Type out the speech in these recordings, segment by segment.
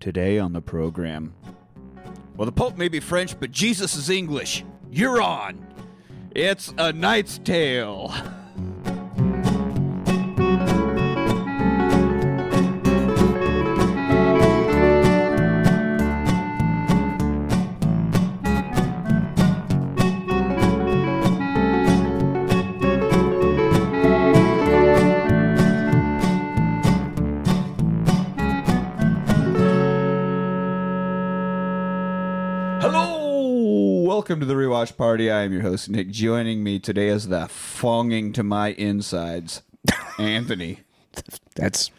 Today on the program, Well, the Pope may be French, but Jesus is English. You're on. It's a knight's tale. Hello! Welcome to the Rewatch Party. I am your host, Nick. Joining me today is the fonging to my insides, Anthony. That's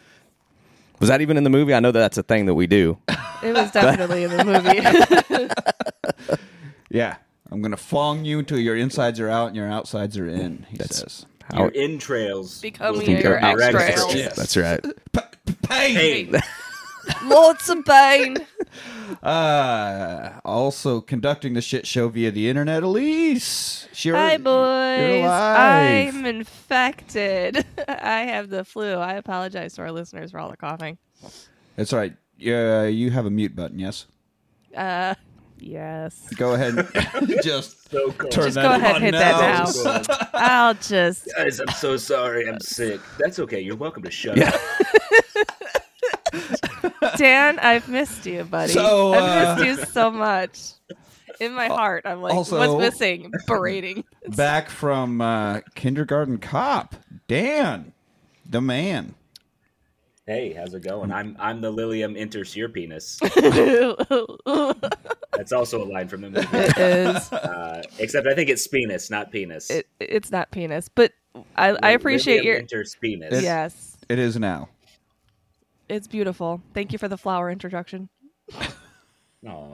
was that even in the movie? I know that that's a thing that we do. It was definitely in the movie. Yeah, I'm going to fong you till your insides are out and your outsides are in, he says. How- Your entrails Becoming will your become extrails. erect. Yes. That's right. Pain! Hey, Lots of pain. Uh, also conducting the shit show via the internet, Elise. She Hi, already- boys. alive. I'm infected. I have the flu. I apologize to our listeners for all the coughing. That's right. Yeah, you have a mute button, yes? Uh, yes. Go ahead and just so cold. turn Just that go ahead on and hit that now. now. I'll just. Oh, Guys, I'm so sorry. I'm sick. That's okay. You're welcome to shut up. Dan, I've missed you, buddy. So, uh, I've missed you so much. In my heart, I'm like, also- what's missing? Berating. back from uh, kindergarten cop dan the man Hey, how's it going? I'm I'm the Lilium interseer penis. it That's also a line from the movie. is. Uh, except I think it's penis, not penis. It, it's not penis, but I, I appreciate your. Lilium interspenis. Yes. it is now It's beautiful. Thank you for the flower introduction. Aw.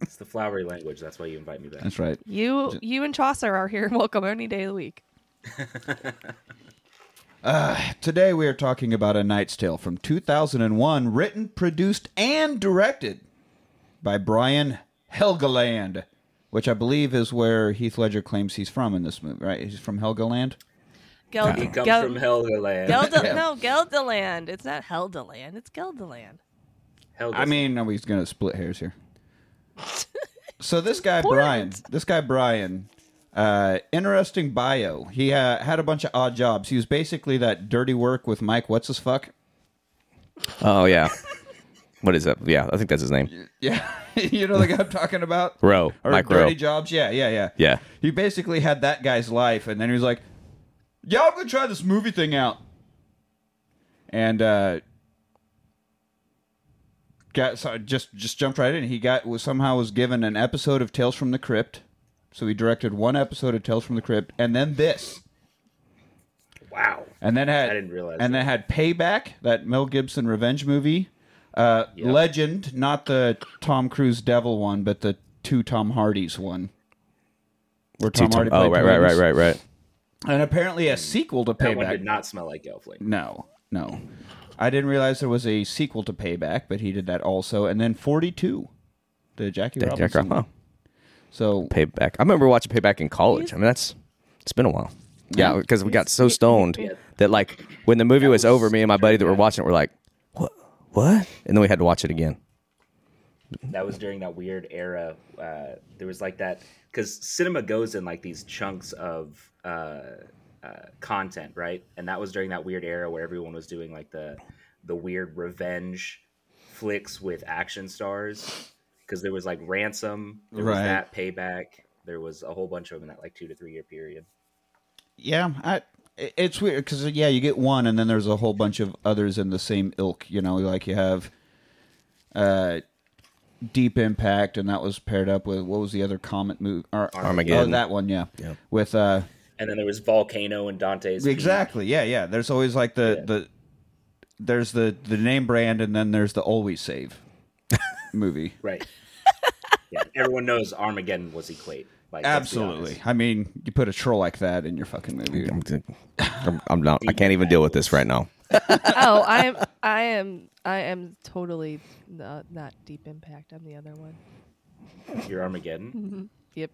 It's the flowery language. That's why you invite me back. that's right You you and Chaucer are here. Welcome any day of the week. today we are talking about a knight's tale from 2001 written produced and directed by brian helgeland which i believe is where heath ledger claims he's from in this movie right he's from helgeland Gel- He comes Gel- from Helgoland. Gelda- Yeah. No, Gelderland. It's not Heldeland. It's Gelderland. Helgoland. i mean are we gonna split hairs here so this guy brian this guy brian uh, interesting bio he uh, had a bunch of odd jobs he was basically that dirty work with mike what's his fuck Oh yeah. What is that? Yeah, I think that's his name. Yeah, you know the guy I'm talking about. Rowe. or Mike Dirty Rowe. Jobs. Yeah, yeah, yeah. Yeah. He basically had that guy's life, and then he was like, "Yeah, I'm gonna try this movie thing out," and uh, got so just just jumped right in. He got was somehow was given an episode of Tales from the Crypt, so he directed one episode of Tales from the Crypt, and then this. wow. And then had I didn't realize And that. then had Payback, that Mel Gibson revenge movie. Uh, Yep. Legend, not the Tom Cruise Devil one, but the two Tom Hardy's one. Where Tom Two Hardy Tom- oh played right, right, right, police. right, right. And apparently a sequel to That one did Payback. not smell like Gelfling. No, no, I didn't realize there was a sequel to Payback, but he did that also. And then Forty Two, the Jackie Jack- Jack Robinson. Rob- one. oh, So Payback. I remember watching Payback in college. I mean, that's it's been a while. Yeah, because we got so stoned that like when the movie was over, me and my buddy that were watching it were like, "What? What?" And then we had to watch it again. that was during that weird era uh, there was like that because cinema goes in like these chunks of uh, uh, content right and that was during that weird era where everyone was doing like the the weird revenge flicks with action stars because there was like ransom there was Right. that payback there was a whole bunch of them in that like two to three year period yeah, I, it- it's weird because yeah, you get one, and then there's a whole bunch of others in the same ilk. You know, like you have uh, Deep Impact, and that was paired up with what was the other Comet movie? Or, Armageddon. Oh, that one, yeah. With uh, and then there was volcano and dante's Peak. exactly, yeah, yeah. There's always like the the there's the the name brand, and then there's the always save movie. right yeah everyone knows armageddon was equate like let's be Absolutely. honest. I mean, you put a troll like that in your fucking movie. I'm, I'm- I'm not. I can't even deal with this right now. oh, I am I am I am totally not, not deep impact. I'm the other one. your armageddon Yep.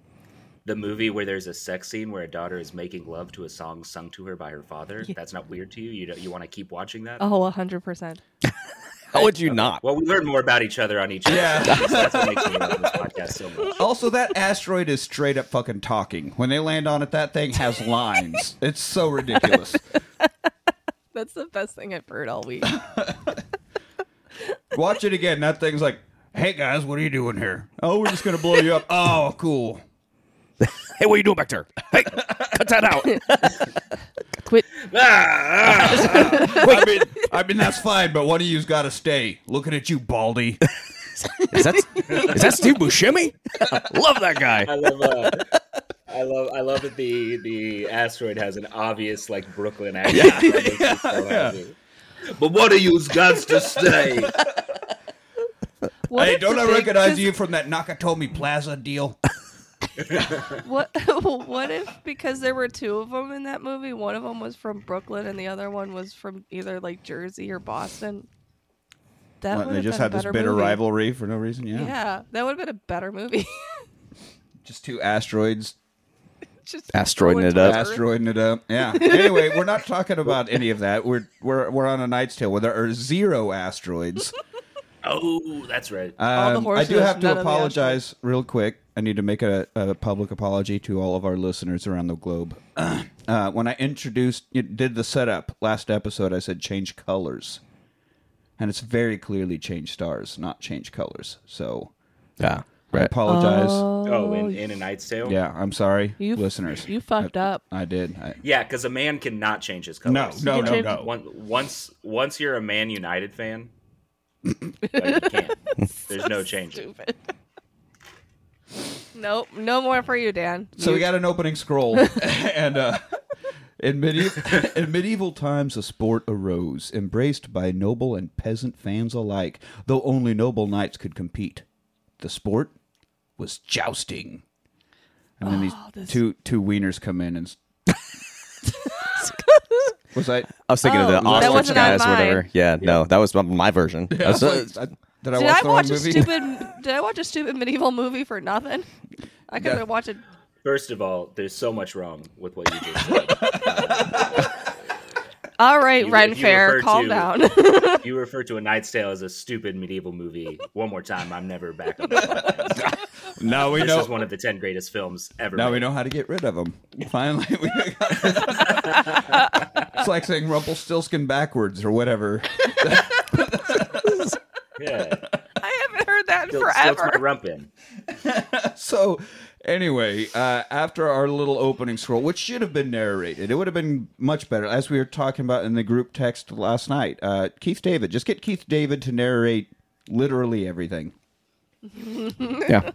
the movie where there's a sex scene where a daughter is making love to a song sung to her by her father. That's not weird to you. You don't, you want to keep watching that? Oh, hundred percent. How would you not? Well, we learn more about each other on each. Yeah. episode. that's what makes me love this podcast so much. Also, that asteroid is straight up fucking talking. When they land on it, that thing has lines. It's so ridiculous. That's the best thing I've heard all week. Watch it again. That thing's like, hey guys, what are you doing here? Oh, we're just going to blow you up. Oh, cool. Hey, what are you doing back there? Hey, cut that out. Quit. I mean, I mean, that's fine, but one of you's got to stay. Looking at you, Baldy. Is that, is that Steve Buscemi? Love that guy. I love. Uh, I love. I love that the the asteroid has an obvious like Brooklyn accent. That makes me so happy. But what are you guns to stay? What hey, if don't the I big- recognize 'cause you from that Nakatomi Plaza deal? What? What if because there were two of them in that movie, one of them was from Brooklyn and the other one was from either like Jersey or Boston. That What, they would have just been a had this better bitter movie. rivalry for no reason. Yeah. Yeah. that would have been a better movie. Just two asteroids Just Asteroiding going it to up. Earth. asteroiding it up. Yeah. Anyway, we're not talking about any of that. We're we're we're on a Knight's Tale where there are zero asteroids. Oh, that's right. All the Um, I horses, do have none to of the apologize real quick. I need to make a, a public apology to all of our listeners around the globe. Uh, when I introduced, you did the setup last episode, I said change colors. And it's very clearly change stars, not change colors. So Yeah, I right. apologize. Oh, in, in a Knight's Tale. yeah, I'm sorry, you listeners. You fucked up. I did. I, Yeah, because a man cannot change his No, colors. no, You no, change- no. One- Once once you're a Man United fan, like, you can't. There's no changing. Stupid. nope. No more for you, Dan. So You- we got an opening scroll, and uh, in, mediev- in medieval times, a sport arose, embraced by noble and peasant fans alike, though only noble knights could compete. The sport was jousting, and then these Oh, this- two two wieners come in and. s- was I? I was thinking of Oh, the that ostrich wasn't on guys, mine. whatever. Yeah, no, that was my version. I was, uh, I was like, I- did I Did watch I the wrong watch a movie? stupid? did I watch a stupid medieval movie for nothing? I could have been watching. First of all, there's so much wrong with what you just said. All right, You- Ren you Fair, refer calm to- down. you refer to a Knight's Tale as a stupid medieval movie. One more time, I'm never back on this podcast. now we This know. is one of the ten greatest films ever. Now we made. know how to get rid of them. Finally, we got It's like saying Rumpelstiltskin backwards or whatever. Yeah, I haven't heard that in still, forever. still rumpin. So, anyway, uh, after our little opening scroll, which should have been narrated, it would have been much better. As we were talking about in the group text last night, uh, Keith David, just get Keith David to narrate literally everything. yeah,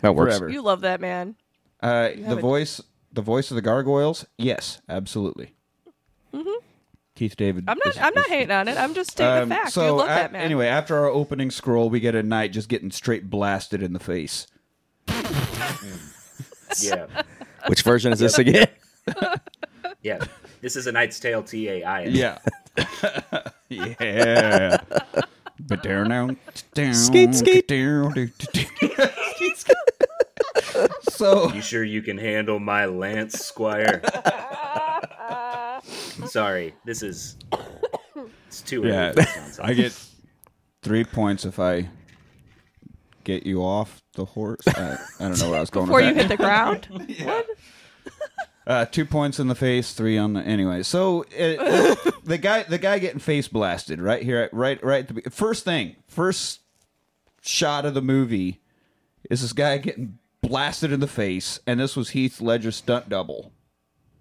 that works. Forever. you love that man. Uh, the haven't- voice, the voice of the gargoyles. Yes, absolutely. Keith David. Mm-hmm. I'm is- not. I'm is- not hating on it. I'm just stating Um, the fact. So you love a- that man. anyway, after our opening scroll, we get a knight just getting straight blasted in the face. Yeah, Which version is this again? yeah. This is a Knight's Tale T A I N. Yeah. yeah. But down, down, down, Skeet, skeet. down, do, do, do. So You sure you can handle my lance, Squire? Sorry, this is it's too early. yeah, for this nonsense. I get three points if I get you off the horse. Uh, I don't know where I was going. Before with you that. hit the ground. What? Uh, two points in the face, three on the anyway. So it, the guy, the guy getting face blasted right here, at- right, right. At the, be- first thing, first shot of the movie is this guy getting blasted in the face, and this was Heath Ledger's stunt double.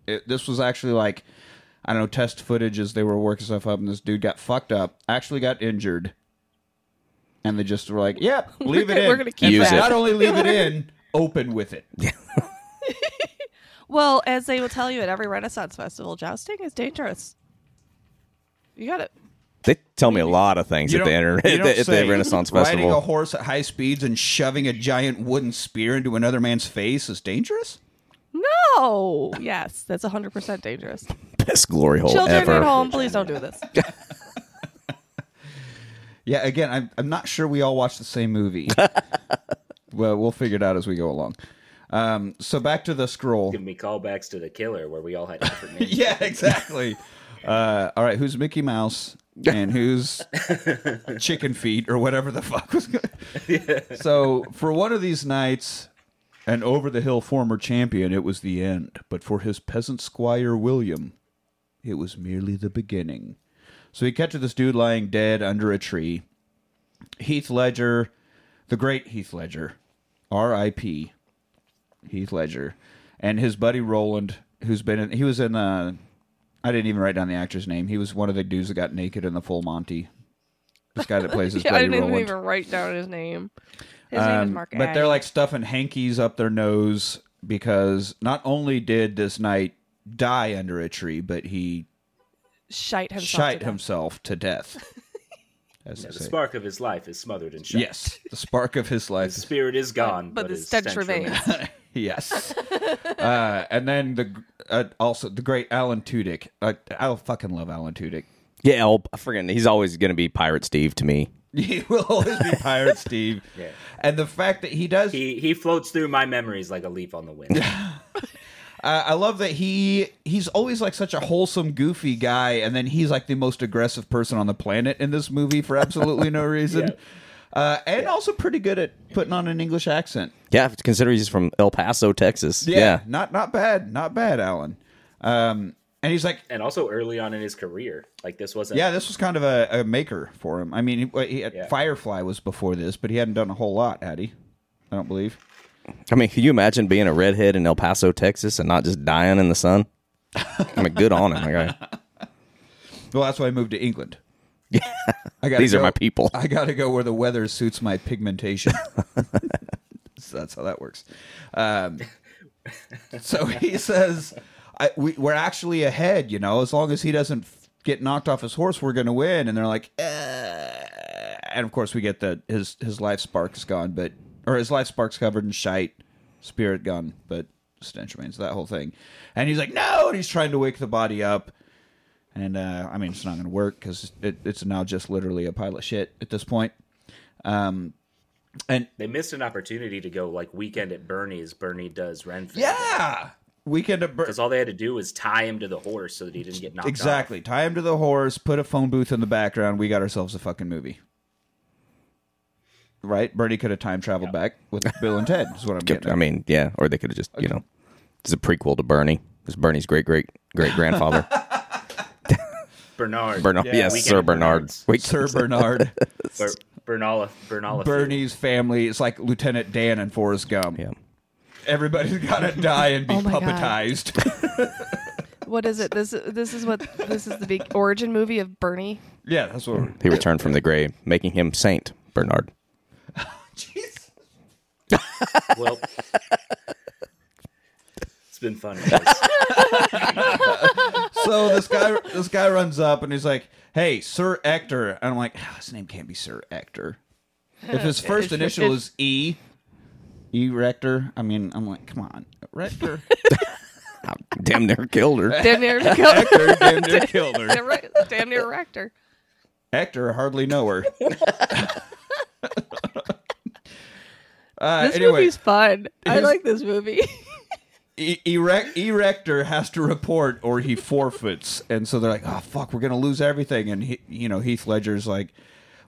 It, this was actually like I don't know test footage as they were working stuff up, and this dude got fucked up, actually got injured, and they just were like, "Yep, leave it gonna- in. we're gonna keep Use that. it. Not only leave it in, open with it." Well, as they will tell you at every Renaissance festival, jousting is dangerous. You got it. They tell me a lot of things at the, don't- inter- you at don't the, at the say. Renaissance Riding a Festival. horse at high speeds and shoving a giant wooden spear into another man's face is dangerous. No. Yes, that's 100 percent dangerous. Best glory Oh, hole Children ever. at home, please don't do this. Yeah, again, I'm, I'm not sure we all watched the same movie. well, we'll figure it out as we go along. Um, so back to the scroll. Give me callbacks to the killer where we all had different names. Yeah, exactly. uh, all right, who's Mickey Mouse? and whose chicken feet or whatever the fuck was going. So for one of these nights, an over the hill former champion, it was the end. But for his peasant squire William, it was merely the beginning. So he catches this dude lying dead under a tree. Heath Ledger, the great Heath Ledger, R.I.P. Heath Ledger, and his buddy Roland, who's been in, he was in uh, I didn't even write down the actor's name. He was one of the dudes that got naked in the full Monty. This guy that plays his Yeah, I buddy didn't Roland. even write down his name. His name Um, is Mark. but they're Ag. like stuffing hankies up their nose because not only did this knight die under a tree, but he shite himself. shite to death. himself to death. As Yeah, they the say. spark of his life is smothered in shit. Yes, the spark of his His life. spirit is gone, But but, the his stench stench remains. remains. yes, uh, and then the uh, also the great Alan Tudyk. Uh, I fucking love Alan Tudyk. Yeah, I'll, I forget. He's always going to be Pirate Steve to me. He will always be Pirate Steve. Yeah. And the fact that he does He he floats through my memories like a leaf on the wind. Uh, I love that he he's always like such a wholesome, goofy guy, and then he's like the most aggressive person on the planet in this movie for absolutely no reason. Uh, and also pretty good at putting on an English accent. Yeah, consider he's from El Paso, Texas. Yeah. not not bad, not bad, Alan. Um, and he's like, and also early on in his career, like this wasn't. yeah, this was kind of a, a maker for him. I mean, he, he had, Yeah. Firefly was before this, but he hadn't done a whole lot, had he? I don't believe. I mean, can you imagine being a redhead in El Paso, Texas and not just dying in the sun? I mean, good on him. Like, I- Well, that's why I moved to England. Yeah, I gotta these are go- my people. I got to go where the weather suits my pigmentation. so that's how that works. Um, so he says, I, we, "We're actually ahead, you know. As long as he doesn't f- get knocked off his horse, we're going to win." And they're like, "Uh," and of course we get that his his life spark's gone, but or his life spark's covered in shite, spirit gun, but stench remains that whole thing. And he's like, "No!" And he's trying to wake the body up. And uh, I mean, it's not going to work because it, it's now just literally a pile of shit at this point. Um, and They missed an opportunity to go like weekend at Bernie's. Bernie does Renfrew. yeah, weekend at Bur- Because all they had to do was tie him to the horse so that he didn't get knocked off. exactly. Tie him to the horse. Put a phone booth in the background. We got ourselves a fucking movie. Right, Bernie could have time traveled back with Bill and Ted. Is what I'm getting. I at. mean, yeah. Or they could have just, you know, it's a prequel to Bernie. It's Bernie's great, great, great grandfather. Bernard. Bernard. Yeah. yes, Weekend Sir at Bernard. Bernard's. Wait, Sir Bernard, Ber- Bernala. Bernala. Bernie's family. It's like Lieutenant Dan and Forrest Gump. Yeah. Everybody's got to die and be Oh my God. puppetized. What is it? This this is what this is the big origin movie of Bernie. yeah, that's what. We're, He returned from the grave, making him Saint Bernard. Jeez. Well, it's been fun. guys. so this guy this guy runs up and he's like, "Hey, Sir Ector," and I'm like, "Ah, "His name can't be Sir Ector. If his first initial is E, E Rector. I mean, I'm like, come on, Rector. I damn near killed her. Damn near killed. Ector damn near killed her. Damn near rector. Ector hardly know her. uh, This anyway, movie's fun. I Here's- like this movie. E- Erec- Erector has to report or he forfeits. And so they're like, oh, fuck, we're going to lose everything. And, he, you know, Heath Ledger's like,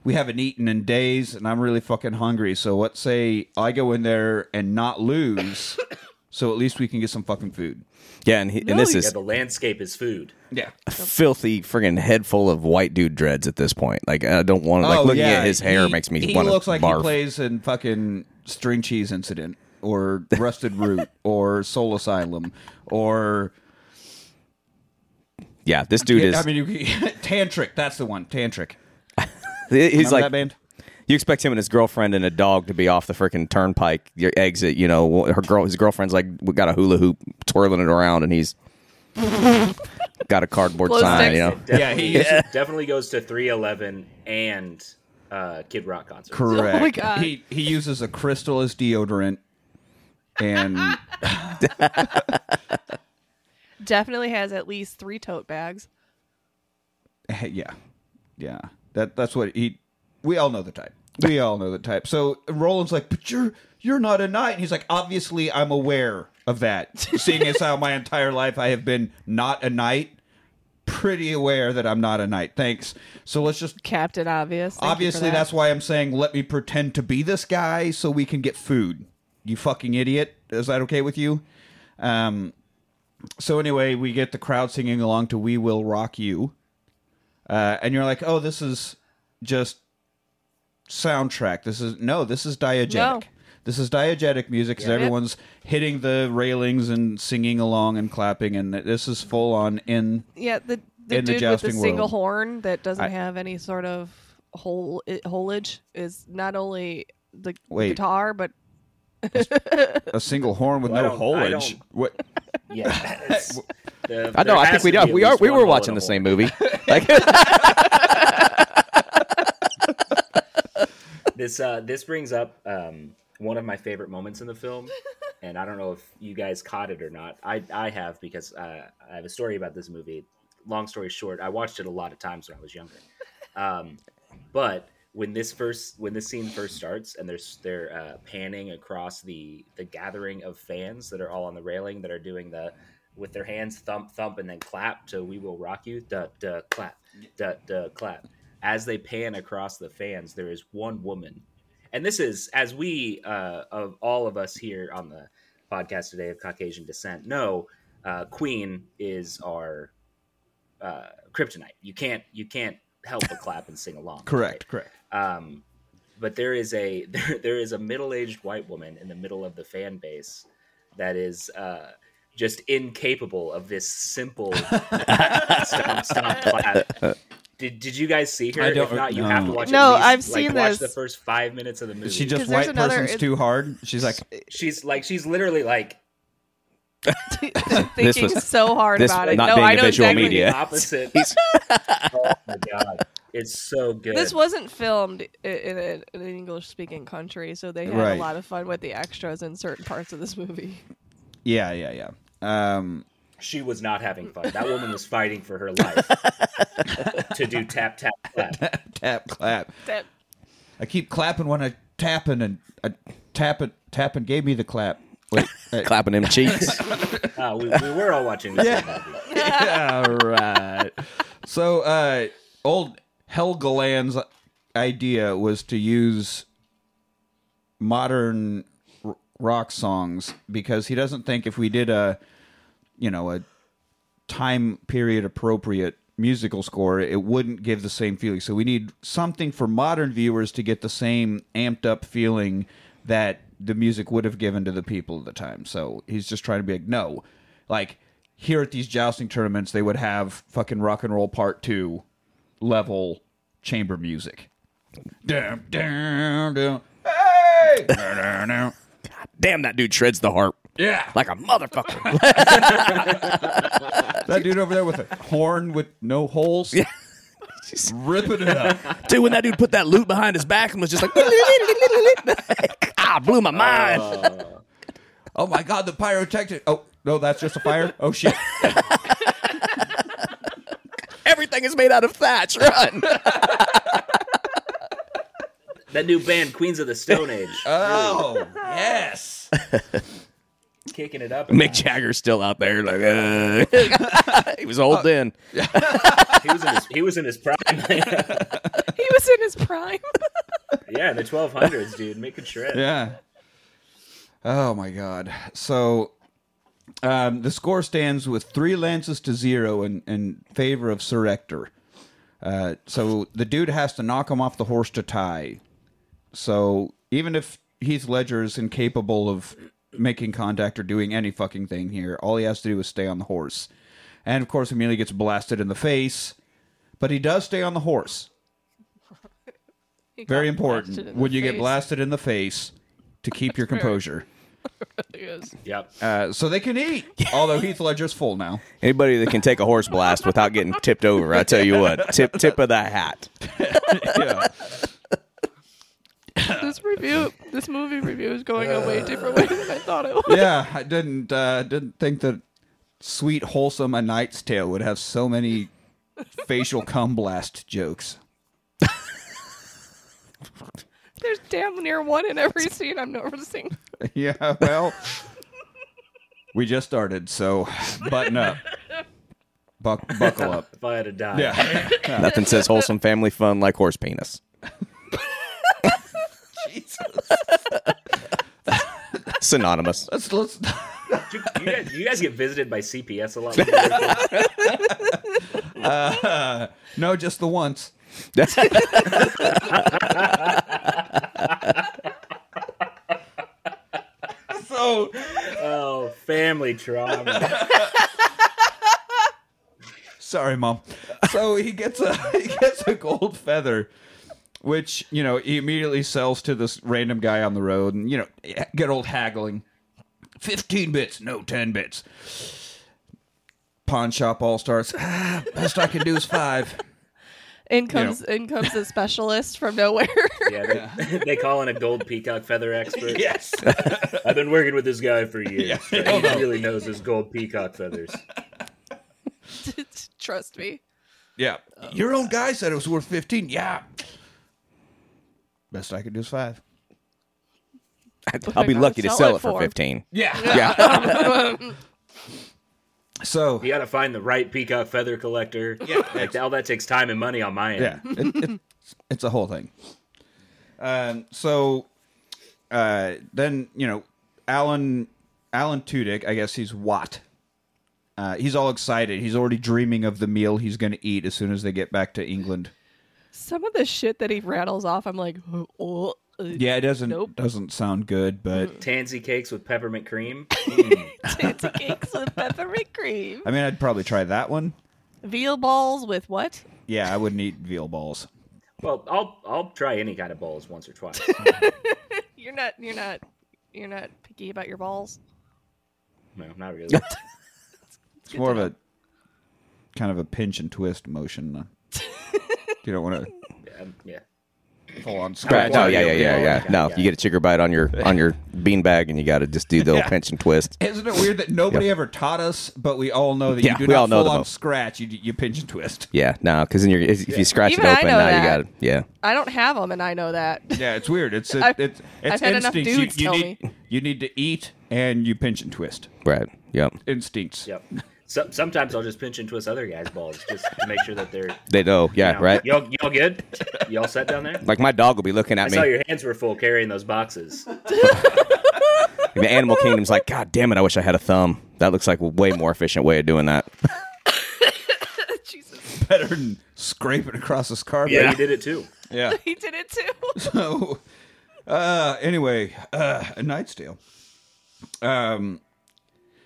we haven't eaten in days and I'm really fucking hungry. So let's say I go in there and not lose. so at least we can get some fucking food. Yeah, and, he, and this No, yeah, is the landscape is food. Yeah. filthy friggin' head full of white dude dreads at this point. Like I don't want to like looking at his hair Oh, He- makes me He want to looks like barf. he plays in fucking String Cheese Incident or Rusted Root or Soul Asylum or. yeah, this dude is I mean, you, Tantric. That's the one. Tantric. he's Remember like that band? you expect him and his girlfriend and a dog to be off the freaking turnpike your exit, you know, her girl his girlfriend's like we got a hula hoop twirling it around and he's got a cardboard Blow sign, sticks. you know. Yeah, Definitely, he is- definitely goes to 311 and uh, Kid Rock concert. Correct. Oh my God. He he uses a crystal as deodorant, and Definitely has at least three tote bags. yeah, yeah. That that's what he. We all know the type. We all know the type. So Roland's like, but you're you're not a knight, and he's like, obviously, I'm aware of that, seeing as how my entire life I have been not a knight. pretty aware that I'm not a knight. Thanks. So let's just Captain Obvious. Thank you for obviously that. that's why I'm saying let me pretend to be this guy so we can get food. You fucking idiot. Is that okay with you? Um so anyway, we get the crowd singing along to We Will Rock You. Uh, and you're like, "Oh, this is just soundtrack. This is no, this is diegetic. No. This is diegetic music because everyone's hitting the railings and singing along and clapping, and th- this is full on in. Yeah, the, the in the dude with the jousting world. single horn that doesn't I- have any sort of hole i- holage is not only the Wait. guitar but A single horn with Well, I no don't- I holage. don't- What? Yeah, it's- the- I know. there I has think we to be do. at We are. least We one were hole watching in the a hole. same movie. Like, This uh, this brings up um, one of my favorite moments in the film, and I don't know if you guys caught it or not. I I have because uh, I have a story about this movie. Long story short, I watched it a lot of times when I was younger. Um, but when this first when this scene first starts and there's they're uh, panning across the the gathering of fans that are all on the railing that are doing the with their hands thump thump and then clap to "We Will Rock You" duh duh clap duh duh clap. As they pan across the fans, there is one woman, and this is as we uh, of all of us here on the podcast today of Caucasian descent know, uh, Queen is our uh, kryptonite. You can't you can't help but clap and sing along. Correct. Correct. Um, but there is a there, there is a middle aged white woman in the middle of the fan base that is uh, just incapable of this simple stomp stomp clap. Did, did you guys see her? I don't- if not, you no. have to watch. No, at least, I've like, seen watch this. the first five minutes of the movie. She Because just there's white another- person's it- too hard. She's like, she's like she's literally like thinking was- so hard this about was it. not no, being I know a visual exactly. media. Yeah. the opposite. oh my god, it's so good. This wasn't filmed i- in, a, in an English speaking country, so they had Right. a lot of fun with the extras in certain parts of this movie. yeah, yeah, yeah. Um, she was not having fun. That woman was fighting for her life to do tap tap clap. tap, clap. That I keep clapping when I tapping and uh, I tapping tapping gave me the clap. Wait, uh, clapping them cheeks. Uh, we, we were all watching the same movie. yeah, right. So, uh, old Helgeland's idea was to use modern r- rock songs because he doesn't think if we did a, you know, a time period appropriate musical score, it wouldn't give the same feeling. So we need something for modern viewers to get the same amped up feeling that the music would have given to the people at the time. So he's just trying to be like, no, like here at these jousting tournaments, they would have fucking rock and roll part two level chamber music. Dum, dum, dum. Hey! Dum, dum, dum. Damn, that dude shreds the harp Yeah, like a motherfucker. that dude over there with a horn with no holes, Yeah. ripping it up. Dude, when that dude put that loot behind his back and was just like, ah, blew my mind. Oh my god, the pyrotechnic. Oh, no, that's just a fire. Oh shit. Everything is made out of thatch. Run. That new band, Queens of the Stone Age, Oh, yes. kicking it up. a Mick notch. Jagger's still out there. Like, uh. he was old then. he was in his, he was in his prime. he was in his prime. yeah, the 1200s, dude, making shred. Yeah. Oh my god. So um, the score stands with three lances to zero in, in favor of Sir Ector. Uh, so the dude has to knock him off the horse to tie. So even if Heath Ledger is incapable of making contact or doing any fucking thing here, all he has to do is stay on the horse. And of course, Amelia gets blasted in the face, but he does stay on the horse. He Very got important. blasted in the When you get face. blasted in the face, to keep your composure. He goes, Yep. Uh, so they can eat. Although Heath Ledger's full now. Anybody that can take a horse blast without getting tipped over, I tell you what, tip tip of the hat. Yeah. This review, this movie review is going a way different way than I thought it would. yeah, I didn't uh, didn't think that sweet wholesome A Knight's Tale would have so many facial cum blast jokes. There's damn near one in every scene I'm noticing. Yeah, well, we just started, so button up. Buck, buckle up. If I had to die, Yeah. Nothing says wholesome family fun like horse penis. Jesus. Synonymous. let's let's. you, you guys, you guys get visited by CPS a lot. No, just the once. so oh, family trauma. sorry, mom. So he gets a he gets a gold feather, which you know he immediately sells to this random guy on the road, and you know good old haggling. Fifteen bits, no ten bits. Pawn shop all stars. Ah, best I can do is five. In comes in comes a specialist from nowhere. Yeah, they, they call in a gold peacock feather expert. Yes. I've been working with this guy for years. Oh, but He really knows his gold peacock feathers. Trust me. Yeah. Your own guy said it was worth 15. Yeah. Best I could do is five. I'll be God, lucky to sell sell it it for for. 15. Yeah. Yeah. So, You got to find the right peacock feather collector. Yeah, like, all that takes time and money on my end. yeah. It, it, it's a whole thing. Um, so, uh, then, you know, Alan, Alan Tudyk, I guess he's Watt. Uh, he's all excited. He's already dreaming of the meal he's going to eat as soon as they get back to England. Some of the shit that he rattles off, I'm like, oh, uh, Yeah, it doesn't Nope. doesn't sound good, but Tansy cakes with peppermint cream. Mm. fancy cakes with peppermint cream, I mean, I'd probably try that one. veal balls with what? Yeah, I wouldn't eat veal balls. well, I'll I'll try any kind of balls once or twice. You're not. You're not. You're not picky about your balls. No, not really. It's more of a kind of a pinch and twist motion. you don't want Um, yeah. to full on Right. scratch. Oh, No, Oh, yeah, yeah, yeah, yeah. No, you get a chicken bite on your on your beanbag and you got to just do the little pinch and twist. Isn't it weird that nobody ever taught us, but we all know that Yeah, you do we all not know full the on move. scratch, you, you pinch and twist. Yeah, no, because then you're if, if you scratch Even it I open, know now you that. got it. Yeah, I don't have them, and I know that. Yeah, it's weird. It's it, I've- it's it's I've had enough instincts. You- dudes you, tell need, you need to eat and you pinch and twist. right. Yep. Instincts. Yep. So, sometimes I'll just pinch and twist other guys' balls just to make sure that they're. you They know. Yeah, know, right. Y'all, y'all good? Y'all set down there? Like my dog will be looking I at saw me. your hands were full carrying those boxes. The animal kingdom's like, God damn it! I wish I had a thumb. That looks like a way more efficient way of doing that. Jesus, Better than scraping across this carpet. Yeah, you did it too. yeah. he did it too. So, uh, anyway, uh, a night's tale. Um,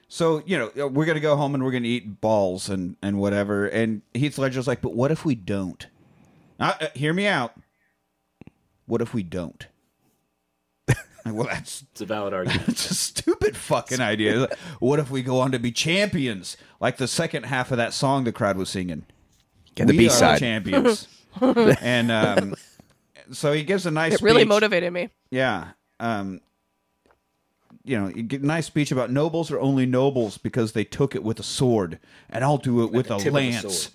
so you know uh, we're gonna go home and we're gonna eat balls and and whatever. And Heath Ledger's like, but what if we don't? Uh, uh, hear me out. What if we don't? Like, well, that's It's a valid argument. that's a stupid fucking idea. Like, What if we go on to be champions, like the second half of that song the crowd was singing? Get the we B are side. champions. and um, so he gives a nice. It really speech. motivated me. Yeah. Um, you know, you get a nice speech about nobles are only nobles because they took it with a sword, and I'll do it with a tip of the lance. sword.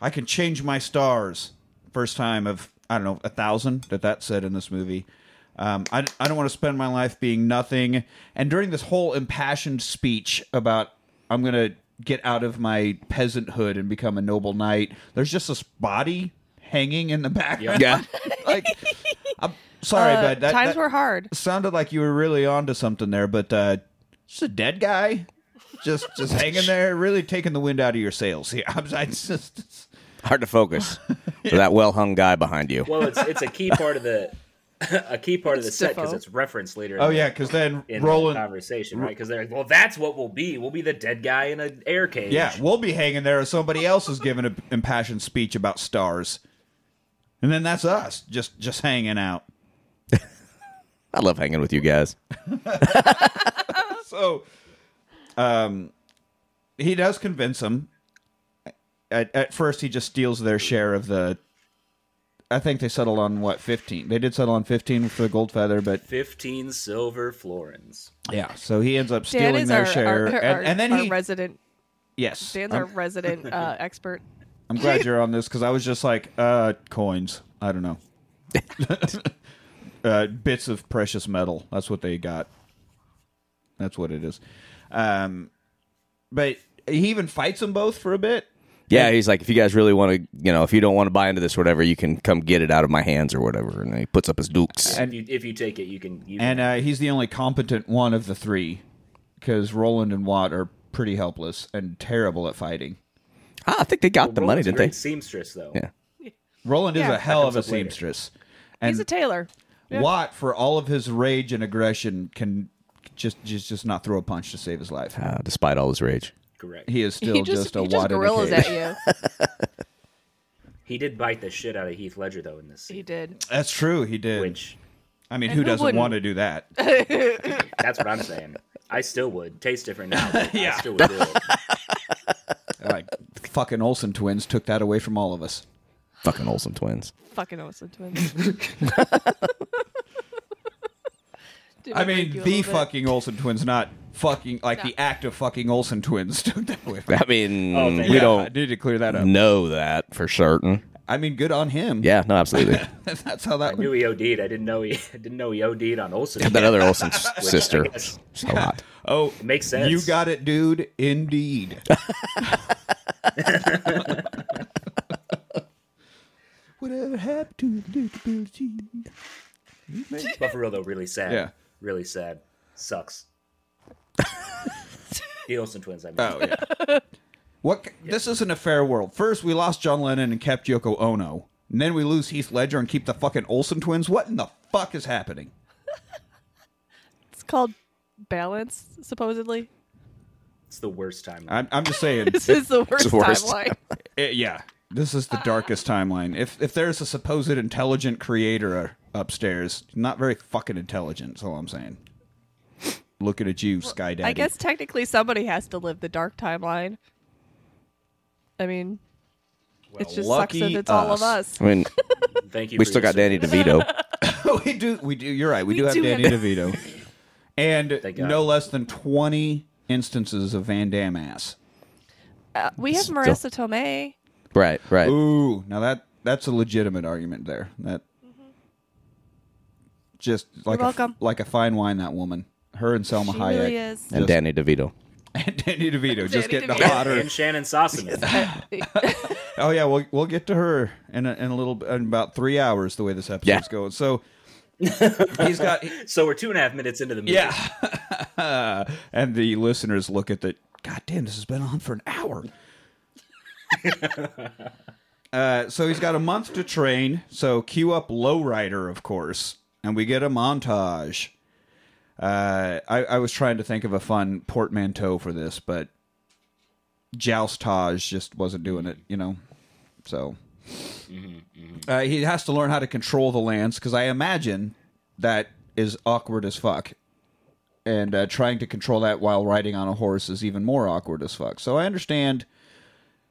I can change my stars. First time of I don't know a thousand that that said in this movie. Um, I I don't want to spend my life being nothing. And during this whole impassioned speech about I'm gonna get out of my peasanthood and become a noble knight, there's just this body hanging in the background. Yeah. like I'm sorry, Uh, but that, times that were hard. sounded like you were really onto something there, but uh just a dead guy. Just just hanging there, really taking the wind out of your sails. Yeah, I'm I just Hard to focus. with that well hung guy behind you. Well, it's it's a key part of the a key part of the It's set because Defoe. it's referenced later. in Oh the- yeah, because then in the Roland conversation, right? Because they're like, well, that's what we'll be. We'll be the dead guy in an air cage. Yeah, we'll be hanging there as somebody else is giving an impassioned speech about stars. And then that's us, just just hanging out. I love hanging with you guys. so um he does convince him at, at first he just steals their share of the i think they settled on what 15 they did settle on 15 for the gold feather but fifteen silver florins. yeah so he ends up Dan stealing is their our, share our, our, and, and then our he resident. yes Dan's our I'm, resident uh, expert. I'm glad you're on this because i was just like uh coins i don't know uh bits of precious metal that's what they got that's what it is um but he even fights them both for a bit Yeah, he's like, if you guys really want to, you know, if you don't want to buy into this, or whatever, you can come get it out of my hands or whatever. And he puts up his dukes. if, you, if you take it, you can. You And uh, he's the only competent one of the three because Roland and Watt are pretty helpless and terrible at fighting. Ah, I think they got can, the money, didn't they? Seamstress though. Yeah. Roland is Yeah. a hell of comes a up later. seamstress. He's And a tailor. Yeah. Watt, for all of his rage and aggression, can just just, just not throw a punch to save his life. Uh, despite all his rage. correct. He, He is still he just, just, a he just Watt in a gorillas cage. at you. did bite the shit out of Heath Ledger though in this he scene, did. That's true. He did. which I mean, And who, who doesn't wouldn't? want to do that? that's what I'm saying. I still would. Tastes different now. but I still would do it. like fucking Olsen twins took that away from all of us. Fucking Olsen twins. Fucking awesome twins. Did I it break mean, you a the little bit? fucking Olsen twins, not fucking like No. the act of fucking Olsen twins took that away. From I mean, Oh, thank we God. I don't need to clear that up. know that for certain. I mean, good on him. Yeah, no, absolutely. that's how that. I knew he OD'd. I didn't know he I didn't know he OD'd on Olsen. that other Olsen s- Which I sister. guess- It's a lot. Oh, It makes sense. You got it, dude. Indeed. Whatever happened to predictability? But for real though, really sad. Yeah. Really sad. Sucks. the Olsen twins. I mean. Oh yeah. What? c- This isn't a fair world. First, we lost John Lennon and kept Yoko Ono. And then we lose Heath Ledger and keep the fucking Olsen twins. What in the fuck is happening? It's called balance, supposedly. It's the worst time. I'm, I'm just saying. This is the worst, worst. timeline. it- yeah, this is Uh, the darkest timeline. If if there's a supposed intelligent creator upstairs, not very fucking intelligent. That's all I'm saying. Looking at you, Sky Daddy. I guess technically somebody has to live the dark timeline. I mean, it just sucks that lucky it's all of us. us. I mean, Thank you. we for still your got Danny service. DeVito. we do. We do. You're right. We, We do have do Danny have- DeVito, and Thank God. no less than 20 instances of Van Damme ass. Uh, we have Still- Marissa Tomei. Right, right. Ooh, now that that's a legitimate argument there. That just like a, Mm-hmm. welcome. like a fine wine. That woman, her and Selma She Hayek, really is. and Just- Danny DeVito. and Danny DeVito just Danny getting DeVito. hotter. And Shannon Sossaman. Uh, Oh yeah, we'll we'll get to her in a, in a little in about three hours. The way this episode's Yeah. going, so he's got so we're two and a half minutes into the movie. yeah. and the listeners look at the God damn, this has been on for an hour. uh, so he's got a month to train. So cue up Lowrider, of course, and we get a montage. Uh, I, I was trying to think of a fun portmanteau for this, but joustage just wasn't doing it, you know. So uh, he has to learn how to control the lands because I imagine that is awkward as fuck. And uh, trying to control that while riding on a horse is even more awkward as fuck. So I understand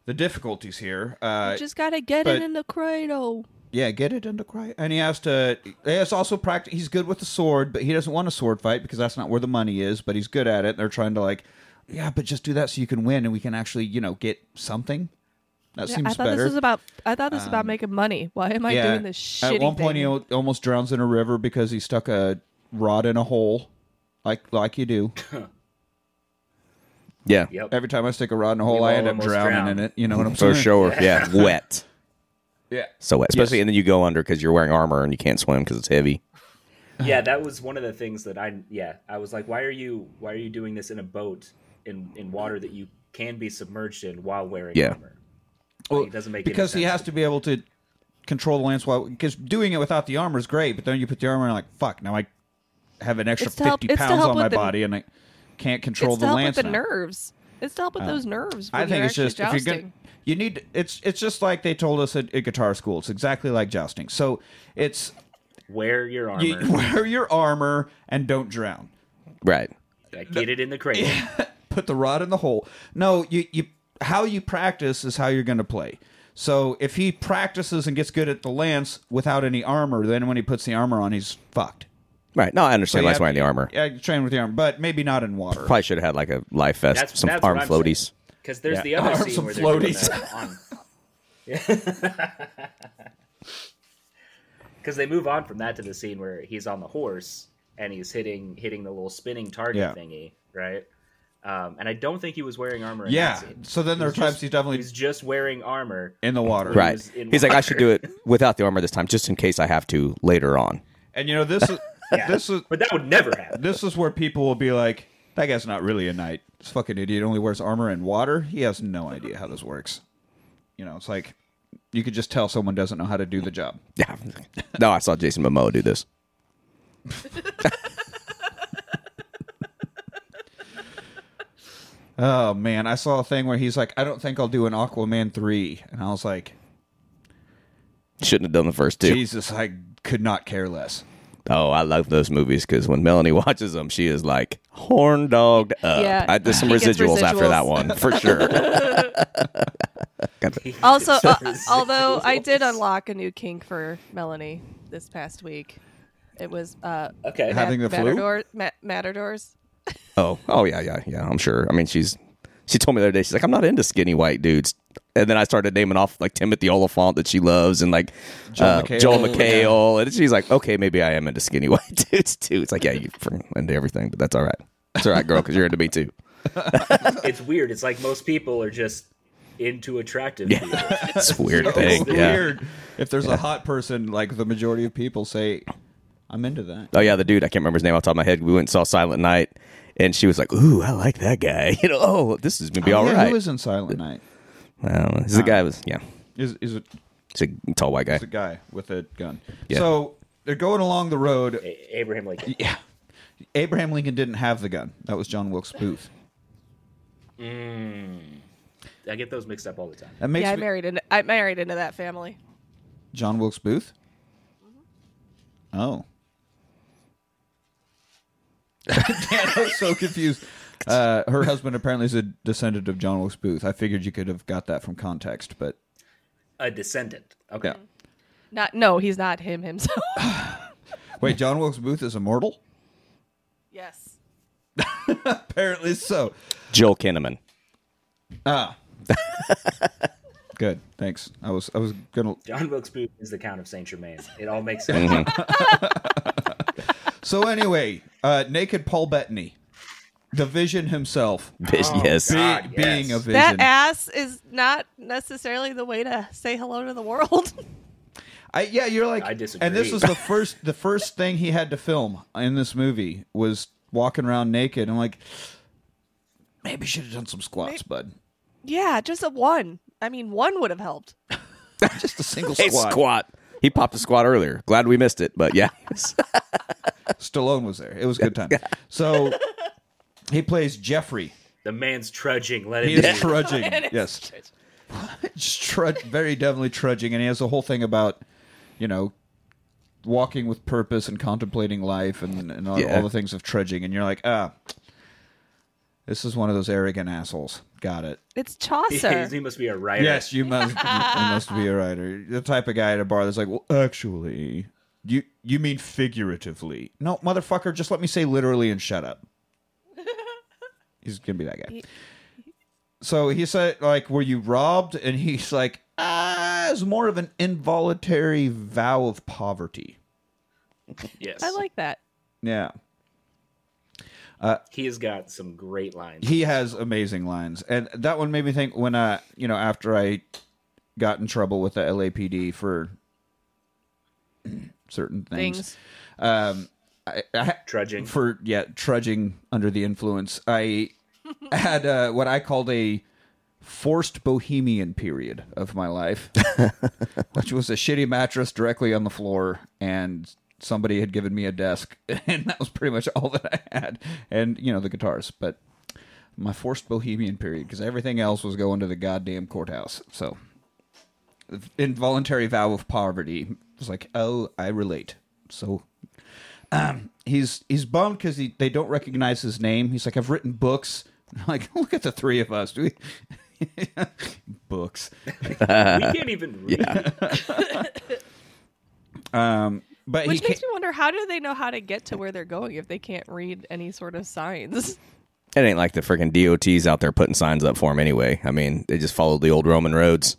the difficulties here. Uh, Just gotta get But- it in the cradle. yeah, get it into cry. And he has to. He has also practice. He's good with the sword, but he doesn't want a sword fight because that's not where the money is. But he's good at it. They're trying to like, yeah, but just do that so you can win and we can actually, you know, get something. That Yeah, seems I thought better. Um, this was about. I thought this was about making money. Why am I doing this shitty At one point, thing? he al- almost drowns in a river because he stuck a rod in a hole, like like you do. Yeah, Yep. Every time I stick a rod in a We've hole, I all end up almost drowning drowned. in it. You know what I'm for saying? sure. Yeah, wet. Yeah. So wet, especially Yes. and then you go under because you're wearing armor and you can't swim because it's heavy. yeah, that was one of the things that I yeah, I was like, why are you why are you doing this in a boat in in water that you can be submerged in while wearing Yeah. armor? it doesn't make any because he sense. has to be able to control the lance while because doing it without the armor is great, but then you put the armor on, like fuck, now I have an extra It's to help- fifty it's to pounds help on my with the- body, and I can't control it's the to help lance. with the now. Oh. nerves. It's to help with those nerves. I when think you're it's just actually if you're jousting. good, you need it's it's just like they told us at, at guitar school. It's exactly like jousting. So it's Wear your armor. you, wear your armor and don't drown. Right. Like, get it in the cradle. put the rod in the hole. No, you you how you practice is how you're going to play. So if he practices and gets good at the lance without any armor, then when he puts the armor on, he's fucked. Right. No, I So understand. you That's have why in to- the armor. Yeah, you train with the armor, but maybe not in water. Probably should have had like a life vest, That's some that's arm what I'm floaties. Because there's Yeah. the other Arm scene some where they're doing floaties. that on. Because they move on from that to the scene where he's on the horse and he's hitting hitting the little spinning target Yeah. thingy, right? Um, and I don't think he was wearing armor. In Yeah. that scene. So then there are He's times just- he's definitely he's just wearing armor. in the water. Right. was in He's like, I should do water. it without the armor this time, just in case I have to later on. And you know this is Yeah. this is But that would never happen. this is where people will be like, that guy's not really a knight. This fucking idiot only wears armor and water. He has no idea how this works. You know, it's like you could just tell someone doesn't know how to do the job. Yeah. No, I saw Jason Momoa do this. Oh man, I saw a thing where he's like, I don't think I'll do an Aquaman three, and I was like, Shouldn't have done the first two. Jesus, I could not care less. Oh, I love those movies because when Melanie watches them, she is like horn dogged up. Yeah, I, there's some he gets residuals, after residuals. that one for sure. Also, uh, although I did unlock a new kink for Melanie this past week, it was uh, Okay. How- Having the flu? matador, ma- matadors. oh, oh yeah, yeah, yeah. I'm sure. I mean, she's she told me the other day. She's like, I'm not into skinny white dudes. And then I started naming off like Timothy Oliphant that she loves and like Joel uh, McHale. Joel McHale. And she's like, okay, maybe I am into skinny white dudes too. It's like, yeah, you're into everything, but that's all right. It's all right, girl, because you're into me too. it's weird. It's like most people are just into attractive people. It's a weird It's thing. Yeah. weird. If there's a hot person, like the majority of people say, I'm into that. Oh yeah, the dude I can't remember his name off the top of my head. We went and saw Silent Night, and she was like, "Ooh, I like that guy." You know, oh, this is gonna be Oh, all yeah, right. Who is in Silent Night? Um, this is the guy was yeah, Is is it he's a tall white guy. the guy with a gun? Yeah. So they're going along the road. A- Abraham Lincoln. Yeah. Abraham Lincoln didn't have the gun. That was John Wilkes Booth. I get those mixed up all the time. That makes Yeah, I me- married into I married into that family. John Wilkes Booth. Oh. Dan, I was so confused. Uh, her husband apparently is a descendant of John Wilkes Booth. I figured you could have got that from context, but A descendant. Okay. yeah. Not no, he's not him himself. Wait, John Wilkes Booth is immortal? yes. Apparently so. Joel Kinnaman. Ah. Good. Thanks. I was I was gonna John Wilkes Booth is the Count of Saint Germain. It all makes sense. Mm-hmm. So anyway, uh naked Paul Bettany. The vision himself. Bitch, yes, God. Be- yes. Being a vision. That ass is not necessarily the way to say hello to the world. I, yeah, you're like I disagree. And this was the first the first thing he had to film in this movie was walking around naked. I'm like, maybe you should have done some squats, bud. yeah, just a one. I mean, one would have helped. Just a single hey, squat. squat. He popped a squat earlier. Glad we missed it, but yeah, Stallone was there. It was a good time. So he plays Jeffrey. the man's trudging. Let He him. is be. trudging. yes, Just trud- very definitely trudging, and he has a whole thing about you know walking with purpose and contemplating life and, and all, Yeah. all the things of trudging. And you're like, ah, this is one of those arrogant assholes. Got it. It's He- Chaucer. he must be a writer. Yes, you must. you must be a writer. The type of guy at a bar that's like, well, actually, you you mean figuratively? No, motherfucker, just let me say literally and shut up. he's gonna be that guy. So he said, like, were you robbed? And he's like, ah, it's more of an involuntary vow of poverty. Yes. I like that. Yeah. He has got some great lines. he has amazing lines and that one made me think when uh you know after i got in trouble with the lapd for certain things, Things. um I, I Trudging. for yeah trudging under the influence i had uh, what i called a forced bohemian period of my life which was a shitty mattress directly on the floor and somebody had given me a desk and that was pretty much all that i had and you know the guitars but my forced bohemian period because everything else was going to the goddamn courthouse so involuntary vow of poverty was like oh i relate so he's he's bummed because he, they don't recognize his name. He's like, I've written books. I'm like, look at the three of us. Do we- books. we can't even read. Um, But Which he makes can't, me wonder how do they know how to get to where they're going if they can't read any sort of signs? it ain't like the freaking DOTs out there putting signs up for him anyway. I mean, they just followed the old Roman roads.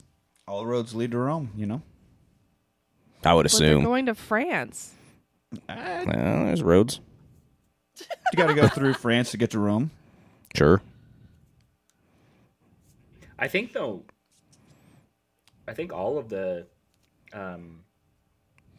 all roads lead to Rome. You know, I would But they're assume. going to France. Well, there's roads. you got to go through France to get to Rome. Sure. I think though, I think all of the, um,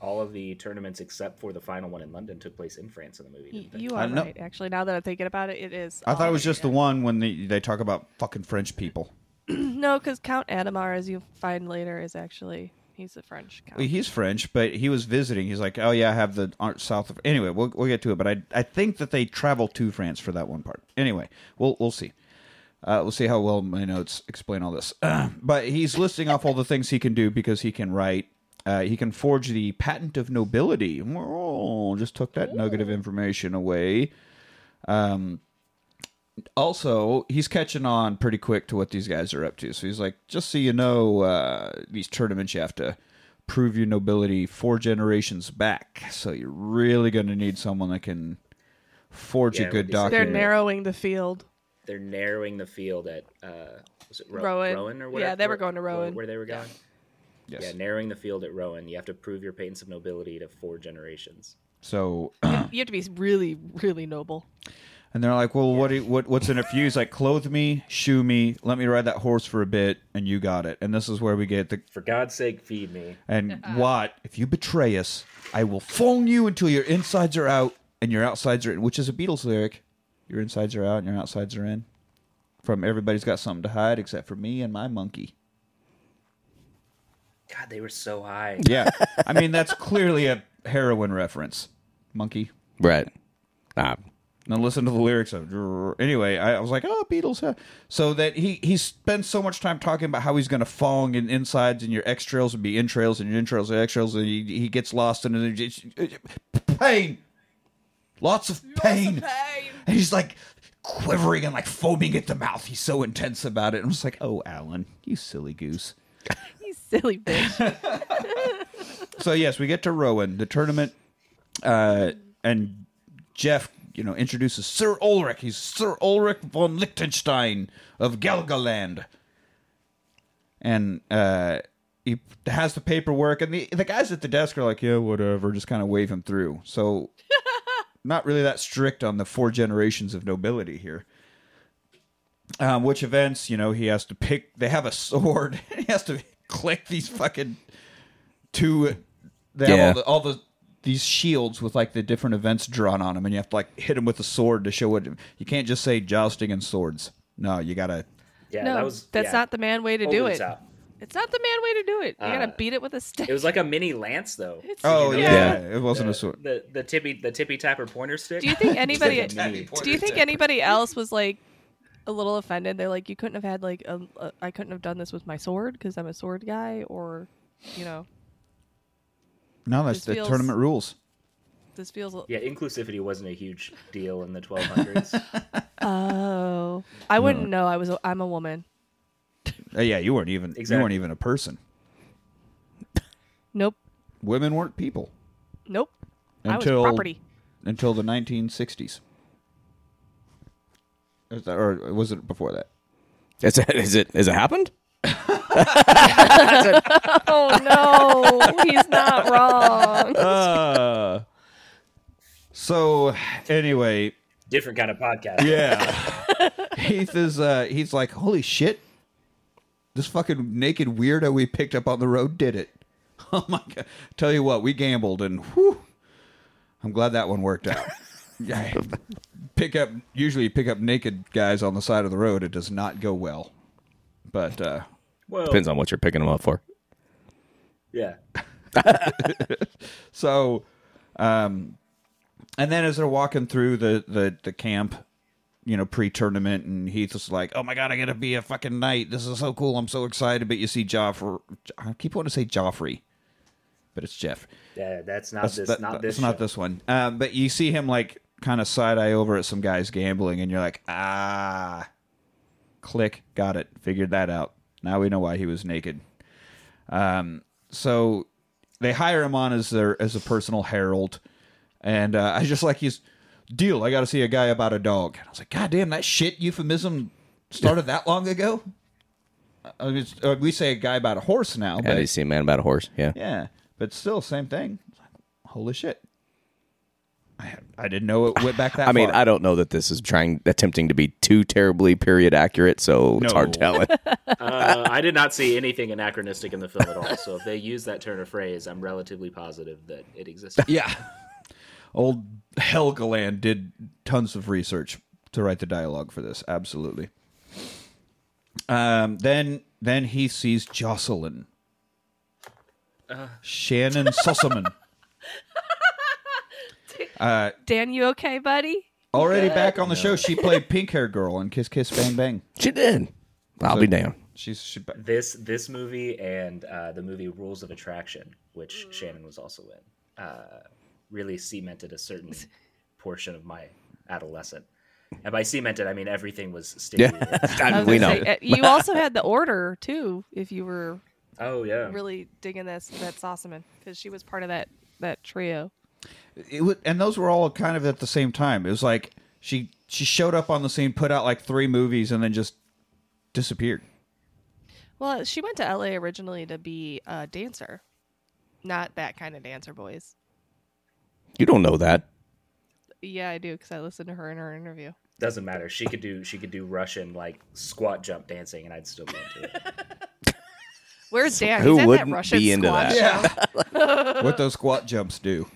all of the tournaments except for the final one in London took place in France in the movie. Y- didn't they? You I are know. right. Actually, now that I'm thinking about it, it is. I thought it was just the one. one when the, they talk about fucking French people. No, because Count Adamar, as you find later, is actually he's a French count. Well, He's French, but he was visiting. He's like, oh yeah, I have the art south of. Anyway, we'll we'll get to it. But I I think that they travel to France for that one part. Anyway, we'll we'll see. Uh, we'll see how well my notes explain all this. but he's listing off all the things he can do because he can write. Uh, he can forge the patent of nobility. Oh, just took that nugget of information away. also, he's catching on pretty quick to what these guys are up to. So he's like, just so you know, uh, these tournaments you have to prove your nobility four generations back. So you're really going to need someone that can forge Yeah, a good what they said. They're document. narrowing the field. They're narrowing the field at uh, was it Ro- Rowan. Rowan or Yeah, whatever? they were going to where- Rowan. Where they were going. Yes. Yeah, narrowing the field at Rowan. You have to prove your patents of nobility to four generations. So, You have to be really, really noble. and they're like, well, what, do you, what what's in it for you? He's like, clothe me, shoe me, let me ride that horse for a bit, and you got it. And this is where we get the For God's sake, feed me. And Watt, if you betray us, I will phone you until your insides are out and your outsides are in, which is a Beatles lyric. Your insides are out and your outsides are in. From Everybody's Got Something to Hide Except for Me and My Monkey. God, they were so high. Yeah. I mean, that's clearly a heroin reference. Monkey. Right. Nah. Now listen to the lyrics of anyway. I, I was like, oh, Beatles. Huh? So that he he spends so much time talking about how he's going to fong and insides and your extrails and be entrails and your entrails and extrails and he, he gets lost in it. It's- it's- pain, lots of pain. And he's like quivering and like foaming at the mouth. He's so intense about it. I'm just like, oh, Alan, you silly goose. You silly bitch. so yes, we get to Rowan, the tournament, uh, and Jeff, you know, introduces Sir Ulrich. He's Sir Ulrich von Liechtenstein of Gelgaland, and uh, he has the paperwork, and the the guys at the desk are like, yeah, whatever, just kind of wave him through. So, not really that strict on the four generations of nobility here um, which events you know he has to pick they have a sword he has to click these fucking two they Yeah. have all the, all the these shields with like the different events drawn on them and you have to like hit them with a sword to show what you can't just say jousting and swords no you gotta Yeah, no, that was. that's yeah, not the man way to over do the it. top. Uh, It's not the man way to do it. You gotta beat it with a stick. It was like a mini lance, though. oh yeah. yeah, Yeah. it wasn't a the, sword the the tippy the tippy tapper pointer stick. do you think anybody? It's like a mini- do you think anybody else was like a little offended? They're like, you couldn't have had like a, a I couldn't have done this with my sword because I'm a sword guy, or you know, no that's This the feels- tournament rules this feels. a- Yeah, inclusivity wasn't a huge deal in the 1200s. Oh, I wouldn't know. I was. A, I'm a woman. Uh, yeah you weren't even you weren't Exactly. even a person Nope. women weren't people Nope. until I was property. until the 1960s Is that- or was it before that Is it? Is it? Has it happened? Oh no, he's not wrong. Uh, so anyway, Different kind of podcast. yeah. Heath is uh he's like, "Holy shit. This fucking naked weirdo we picked up on the road did it." Oh my god. Tell you what, we gambled and whew, I'm glad that one worked out. Yeah. Pick up usually you pick up naked guys on the side of the road, it does not go well. But uh Well, Depends on what you're picking them up for. yeah. So, um, and then as they're walking through the the the camp, you know, pre tournament, and Heath was like, "Oh my god, I gotta be a fucking knight. This is so cool. I'm so excited." But you see, Joffrey. I keep wanting to say Joffrey, but it's Jeff. Yeah, that's not this. That- not that- this. It's not show. this one. Um, but you see him like kind of side eye over at some guys gambling, and you're like, ah, click, got it, figured that out. Now we know why he was naked. Um, so they hire him on as their as a personal herald, and uh, I just like he's deal. I got to see a guy about a dog. And I was like, God damn, that shit euphemism started that long ago. I mean, it's- uh, we say a guy about a horse now, Yeah, but you see a man about a horse. Yeah. yeah, but still, same thing. Holy shit! I, I didn't know it went back that I mean, far. I don't know that this is trying attempting to be too terribly period accurate, so it's hard No. telling. Uh, I did not see anything anachronistic in the film at all. So if they use that turn of phrase, I'm relatively positive that it existed. Yeah. Old Helgeland did tons of research to write the dialogue for this. Absolutely. Um, then then he sees Jocelyn. Shannon Sussaman. Uh, Dan, you okay, buddy? already back on the show, she played Pink Hair Girl in Kiss Kiss Bang Bang. she did. I'll be damned. She's she, ba- This this movie and uh, the movie Rules of Attraction, which Shannon was also in, uh, really cemented a certain portion of my adolescent. And by cemented, I mean everything was Yeah, stimulated. I I mean, was we know. gonna say, uh, you also had the order too, if you were Oh yeah, really digging this that Sossaman, because she was part of that that trio. it was, and those were all kind of at the same time. It was like she she showed up on the scene, put out like three movies, and then just disappeared. Well, she went to LA originally to be a dancer, not that kind of dancer, boys. You don't know that. Yeah, I do because I listened to her in her interview. doesn't matter. She could do she could do Russian like squat jump dancing, and I'd still be into it. Where's Dan? who He's at that wouldn't Russian be into squad that? show. what those squat jumps do.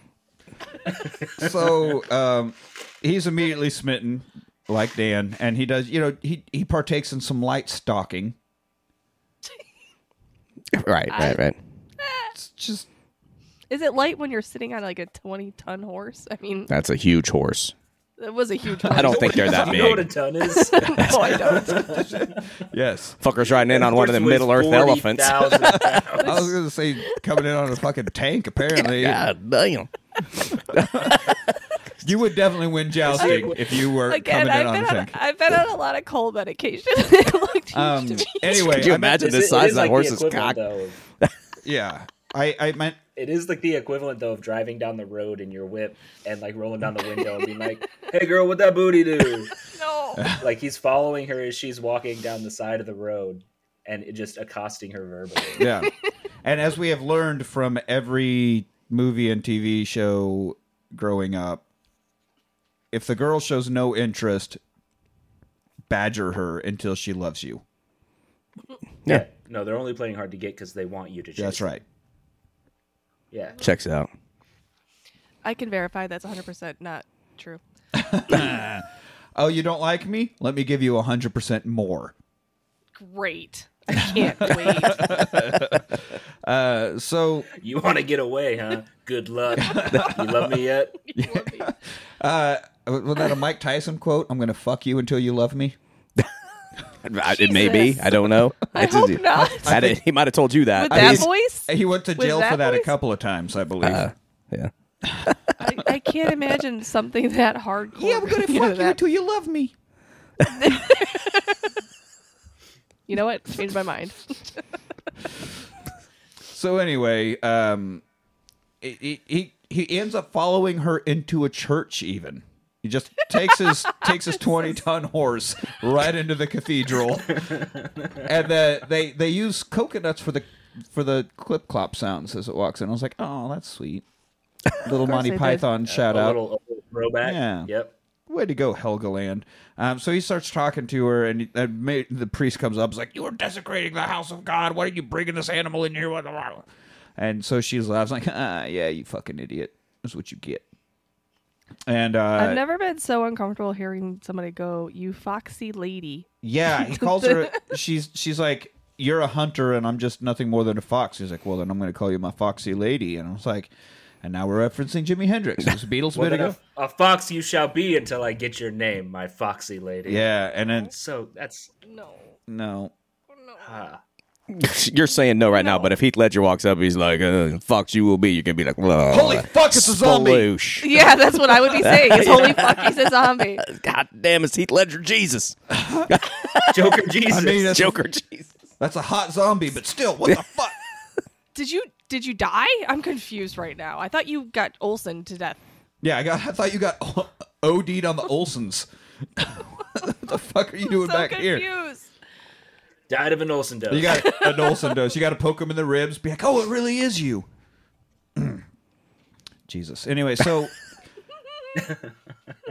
so um, he's immediately smitten, like Dan, and he does. You know, he he partakes in some light stalking. Right, right, right. It's just Is it light when you're sitting on like a 20 ton horse? I mean, That's a huge horse. it was a huge. I don't think they're that you know what a big. ton is? no, I don't. yes. Fuckers riding in on one of the Middle Earth elephants. 40,000 pounds. I was gonna say coming in on a fucking tank. Apparently, God damn. you would definitely win jousting if you were Again, coming in I've on a been on, tank. I've been on a lot of cold medication. it looked huge to Um, me. anyway, Could you I meant- imagine It's- the it size of is like that horse's equivalent, cock? though, of- Yeah, I I meant It is like the equivalent though of driving down the road in your whip and like rolling down the window and being like, "Hey girl, what that booty do?" No. like he's following her as she's walking down the side of the road and it just accosting her verbally. yeah. and as we have learned from every movie and TV show growing up, if the girl shows no interest, badger her until she loves you. Yeah. No, they're only playing hard to get because they want you to. Chase That's them. right. Yeah. Checks it out. I can verify that's 100% not true. Oh, you don't like me? Let me give you 100% more. Great. I can't wait. Uh, so You want to get away, huh? Good luck. you love me yet? uh, was that a Mike Tyson quote? I'm going to fuck you until you love me. I- It may be. Jesus. I don't know. I It's just- hope not. I did- he might have told you that. With I that mean, voice, He went to With jail for that that a voice? couple of times, I believe. yeah. I, I can't imagine something that hardcore. coming out of that. you love me. You know what? Changed my mind. So anyway, um, he, he he ends up following her into a church. Even he just takes his takes his twenty ton horse right into the cathedral, and the, they they use coconuts for the for the clip clop sounds as it walks in. I was like, oh, that's sweet. Little Monty they did. Python shout A out. little, a little throwback. Yeah. Yep. Way to go, Helgoland. Um, so he starts talking to her, and, and ma- the priest comes up. He's like, "You are desecrating the house of God. Why are you bringing this animal in here?" Blah, blah, blah. And so she laughs like, "Ah, yeah, you fucking idiot. That's what you get." And uh, I've never been so uncomfortable hearing somebody go, "You foxy lady." yeah, he calls her. She's she's like, "You're a hunter, and I'm just nothing more than a fox." He's like, "Well, then I'm going to call you my foxy lady." And I was like, "And now we're referencing Jimi Hendrix. It was a Beatles Well, then video." a, a fox you shall be until I get your name, my foxy lady. Yeah, and then So that's No, no, no. ah. You're saying no right now, but if Heath Ledger walks up, he's like, uh, "Fox, you will be." You're gonna be like, "Whoa, Holy fuck, it's a zombie." sploosh." Yeah, that's what I would be saying. Is holy fuck, he's a zombie. God damn, it's Heath Ledger Jesus, Joker Jesus. I mean that's, Joker Jesus. that's a hot zombie, but still, what the fuck? Did you did you die? I'm confused right now. I thought you got Olson to death. Yeah, I got. I thought you got OD'd on the Olsons. what the fuck are you doing So back here? confused. Died of an Olsen dose. You got an Olsen dose. You got to poke him in the ribs. Be like, oh, it really is you. Jesus. Anyway, so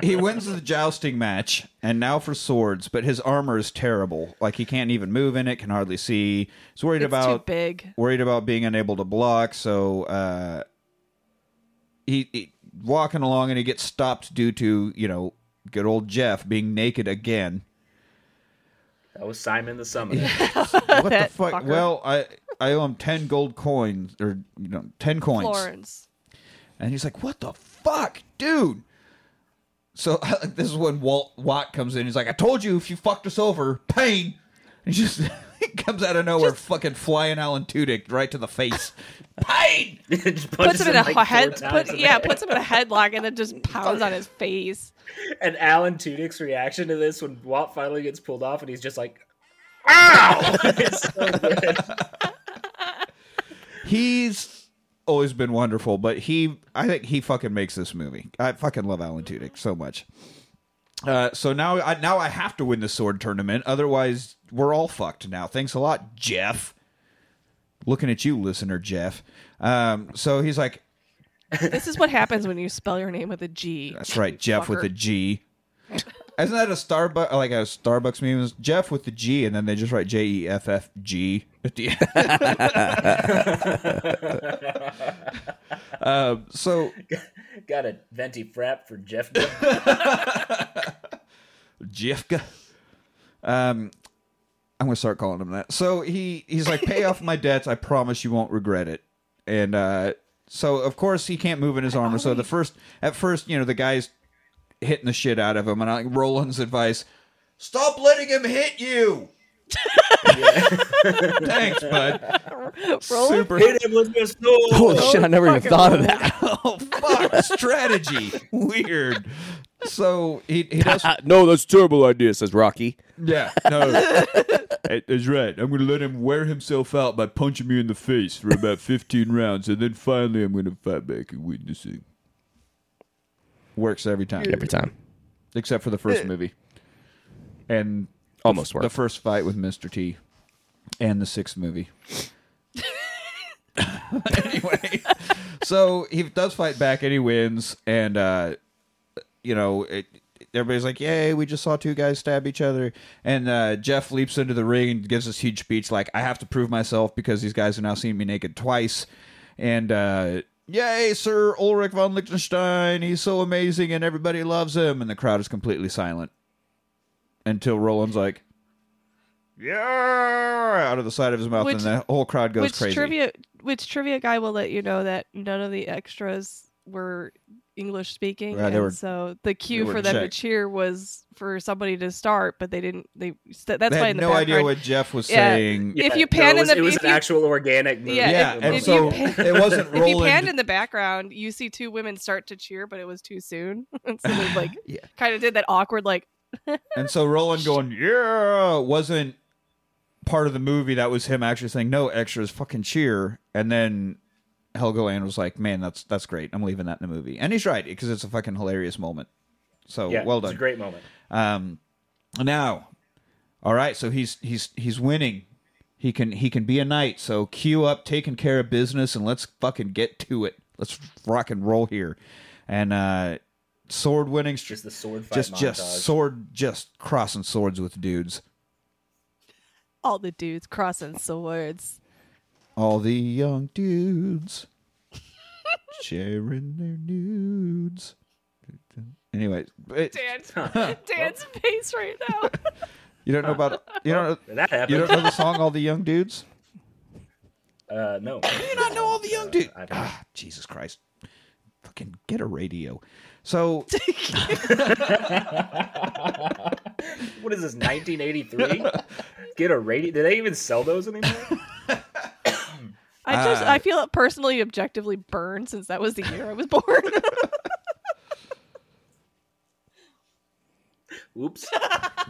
he wins the jousting match and now for swords but his armor is terrible like he can't even move in it can hardly see he's worried It's about too big. worried about being unable to block so uh he, he walking along and he gets stopped due to you know good old jeff being naked again That was Simon the Summoner. what the That fuck fucker. well i i owe him 10 gold coins or you know 10 coins Florence. And he's like, "What the fuck, dude?" So this is when Walt Watt comes in. He's like, "I told you if you fucked us over, pain." And he just he comes out of nowhere, fucking flying Alan Tudyk right to the face. pain. Just Puts punches him in a like, four head. times Put, in yeah, the puts him in a headlock and then just pounds on his face. head. And Alan Tudyk's reaction to this when Walt finally gets pulled off, and he's just like, "Ow!" It's so good. He's always been wonderful, but he I think he fucking makes this movie. I fucking love Alan Tudyk so much. Uh, so now I now I have to win the sword tournament, otherwise we're all fucked now. Thanks a lot, Jeff. Looking at you, listener Jeff. Um, so he's like, This is what happens when you spell your name with a G. That's right, Jeff with a G. G. Isn't that a Starbucks like a Starbucks meme? It's Jeff with the G, and then they just write J E F F G at the end. um, so Got a venti frap for Jeff. Jeffka. Um, I'm gonna start calling him that. So he he's like, pay off my debts. I promise you won't regret it. And uh, so of course he can't move in his armor. So the first at first, you know, the guy's hitting the shit out of him, and I like Roland's advice: stop letting him hit you. Thanks, bud. Roland Super. Hit him with your sword. Holy shit! I never even thought of that. Oh fuck! Strategy. Weird. So he he does no, that's a terrible idea. Says Rocky. Yeah, no. That's right. I'm going to let him wear himself out by punching me in the face for about 15 rounds, and then finally I'm going to fight back and win this thing. Works every time, Every time, except for the first movie. And almost worked. the first fight with Mr. T and the sixth movie. anyway, so he does fight back and he wins. And, uh, you know, it, everybody's like, yay, we just saw two guys stab each other. And uh, Jeff leaps into the ring and gives this huge speech like, I have to prove myself because these guys have now seen me naked twice. And, uh, Yay, Sir Ulrich von Liechtenstein! He's so amazing, and everybody loves him. And the crowd is completely silent until Roland's like, "Yeah!" out of the side of his mouth, Which- and the whole crowd goes which crazy. trivia which trivia guy will let you know that none of the extras were english speaking Yeah, they and were- so the they cue were for them to Czech. cheer was for somebody to start but they didn't they st- that's they why had in the no idea background- what Jeff was Yeah. saying. If Yeah, you pan no, it in was, the- it was if an you- actual organic movie. Yeah, Yeah, and if so you pan- it wasn't if you panned Roland. in the background, you see two women start to cheer, but it was too soon. so they like kind of did that awkward, like And so Roland going, "Yeah!" wasn't part of the movie. That was him actually saying, "No extras, fucking cheer!" And then Helgoland was like, "Man, that's that's great. I'm leaving that in the movie." And he's right because it's a fucking hilarious moment. So Yeah, well It's done. a great moment. Um, now, all right. So he's he's he's winning. He can he can be a knight. So queue up, taking care of business, and let's fucking get to it. Let's rock and roll here. And uh, sword winning, str- Just the sword fight just montage. just sword, just crossing swords with dudes. all the dudes crossing swords. All the young dudes sharing their nudes. Anyway, eh, it- Dan's Dan's face right now. you don't know about you don't know, that you happened. don't know the song "All the Young Dudes." Uh, no. Uh, you not know all the young dudes? I don't. Ah, Jesus Christ. Fucking get a radio. So What is this? 1983? Get a radio? Do they even sell those anymore? I Uh, just I feel personally objectively burned since that was the year I was born. Oops.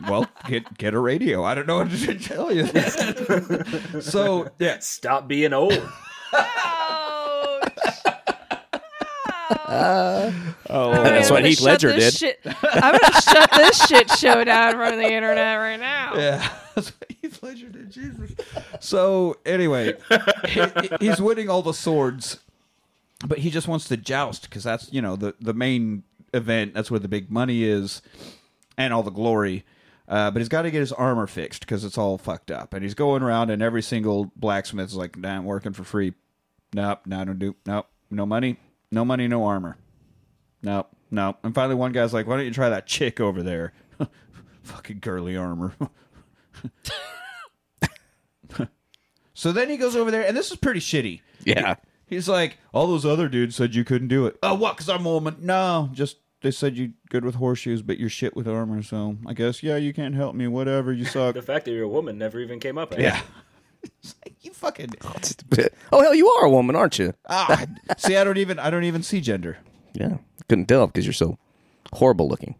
well, get get a radio. I don't know what to tell you. so yeah, Stop being old. Ouch. oh, That's I'm what gonna Heath shut Ledger this did. shit- I'm gonna shut this shit show down from the internet right now. yeah. That's what Heath Ledger did. Jesus. So anyway, he, he's winning all the swords, but he just wants to joust because that's you know the the main event. That's where the big money is and all the glory. Uh, but he's got to get his armor fixed because it's all fucked up. And he's going around, and every single blacksmith's like, nah, I'm working for free. Nope, no, I don't do, nope, no money, no money, no armor. Nope, nope. And finally, one guy's like, why don't you try that chick over there? Fucking girly armor. so then he goes over there, and this is pretty shitty. Yeah. He's like, all those other dudes said you couldn't do it. Oh, what? Because I'm a woman. No, just they said you good with horseshoes, but you're shit with armor. So I guess yeah, you can't help me. Whatever, you suck. The fact that you're a woman never even came up. eh? yeah. It's like, you fucking. Oh hell, you are a woman, aren't you? Ah, see, I don't even. I don't even see gender. Yeah. Couldn't tell because you're so horrible looking.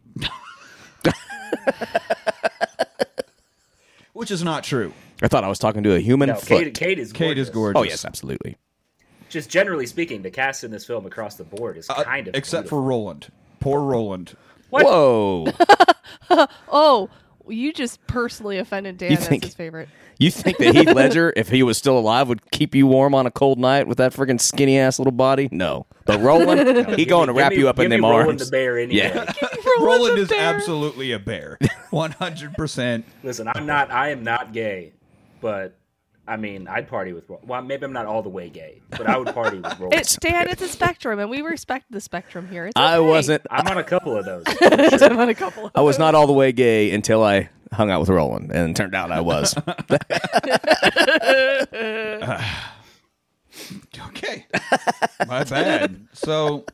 Which is not true. I thought I was talking to a human No, foot. Kate, Kate is gorgeous. Kate is gorgeous. oh yes, absolutely. Just generally speaking, the cast in this film across the board is Uh, kind of except beautiful. for Roland. Poor Roland. What? Whoa. Oh, you just personally offended Dan. You That's think- his favorite. You think that Heath Ledger, if he was still alive, would keep you warm on a cold night with that freaking skinny ass little body? No. But Roland, he Give going me- to wrap give me- you up in give me them Roland arms. the bear any Yeah. day. Roland a is bear. absolutely a bear. One hundred percent. Listen, I'm not. I am not gay, but I mean, I'd party with. Ro- Well, maybe I'm not all the way gay, but I would party with Roland. It's Dan. It's a spectrum, and we respect the spectrum here. It's I okay. wasn't. I'm on a couple of those. I'm on a couple. Of I was not all the way gay until I hung out with Roland, and it turned out I was. Okay. My bad. So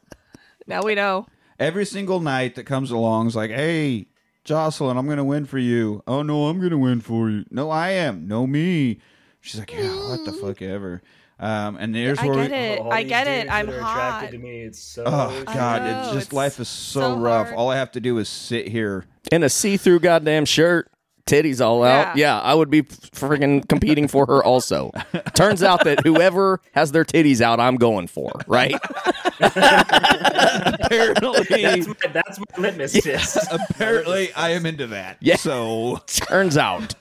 Now we know. every single night that comes along is like, hey, Jocelyn, I'm gonna win for you. Oh no, I'm gonna win for you. No, I am. No, me. She's like, yeah, what the fuck ever. Um, and there's I where get we. it. All I these get it. dudes I'm that are hot. attracted to me. It's so. Oh God, know, it's just it's life is so, so rough. hard. All I have to do is sit here. in a see through goddamn shirt, titties all out. Yeah. Yeah. I would be freaking competing for her also. Turns out that whoever has their titties out, I'm going for, right? that's Apparently. my, that's my litmus test. Apparently, I am into that. Yeah. So Turns out.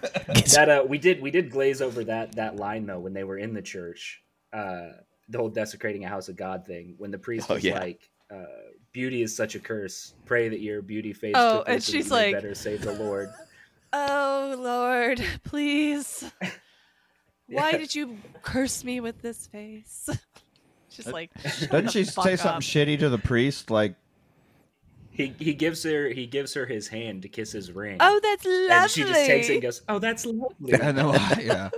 that uh, we did we did glaze over that that line though when they were in the church, uh, the whole desecrating a house of God thing. When the priest Oh, was yeah. like, uh, "Beauty is such a curse. Pray that your beauty fades." Oh, quickly and so you she's may like- "Better save the Lord." Oh Lord, please. Why did you curse me with this face? Uh, Just like shut doesn't she the fuck say something up. shitty to the priest? Like, He he gives her he gives her his hand to kiss his ring. oh, that's lovely. and she just takes it and goes, "Oh, that's lovely." I know, yeah,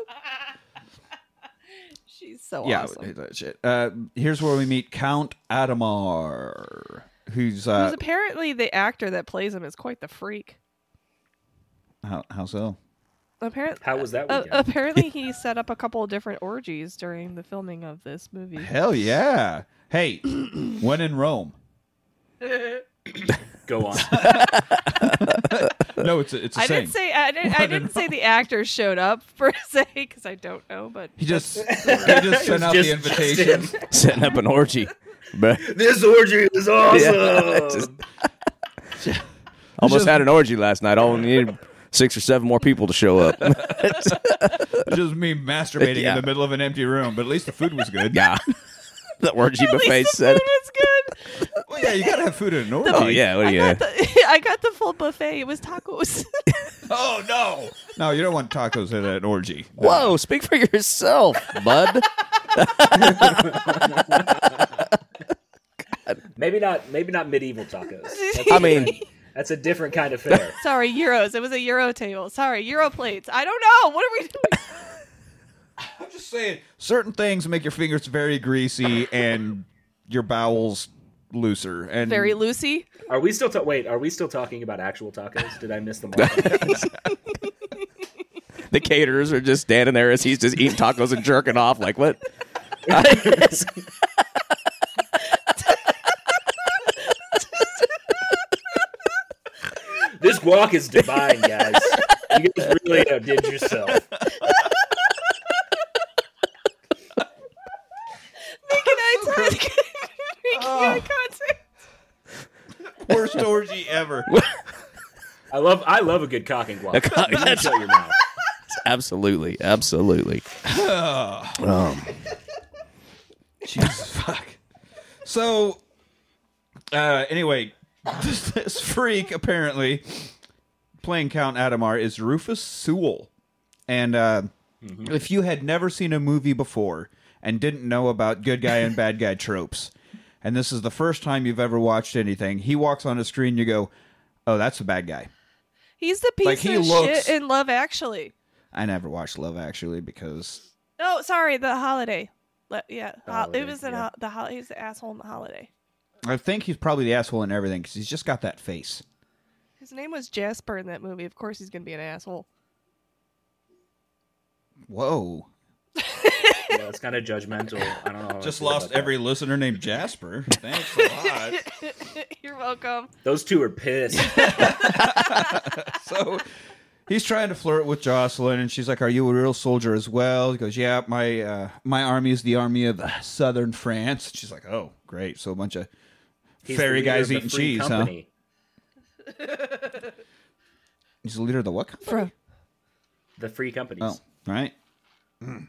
She's so yeah, I would awesome. hate that shit. Uh, here's where we meet Count Adamar, who's uh, Because apparently the actor that plays him is quite the freak. how, how so? Apparently, How was that uh, weekend? apparently he set up a couple of different orgies during the filming of this movie. Hell yeah! Hey, when in Rome. oh. Go on. No, it's a, it's a I saying. didn't say I didn't, I didn't say the actor showed up per se because I don't know, but he just he just sent out the Just- just invitation. him. setting up an orgy. But This orgy is awesome. Just- almost had an orgy last night. Only needed six or seven more people to show up. just me masturbating Yeah. in the middle of an empty room, but at least the food was good. yeah. The orgy at buffet least the set. food was good. Well, yeah, you gotta have food in an orgy. Oh yeah, what I do you? got the I got the full buffet. It was tacos. Oh no! No, you don't want tacos at an orgy. Whoa, speak for yourself, bud. Maybe not. Maybe not medieval tacos. That's, I mean, that's a different kind of fare. Sorry, euros. It was a euro table. Sorry, euro plates. I don't know. What are we doing? I'm just saying, certain things make your fingers very greasy and your bowels looser. And Very Lucy. Are we still ta- wait? Are we still talking about actual tacos? Did I miss the mark? the caterers are just standing there as he's just eating tacos and jerking off. Like what? this walk is divine, guys. You guys really outdid yourself. Making eye contact. Making eye contact. worst orgy ever. I love. I love a good cock and guac. cock- You can shut your mouth. Absolutely, absolutely. Jesus fuck. So Uh, anyway, this, this freak apparently playing Count Adamar is Rufus Sewell, and uh, if you had never seen a movie before and didn't know about good guy and bad guy tropes, and this is the first time you've ever watched anything, he walks on a screen, you go, "Oh, that's a bad guy." He's the piece Like, he of looks- shit in Love Actually. I never watched Love Actually because No, sorry, the holiday. Le- yeah, The hol- Holiday, it was in yeah. ho- the holiday. He's the asshole in the holiday. I think he's probably the asshole in everything because he's just got that face. His name was Jasper in that movie. Of course, he's gonna be an asshole. Whoa. Yeah, it's kind of judgmental. I don't know. how Oh, I Just feel lost about that. every listener named Jasper. Thanks a lot. You're welcome. Those two are pissed. so he's trying to flirt with Jocelyn, and she's like, "Are you a real soldier as well?" He goes, "Yeah, my uh, my army is the army of uh, Southern France." And she's like, "Oh, great! So a bunch of He's the fairy leader guys of the eating free cheese, huh?" company. He's the leader of the what? company? From The free companies. Oh, right. Hmm. Mm.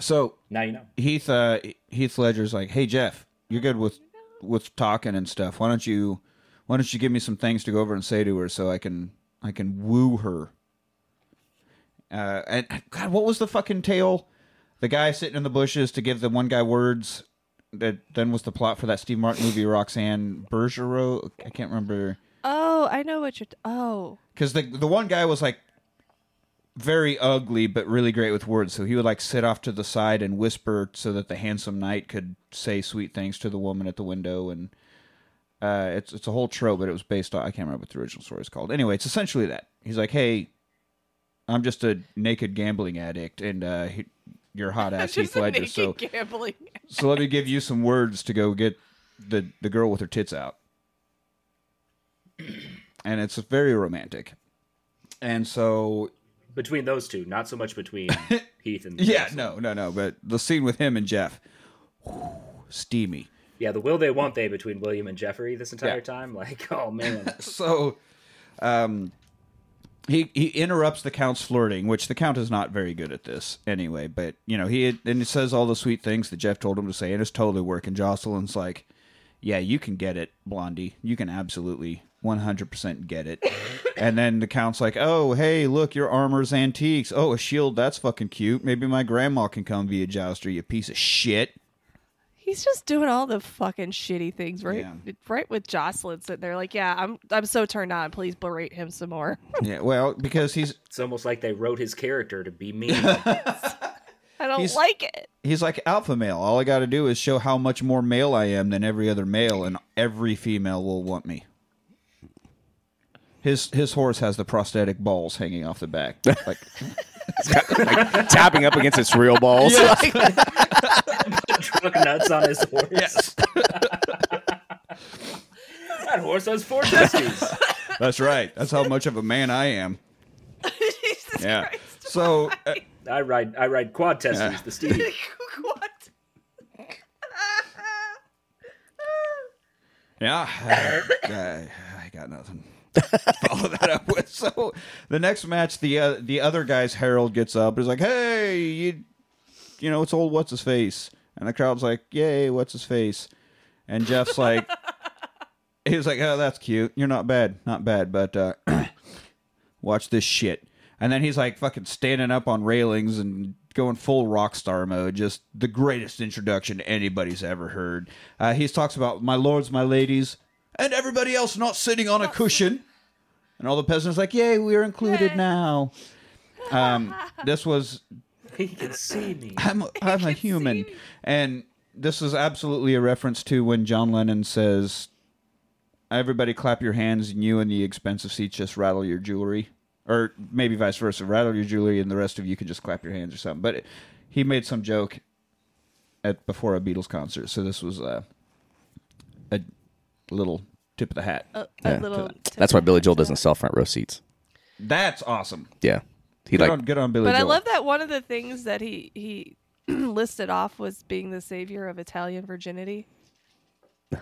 So Now you know. Heath uh, Heath Ledger's like, "Hey Jeff, you're good with with talking and stuff. Why don't you why don't you give me some things to go over and say to her so I can I can woo her." Uh, and God, what was the fucking tale? The guy sitting in the bushes to give the one guy words. That then was the plot for that Steve Martin movie, Roxanne Bergerot. I can't remember oh, I know what you're. T- oh, because the the one guy was like very ugly but really great with words so he would like sit off to the side and whisper so that the handsome knight could say sweet things to the woman at the window and uh, it's it's a whole trope but it was based on i can't remember what the original story is called anyway it's essentially that he's like hey i'm just a naked gambling addict and uh, he, you're hot ass heath just a ledger naked so gambling. so let me give you some words to go get the the girl with her tits out. And it's very romantic. And so Between those two, not so much between Heath and yeah, no, no, no, but the scene with him and Jeff. whew, steamy. yeah. The will they, won't they between William and Jeffrey this entire Yeah. time? Like, oh man, So um he he interrupts the count's flirting, which the count is not very good at this anyway, but you know, he and he says all the sweet things that Jeff told him to say and it's totally working. Jocelyn's like, yeah, you can get it, Blondie. You can absolutely 100% get it. and then the count's like, oh, hey, look, your armor's antiques. Oh, a shield, that's fucking cute. Maybe my grandma can come via jouster, you piece of shit. He's just doing all the fucking shitty things, right? Yeah. Right with Jocelyn sitting there, like, yeah, I'm, I'm so turned on. Please berate him some more. yeah, well, because he's it's almost like they wrote his character to be mean. I don't He's- like it. he's like alpha male. All I got to do is show how much more male I am than every other male, and every female will want me. His his horse has the prosthetic balls hanging off the back. Like like, tapping up against its real balls. Truck nuts on his horse. that horse has four testes. that's right. That's how much of a man I am. Jesus Yeah. Christ. So uh, I ride. I ride quad testes. The Stevie. what? yeah, I, I got nothing. to Follow that up with. So the next match, the uh, the other guy's herald gets up. He's like, "Hey, you, you know, it's old what's his face," and the crowd's like, "Yay, what's his face?" And Jeff's like, he was like, "Oh, that's cute. You're not bad, not bad, but uh, watch this shit." And then he's like, fucking standing up on railings and going full rock star mode. Just the greatest introduction anybody's ever heard. Uh, he talks about my lords, my ladies, and everybody else not sitting on a cushion. And all the peasants like, "Yay, we're included Yay." now." Um, this was He can see me. I'm a, I'm a human. And this is absolutely a reference to when John Lennon says, Everybody clap your hands and you in the expensive seats just rattle your jewelry. Or maybe vice versa, rattle your jewelry and the rest of you can just clap your hands or something. But it, he made some joke at before a Beatles concert. So this was uh, a little tip of the hat. A, Yeah. a little. That's why Billy Joel doesn't sell front row seats. That's awesome. Yeah, he Good, like on, good on Billy But I Joel. love that one of the things that he he listed off was being the savior of Italian virginity.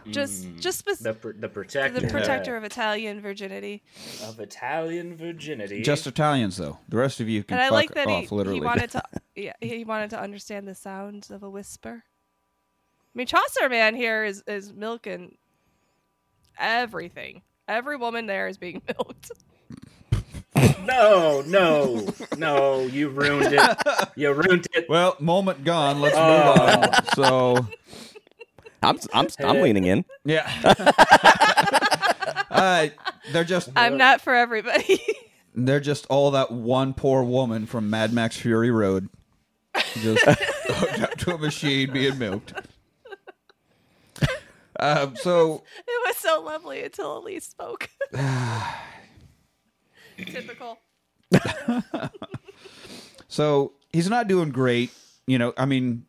Just just spec- Mm. The the, pr- the protector. protector of Italian virginity. of Italian virginity. Just Italians, though. The rest of you can And I fuck like that off, he, literally. he wanted to yeah, he wanted to understand the sounds of a whisper. mean, Chaucer man here is is milking everything. Every woman there is being milked. No, no, no! You ruined it. You ruined it. Well, moment gone. Let's Oh. move on. So, I'm I'm I'm leaning in. yeah. uh, they're just I'm not for everybody. they're just all that one poor woman from Mad Max Fury Road, just hooked up to a machine being milked. Um, so it was so lovely until Elise spoke. Typical. So he's not doing great. You know, I mean,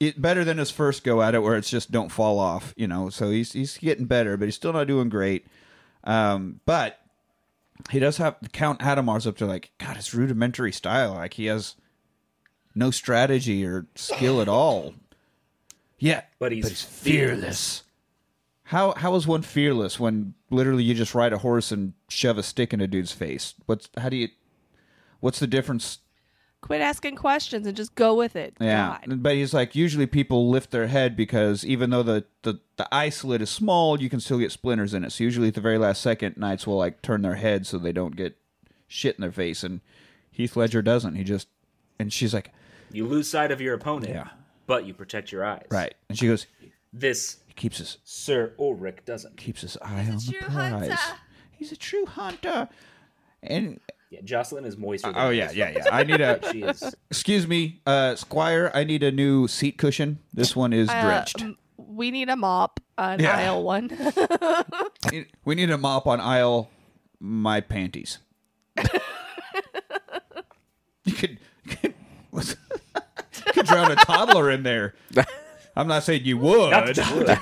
it, better than his first go at it, where it's just don't fall off. You know, so he's he's getting better, but he's still not doing great. Um, but he does have Count Adamar's up to like God. It's rudimentary style. Like he has no strategy or skill at all. Yeah, But he's fearless. How how is one fearless when literally you just ride a horse and shove a stick in a dude's face? What's how do you? What's the difference Quit asking questions and just go with it. yeah. God. But he's like, usually people lift their head because even though the, the, the eye slit is small, you can still get splinters in it. So usually at the very last second, knights will like turn their head so they don't get shit in their face. And Heath Ledger doesn't. He just, and she's like, You lose sight of your opponent, Yeah. but you protect your eyes. right. And she goes, This he keeps his, Sir Ulrich doesn't. keeps his eye on the true prize. hunter. He's a true hunter. And, Yeah, Jocelyn is moister. than oh yeah, yeah, yeah. I need a, She is. excuse me, uh, Squire, I need a new seat cushion. This one is Uh, drenched. m- we need a mop on Yeah. aisle one. It- we need a mop on aisle my panties. you could, you could, what's- you could drown a toddler in there. I'm not saying you would. Not good.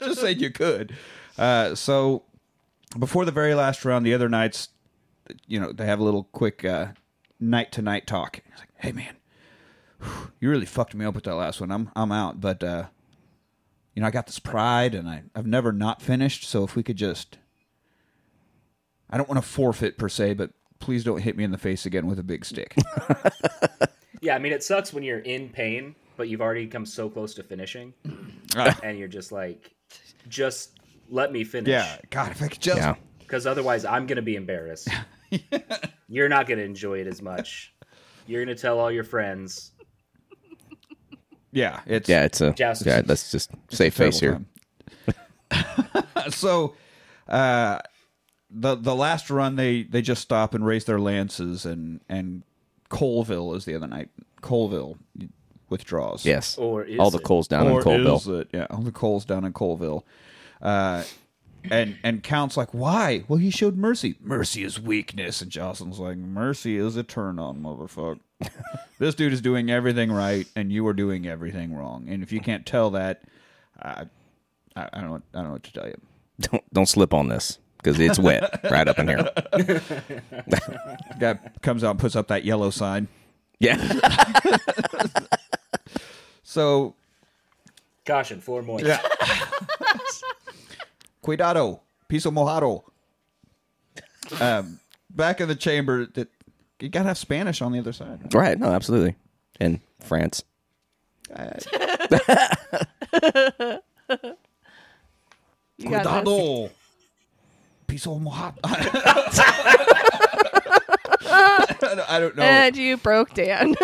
just saying you could. Uh, so before the very last round, the other knights, you know, they have a little quick uh, night to night talk. It's like, hey man, whew, you really fucked me up with that last one. I'm I'm out, but uh, you know, I got this pride, and I I've never not finished. So if we could just, I don't want to forfeit per se, but please don't hit me in the face again with a big stick. yeah, I mean, it sucks when you're in pain, but you've already come so close to finishing, Ah. and you're just like, just let me finish. yeah, God, if I could just. Yeah. Because otherwise, I'm going to be embarrassed. You're not going to enjoy it as much. You're going to tell all your friends. Yeah, it's Yeah, it's a Joust. yeah. Let's just save face here. Terrible time. so, uh, the the last run, they they just stop and raise their lances, and and Colville is the other night. Colville withdraws. Yes, Or is all the it? coals down in Colville. Is it? Yeah, all the coals down in Colville. Uh, and and Count's like, why? Well, he showed mercy. Mercy is weakness. And Jocelyn's like, mercy is a turn on, motherfucker. this dude is doing everything right, and you are doing everything wrong. And if you can't tell that, I, I, I don't, I don't know what to tell you. Don't don't slip on this because it's wet right up in here. Guy comes out and puts up that yellow sign. Yeah, So, Caution, floor moist. yeah. cuidado, piso mojado. Um, back in the chamber, that you gotta have Spanish on the other side. right? right. No, absolutely. In France, You got this. Cuidado. Piso mojado. I don't know. And you broke Dan.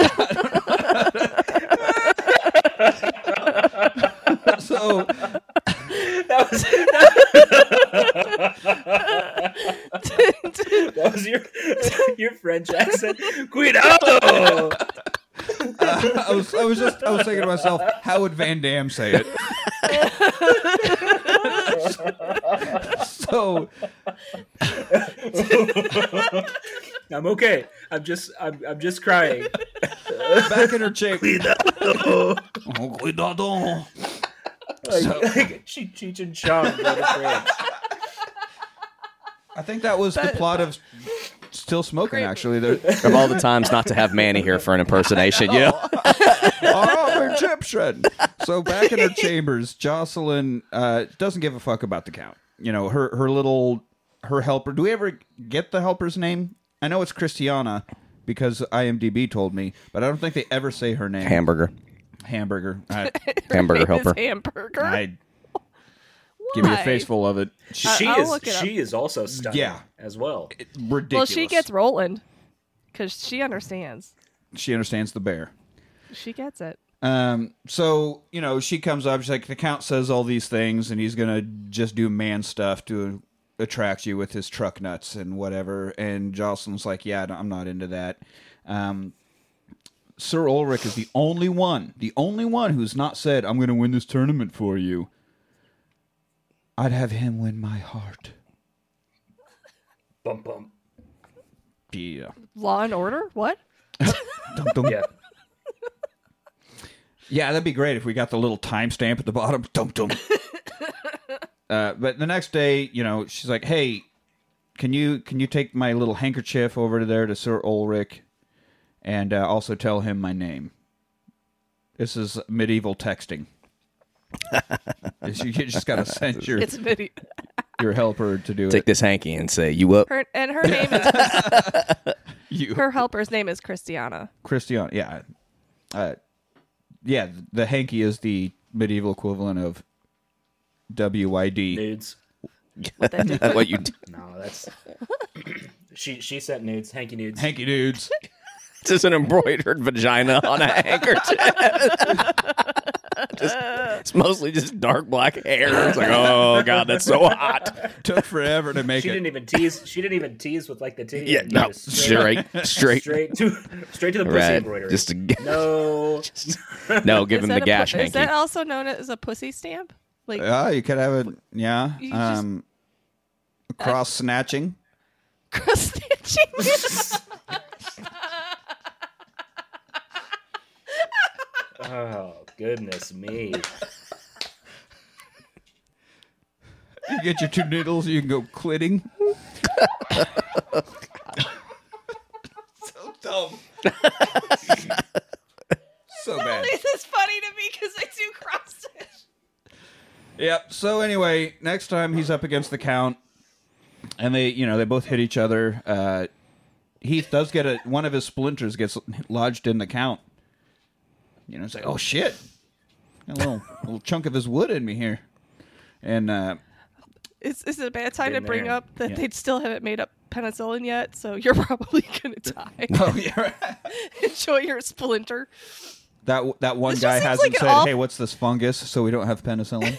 so That was that was your your French accent. Cuidado. I was, I was just, I was thinking to myself, how would Van Damme say it? so I'm okay. I'm just I'm I'm just crying. back in her chamber. Cuidado. Oh, cuidado. Like, like Cheech Cheech and Chong go to France. I think that was the plot of Still Smoking, actually. They're, of all the times not to have Manny here for an impersonation, you know. oh, Egyptian. So back in her chambers, Jocelyn uh, doesn't give a fuck about the count. You know, her her little her helper. Do we ever get the helper's name? I know it's Christiana because IMDb told me, but I don't think they ever say her name. Hamburger. hamburger. I, Hamburger His helper. Hamburger. I give you a Why? face full of it. I- She I'll look it is up. she is also stunning Yeah. as well. Ridiculous. Well, she gets Roland because she understands. She understands the bear. She gets it. Um, so you know, she comes up. She's like, the count says all these things, and he's gonna just do man stuff to attract you with his truck nuts and whatever. And Jocelyn's like, yeah, I'm not into that. Um, Sir Ulrich is the only one, the only one who's not said, "I'm gonna win this tournament for you." I'd have him win my heart. Bum bum. Yeah. Law and Order? What? Dum, dum. Yeah. Yeah, that'd be great if we got the little timestamp at the bottom. Dum dum. uh, but the next day, you know, she's like, "Hey, can you can you take my little handkerchief over to there to Sir Ulrich, and uh, also tell him my name?" This is medieval texting. you just gotta send your It's video. your helper to do Take it. this hanky and say, "You up?" Her, and her name is You, her helper's name is Christiana. Christian. Yeah, uh, yeah. The hanky is the medieval equivalent of WYD. Nudes. What that did- what you do? No, that's she she sent nudes, hanky nudes. Hanky dudes. just an embroidered vagina on a handkerchief. Just- it's mostly just dark black hair. It's like, oh god, that's so hot. Took forever to make she it. didn't e- even tease she didn't even tease with like the titty. Yeah, no, Just straight, straight, straight to straight to the pussy right. embroidery. Just to, no no, give Is him that the a pu- gash Is that hanky. Uh. also known as a pussy stamp? Like Yeah, Ah, you could have it. Yeah. You just- Um, cross snatching. cross stitching? Oh goodness me. You get your two noodles. You can go clitting. so dumb. so bad. this is funny to me because I do cross stitch. Yep. So anyway, next time he's up against the count, and they, you know, they both hit each other. Uh, Heath does get a one of his splinters gets lodged in the count. You know, it's like, oh shit, Got a little little chunk of his wood in me here, and uh, Is, is it a bad time to Getting bring there. up that Yeah. they still haven't made up penicillin yet? So you're probably gonna die. oh yeah, Enjoy your splinter. that that one This just guy seems hasn't like an said, awful- hey, what's this fungus? So we don't have penicillin.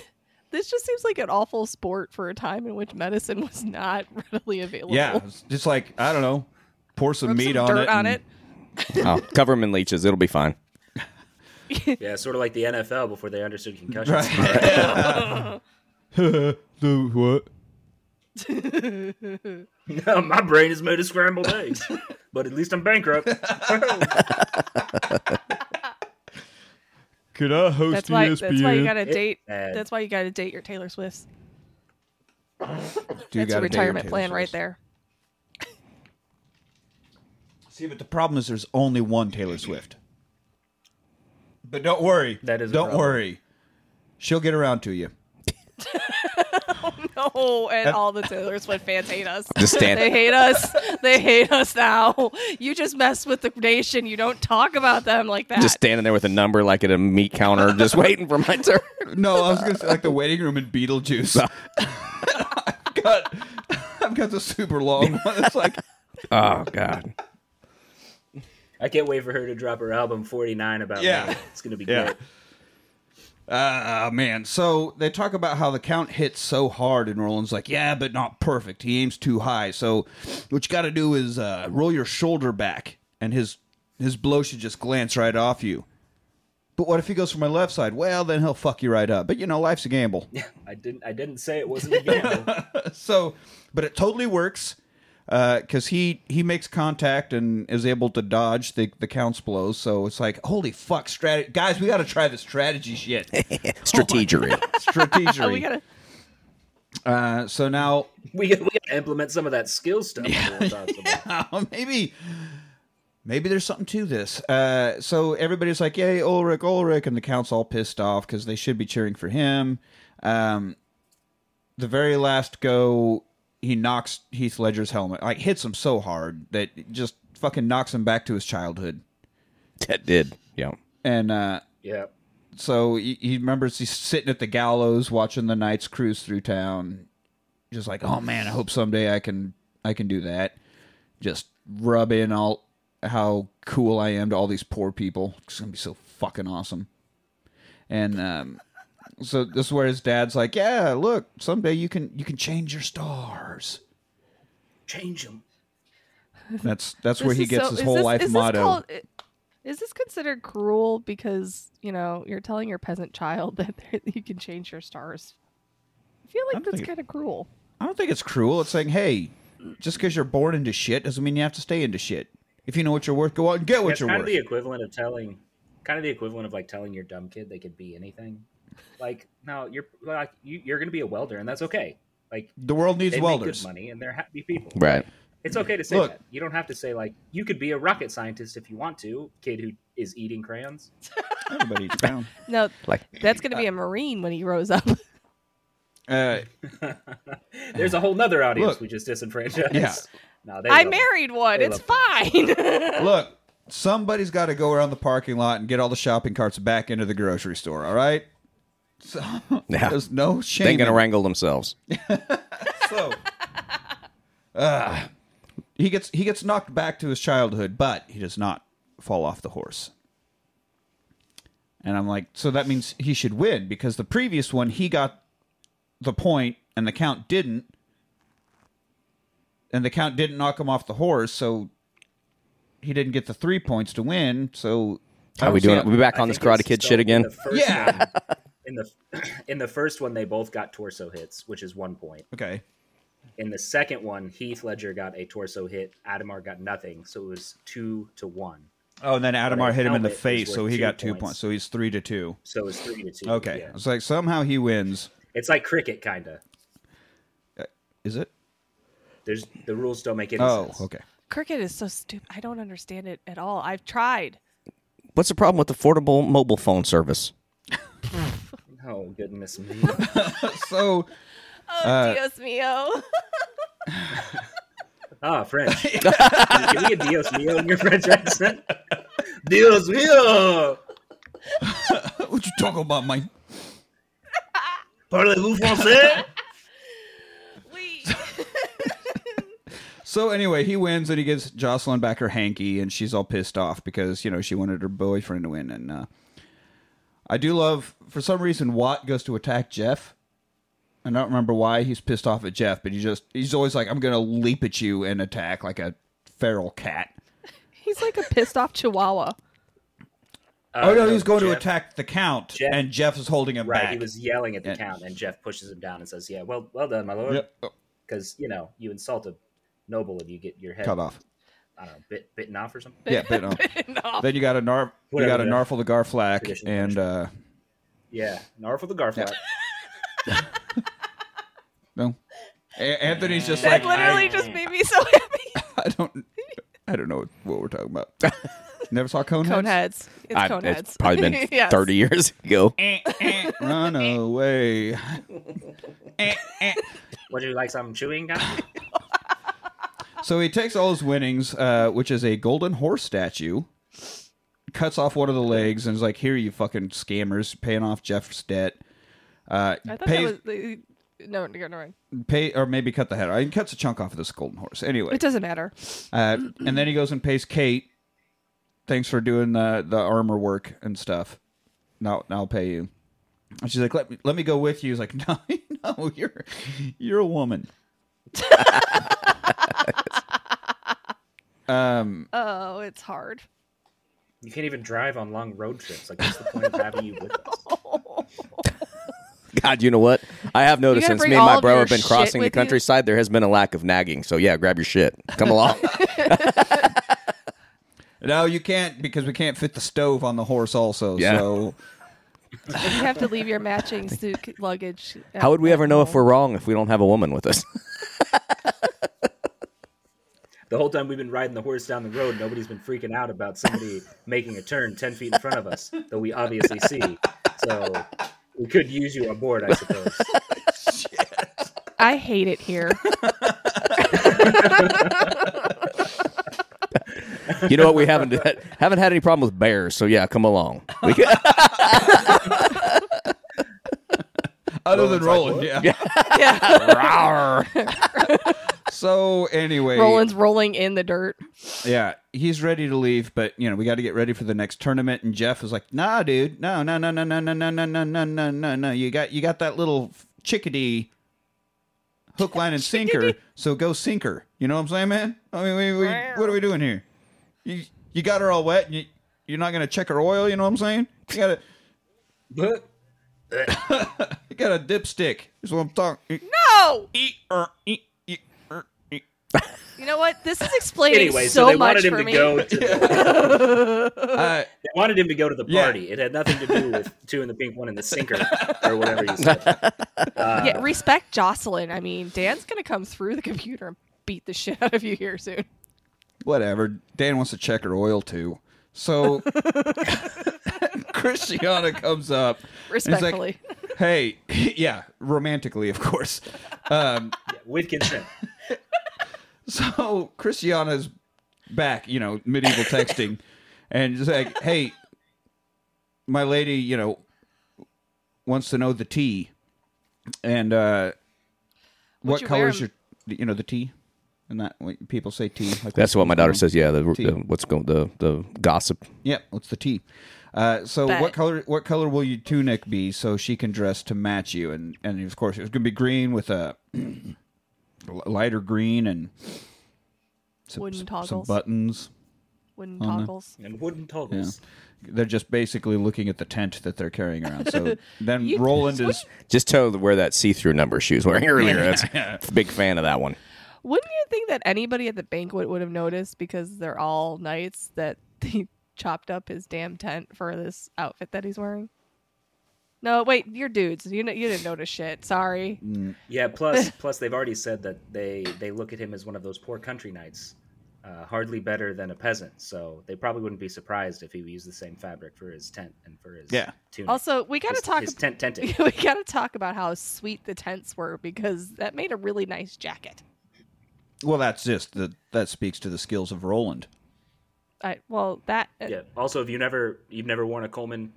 This just seems like an awful sport for a time in which medicine was not readily available. yeah, it's just like I don't know, pour some Rub meat some on dirt it. on and- it. Oh, cover him in leeches. It'll be fine. Yeah, sort of like the NFL before they understood concussions. Right. Do what? No, my brain is made of scrambled eggs. But at least I'm bankrupt. Could I host E That's why. That's why you gotta It- date. uh, that's why you gotta date your Taylor Swifts. Do you that's a gotta date your retirement Taylor plan right Swift. there. See, but the problem is there's only one Taylor Swift. But don't worry. That is a Don't problem. worry. She'll get around to you. No, Oh, and That- all the Taylor Swift fans hate us. Just stand- They hate us. They hate us now. You just mess with the nation. You don't talk about them like that. Just standing there with a number like at a meat counter, just waiting for my turn. No, I was gonna say like the waiting room in Beetlejuice. I've got I've got the super long one. It's like Oh god. I can't wait for her to drop her album 49 about Yeah. me. It's going to be Yeah. great. Ah, man. So they talk about how the count hits so hard, and Roland's like, yeah, but not perfect. He aims too high. So what you got to do is uh, roll your shoulder back, and his his blow should just glance right off you. But what if he goes for my left side? Well, then he'll fuck you right up. But you know, life's a gamble. I didn't I didn't say it wasn't a gamble. So, but it totally works because he he makes contact and is able to dodge the the count's blows. So it's like, holy fuck, strat- guys, we got to try the strategy shit, Oh, Strategery. strategy. we gotta. uh, so now we got we to implement some of that skill stuff. that we're talking about. Oh, maybe maybe there's something to this. Uh, so everybody's like, "Yay, Ulrich, Ulrich!" and the count's all pissed off because they should be cheering for him. Um, the very last go, he knocks Heath Ledger's helmet, like hits him so hard that it just fucking knocks him back to his childhood. that did. Yeah. And uh, Yeah. So he, he remembers he's sitting at the gallows watching the knights cruise through town, just like, oh man, I hope someday I can I can do that. Just rub in all how cool I am to all these poor people. It's gonna be so fucking awesome. And um, so this is where his dad's like, yeah, look, someday you can you can change your stars. Change them. That's that's where This he is gets so- his is whole this- life is this motto. called- i- is this considered cruel because you know you're telling your peasant child that they- you can change your stars? I feel I like don't that's think- kind of cruel. I don't think it's cruel. It's saying, hey, just because you're born into shit doesn't mean you have to stay into shit. If you know what you're worth, go out and get Yeah, what it's you're kind worth. of the equivalent of telling, kind of the equivalent of like telling your dumb kid they could be anything. Like, no, you're like you, you're going to be a welder, and that's okay. Like, the world needs they make welders. good money, and they're happy people. Right. It's okay to say Look. that. You don't have to say like you could be a rocket scientist if you want to, kid who is eating crayons. Everybody eats down. No, Like that's going to be a marine when he grows up. Uh, There's a whole nother audience Look. we just disenfranchised. Yeah. No, they I love it. married one. They It's love fine. look, somebody's got to go around the parking lot and get all the shopping carts back into the grocery store. All right. So Yeah. there's no shame. they're gonna in- wrangle themselves. So, uh, he gets he gets knocked back to his childhood, but he does not fall off the horse. And I'm like, so that means he should win because the previous one he got the point and the count didn't, and the count didn't knock him off the horse, so he didn't get the three points to win. So I How we don't see doing? how- we back I on this think it's Karate Kid still shit again. in the first Yeah. one- in the in the first one, they both got torso hits, which is one point. Okay. In the second one, Heath Ledger got a torso hit. Adamar got nothing, so it was two to one. Oh, and then Adamar a hit him in the helmet is face, so worth he two got two points. points. So he's three to two. So it was three to two. Okay. yeah. It's like somehow he wins. it's like cricket, kind of. Is it? There's the rules don't make any Oh, sense. okay. Cricket is so stupid. I don't understand it at all. I've tried. What's the problem with affordable mobile phone service? Oh goodness me! So Oh, Uh, Dios mio. Ah, French. Give me a Dios mio in your French accent. Uh, Dios mio! what you talking about, mate? Parlez-vous français? We. So anyway, he wins and he gives Jocelyn back her hanky, and she's all pissed off because you know she wanted her boyfriend to win. And uh, I do love, for some reason, Watt goes to attack Jeff. I don't remember why he's pissed off at Jeff, but he just he's always like, "I'm gonna leap at you and attack like a feral cat." He's like a pissed off chihuahua. oh no, he's going to Uh, Jeff- attack the count, Jeff- and Jeff is holding him Right, back. he was yelling at the Yeah. count, and Jeff pushes him down and says, "Yeah, well, well done, my lord, Yep. Oh, because you know you insult a noble and you get your head cut off. I don't know, bit, bitten off or something." Yeah, but no. No. then you got a narf, you Whatever got a the narfle the garflack, traditional and uh, Yeah, Narf with the Garflack. no, A- Anthony's just That like, literally just made me so happy. I don't. I don't know what we're talking about. Never saw Coneheads. Coneheads. It's I- Coneheads. it's probably been Yes. 30 years ago. Run away. Would you like some chewing gum? So he takes all his winnings, uh, which is a golden horse statue, cuts off one of the legs, and is like, "Here, you fucking scammers, paying off Jeff's debt." Uh, I thought pays, that was. the- No, no, no, no. pay, or maybe cut the head. I cuts a chunk off of this golden horse. Anyway, It doesn't matter. Uh, and then he goes and pays Kate. Thanks for doing the the armor work and stuff. Now, now I'll pay you. And she's like, let me let me go with you. He's like, no, no, you're you're a woman. um, Oh, it's hard. You can't even drive on long road trips. Like, what's the point of having you with us? God, you know what? I have noticed gotta since bring me and all my of bro your have been shit crossing the with you? countryside, there has been a lack of nagging. So yeah, grab your shit. Come along. no, you can't because we can't fit the stove on the horse. Also, Yeah. so You have to leave your matching suit luggage. at- How would we at ever know if home. we're wrong if we don't have a woman with us? The whole time we've been riding the horse down the road, nobody's been freaking out about somebody making a turn 10 feet in front of us that we obviously see. So we could use you aboard, I suppose. I hate it here. You know what? We haven't haven't had any problem with bears. So yeah, come along. We- Other than Roland, yeah. Yeah. So anyway, Roland's rolling in the dirt. yeah, he's ready to leave, but you know we got to get ready for the next tournament. And Jeff is like, "Nah, dude, no, no, no, no, no, no, no, no, no, no, no, no. You got you got that little chickadee hook, line, and sinker. So go sinker. You know what I'm saying, man? I mean, we, we, what are we doing here? You you got her all wet, and you you're not gonna check her oil. You know what I'm saying? You gotta you got a dipstick. Is what I'm talking. No. Eat er, eat, eat, er, eat. You know what? This is explaining anyway, so, so, they much wanted him for to me. go. To the, Uh, they wanted him to go to the Yeah. party. It had nothing to do with two in the pink, one in the sinker, or whatever you said. uh, yeah, respect Jocelyn. I mean, Dan's gonna come through the computer and beat the shit out of you here soon. whatever. Dan wants to check her oil too. So Christiana comes up. and is like, Respectfully. hey, yeah, romantically, of course. Um, With consent. so Christiana's back, you know, medieval texting, and just like, hey, my lady, you know, wants to know the tea, and uh, what you color wear is your, 'em? you know, the tea, and that when people say tea. Like That's what my daughter says. Yeah, the, Tea. the what's going the the gossip. Yeah, what's the tea? Uh, so Bet. what color what color will your tunic be so she can dress to match you and and of course it was going to be green with a lighter green and some, Wooden some toggles. buttons Oh, Wooden toggles. And wooden toggles. they're just basically looking at the tent that they're carrying around so then You- Roland is Just tell her to wear that see through number she was wearing earlier. That's big fan of that one. Wouldn't you think that anybody at the banquet would have noticed because they're all knights that he chopped up his damn tent for this outfit that he's wearing? No, wait, you're dudes. You kn- you didn't notice shit. Sorry. Yeah. Plus, plus they've already said that they they look at him as one of those poor country knights, uh, hardly better than a peasant. So they probably wouldn't be surprised if he used the same fabric for his tent and for his Yeah. tunic. Also, we got to his, talk his tent tented. we got to talk about how sweet the tents were because that made a really nice jacket. well that's just the, that speaks to the skills of Roland I well that uh, Yeah. Also, if you never you've never worn a Coleman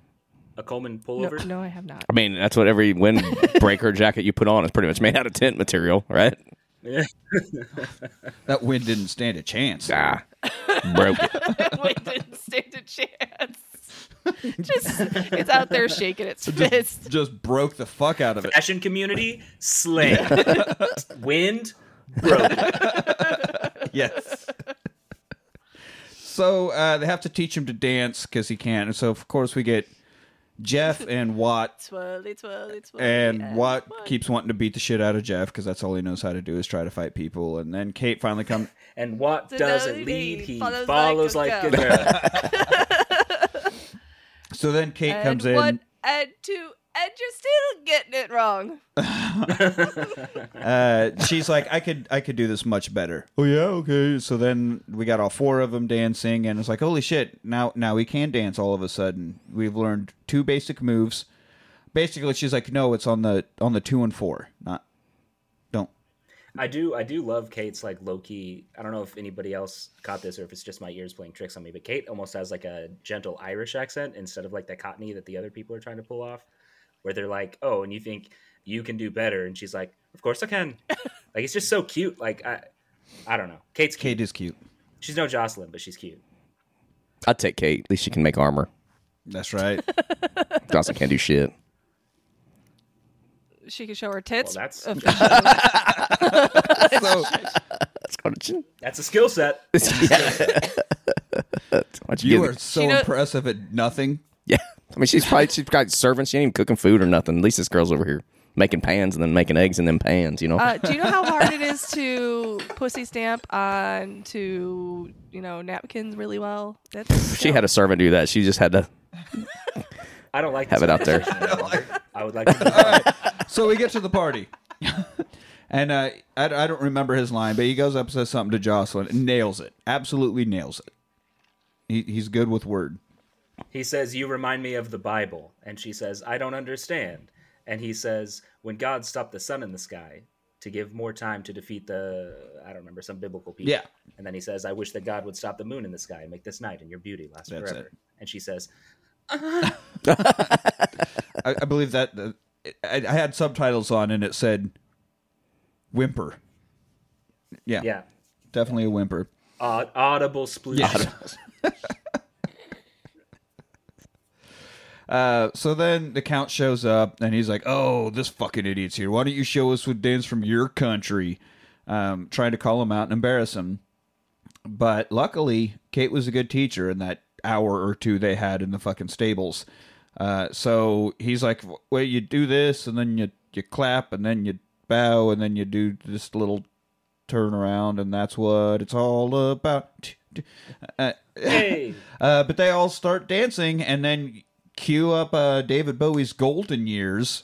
a Coleman no, pullover, no, I have not. I mean, that's what every windbreaker jacket you put on is pretty much made out of tent material, right? that wind didn't stand a chance Ah, broke it. we didn't stand a chance. Just it's out there shaking its fist. just broke the fuck out of it fashion community slain. Wind broken. yes. so uh, they have to teach him to dance because he can't. And so, of course, we get Jeff and Watt. Twirly, twirly, twirly. And Watt twirly. keeps wanting to beat the shit out of Jeff because that's all he knows how to do is try to fight people. And then Kate finally comes. And what So now doesn't he lead, he follows follows, like like, a a girl. So then Kate and comes in. One, and two, and you're still getting it wrong. Uh, she's like, I could, I could do this much better. Oh yeah, okay. So then we got all four of them dancing, and it's like, holy shit! Now, now we can dance all of a sudden. We've learned two basic moves. Basically, she's like, no, it's on the on the two and four, not don't. I do, I do love Kate's like low key. I don't know if anybody else caught this or if it's just my ears playing tricks on me, but Kate almost has like a gentle Irish accent instead of like the cockney that the other people are trying to pull off, where they're like, "Oh, and you think you can do better?" And she's like, "Of course I can." like it's just so cute. Like I, I don't know. Kate's cute. Kate is cute. She's no Jocelyn, but she's cute. I'd take Kate. At least she can make armor. That's right. Johnson can't do shit. She can show her tits. Well, that's so that's a skill set. Why'd you give are it- so She know- impressive at nothing. Yeah. I mean, she's probably she's got servants. She ain't even cooking food or nothing. At least this girl's over here making pans and then making eggs in them pans. You know, uh, do you know how hard it is to pussy stamp on to you know napkins really well? That's she had a servant do that. She just had to. I don't like Have this it out there. conversation any longer. I would like to. do So we get to the party. And uh, I, I don't remember his line, but he goes up and says something to Jocelyn and nails it. Absolutely nails it. He, he's good with word. He says, You remind me of the Bible. And she says, I don't understand. And he says, When God stopped the sun in the sky to give more time to defeat the, I don't remember, some biblical people. Yeah. And then he says, I wish that God would stop the moon in the sky and make this night and your beauty last That's forever. it. And she says, I, I believe that the, I, I had subtitles on and it said whimper. Yeah, Yeah. definitely a whimper. Aud- audible sploosh. Uh, so then the count shows up and he's like, "Oh, this fucking idiot's here. Why don't you show us what dance from your country?" Um, trying to call him out and embarrass him. But luckily, Kate was a good teacher in that hour or two they had in the fucking stables. Uh, so he's like, "Well, you do this, and then you you clap, and then you bow, and then you do this little turnaround, and that's what it's all about." Uh, Hey. uh, but they all start dancing and then cue up uh, David Bowie's Golden Years,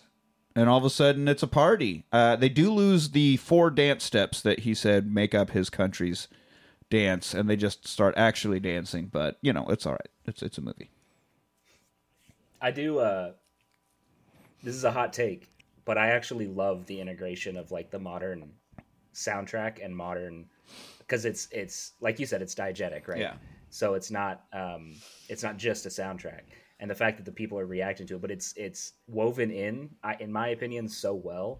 and all of a sudden it's a party. Uh, they do lose the four dance steps that he said make up his country's dance, and they just start actually dancing. But you know, it's all right. It's it's a movie. I do. Uh, this is a hot take, but I actually love the integration of like the modern soundtrack and modern because it's it's like you said, it's diegetic, right? Yeah. So it's not um, it's not just a soundtrack, and the fact that the people are reacting to it, but it's it's woven in, I, in my opinion, so well.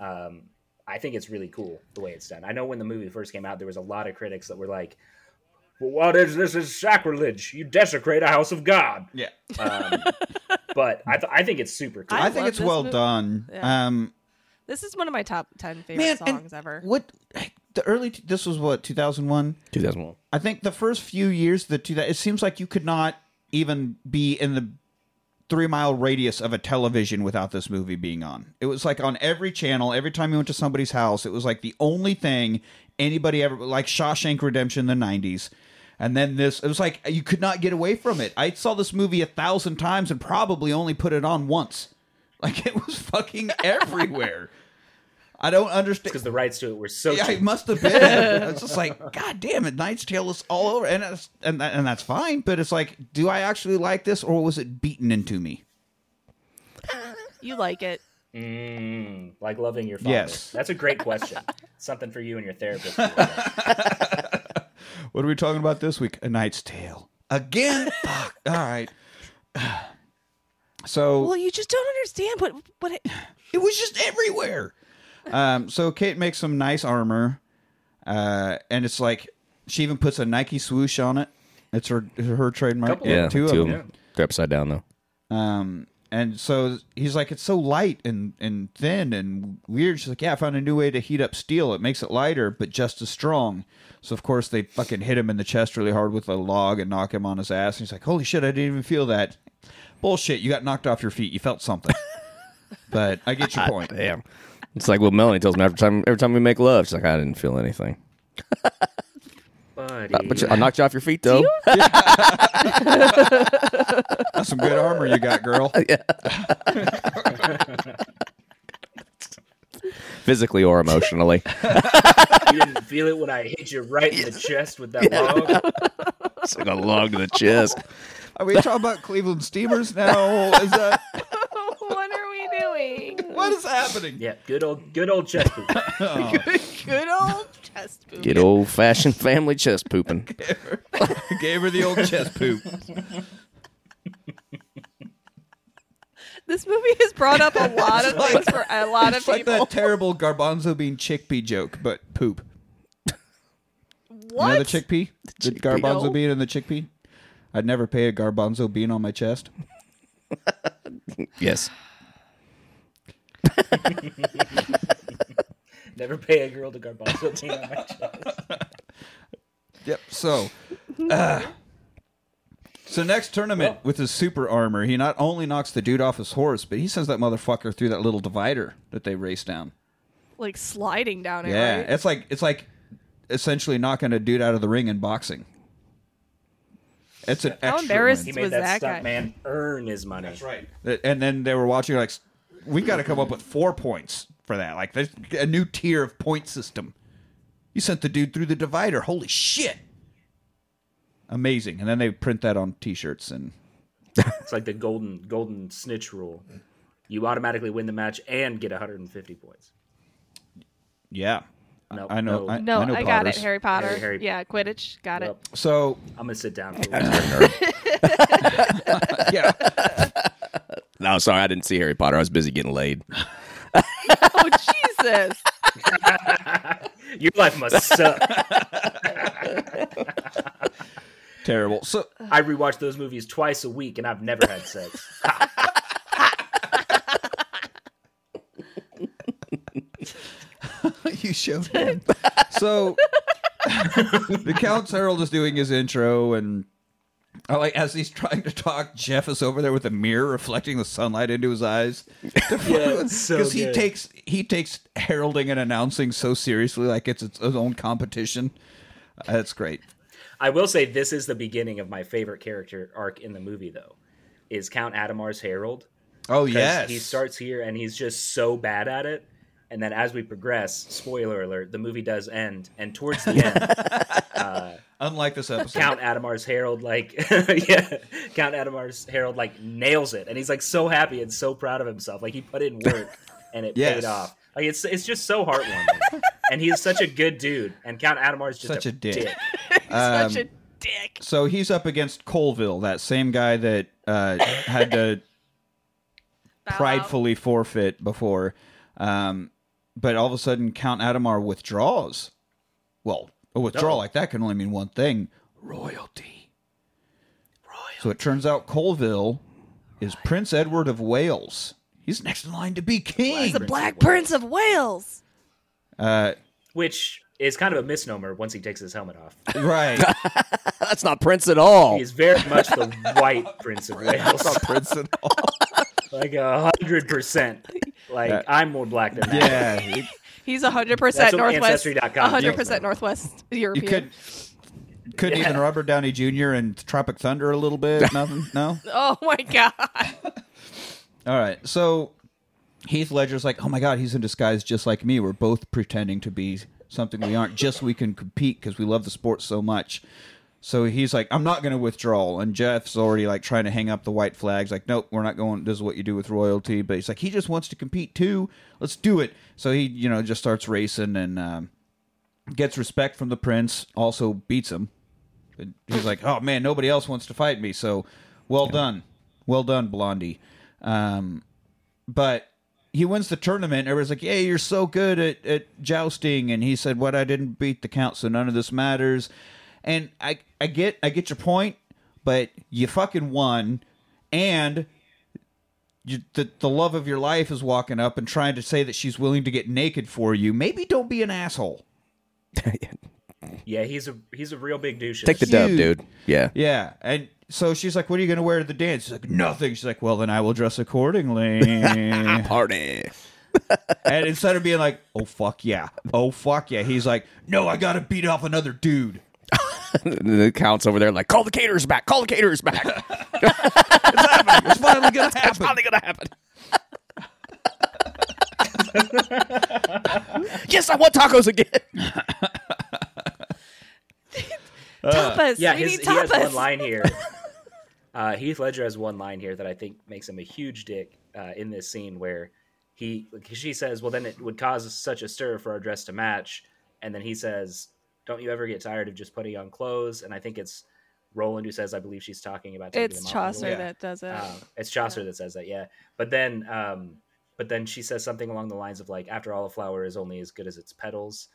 Um, I think it's really cool the way it's done. I know when the movie first came out, there was a lot of critics that were like, well, "What is this? Is sacrilege? You desecrate a house of God." Yeah, um, but I, th- I think it's super cool. I, I think love it's this well movie. done. Yeah. Um, This is one of my top ten favorite man, and songs ever. what the early this was what two thousand one. 2001. I think the first few years that do that, it seems like you could not even be in the three mile radius of a television without this movie being on. It was like on every channel. Every time you went to somebody's house, it was like the only thing anybody ever like Shawshank Redemption in the nineties. And then this, it was like you could not get away from it. I saw this movie a thousand times and probably only put it on once. Like it was fucking everywhere. I don't understand. because the rights to it were so Yeah, cheap. it must have been. I was just like, God damn it, Knight's Tale is all over, and that's, and that, and that's fine. But it's like, do I actually like this, or was it beaten into me? You like it? Mm, like loving your father. Yes. That's a great question. Something for you and your therapist. What are we talking about this week? A Knight's Tale again? Fuck. All right. So Well, you just don't understand what what it, It was just everywhere. Um, so Kate makes some nice armor, uh, and it's like she even puts a Nike swoosh on it. It's her her trademark. Couple Yeah, two, of them. They're upside down though. Um, and so he's like, it's so light and, and thin and weird. She's like, yeah, I found a new way to heat up steel. It makes it lighter, but just as strong. So, of course, they fucking hit him in the chest really hard with a log and knock him on his ass. And he's like, holy shit, I didn't even feel that. Bullshit, you got knocked off your feet. You felt something. but I get your point. Damn. It's like what Melanie tells me every time. Every time we make love, she's like, "I didn't feel anything." Buddy. But you- I knocked you off your feet though. That's some good armor you got, girl. physically or emotionally. You didn't feel it when I hit you right in the chest with that log. it's like a log to the chest. Are we talking about Cleveland Steamers now? Is that what are we doing? what is happening? Yeah, good old good old chest boot. Good old chest boob. Get old fashioned family chest pooping. Gave her the old chest poop. This movie has brought up a lot of things for a lot of It's like people. that terrible garbanzo bean chickpea joke, but poop. what? You know the chickpea? The, garbanzo No. bean and the chickpea? I'd never pay a garbanzo bean on my chest. Yes. Never pay a girl to garbanzo tea on my chest. Yep. So, uh, so next tournament Well- with his super armor, he not only knocks the dude off his horse, but he sends that motherfucker through that little divider that they race down. like sliding down it. Yeah, right? it's like it's like essentially knocking a dude out of the ring in boxing. It's an extra How win. embarrassed He was made that that stunt guy? man earn his money. That's right. And then they were watching like, we've got to come up with four points for that. Like there's a new tier of point system. You sent the dude through the divider. Holy shit! Amazing. And then they print that on T-shirts and It's like the golden golden snitch rule. You automatically win the match and get 150 points. yeah, I- Nope, I know. no. I, No, I, know I, got it. Potters. Harry Potter. Harry- Harry- Yeah, Quidditch. Got Well, it. So I'm gonna sit down. For a while. yeah, No, sorry, I didn't see Harry Potter. I was busy getting laid. Oh Jesus! Your life must suck. Terrible. So I rewatch those movies twice a week, and I've never had sex. you showed him. so the Count's Harold is doing his intro, and I like as he's trying to talk, Jeff is over there with a mirror reflecting the sunlight into his eyes. yeah, so because he good. takes he takes heralding and announcing so seriously, like it's its own competition. Uh, That's great. I will say this is the beginning of my favorite character arc in the movie, though, is Count Adamar's Herald. Oh 'Cause yes, He starts here and he's just so bad at it. And then as we progress, spoiler alert, the movie does end. And towards the end, Unlike this episode, Count Adamar's Herald, like, yeah, Count Adamar's Herald, like, nails it. And he's, like, so happy and so proud of himself. Like, he put in work and it Yes. paid off. Like, it's, it's just so heartwarming. and he's such a good dude. And Count Adamar's just such a dick. dick. Such a dick. So he's up against Colville, that same guy that uh, had to Bow pridefully forfeit before. Um, but all of a sudden, Count Adamar withdraws. Well, a withdrawal Uh-oh. like that can only mean one thing royalty. So it turns out Colville is Prince Edward of Wales. He's next in line to be Wow. king. The Black Prince of Wales. Uh, Which is kind of a misnomer once he takes his helmet off. right. That's not Prince at all. He's very much the white Prince of Wales. Prince at all. like a hundred percent. Like Yeah. I'm more black than that. Yeah. it- He's hundred That's percent what Northwest. Ancestry.com hundred tells me. percent Northwest you European. could. Couldn't even Robert Downey Jr. and Tropic Thunder a little bit. Nothing. No. Oh my god! All right. So Heath Ledger's like, oh my God, he's in disguise just like me. We're both pretending to be something we aren't just so we can compete because we love the sport so much. So he's like, I'm not going to withdraw. And Jeff's already like trying to hang up the white flags, like, nope, we're not going. This is what you do with royalty. But he's like, he just wants to compete too. Let's do it. So he, you know, just starts racing and um, gets respect from the prince, also beats him. And he's like, oh man, nobody else wants to fight me. So well done. Well done, Blondie. Um, but he wins the tournament. Everybody's like, "Yeah, you're so good at, at jousting," and he said, "What? I didn't beat the count, so none of this matters." And I, I get, I get your point, but you fucking won, and you, the the love of your life is walking up and trying to say that she's willing to get naked for you. Maybe don't be an asshole. Yeah, he's a he's a real big douche. Take the dub, Huge. dude. Yeah. Yeah, and so she's like, "What are you going to wear to the dance?" She's like, "Nothing." She's like, "Well, then I will dress accordingly." Party. And instead of being like, "Oh fuck yeah, oh fuck yeah," he's like, "No, I gotta beat off another dude." the count's over there like, call the caterers back. Call the caterers back. It's finally gonna That's happen. probably gonna happen. yes, I want tacos again. tapas. yeah, we his, need he has tapas. one line here. uh, Heath Ledger has one line here that I think makes him a huge dick uh, in this scene where he she says, "Well, then it would cause such a stir for our dress to match," and then he says, "Don't you ever get tired of just putting on clothes?" And I think it's Roland who says, "I believe she's talking about." taking It's them off. Chaucer Yeah. that does it. Um, it's Chaucer that says that, yeah. But then, um, but then she says something along the lines of like, "After all, a flower is only as good as its petals,"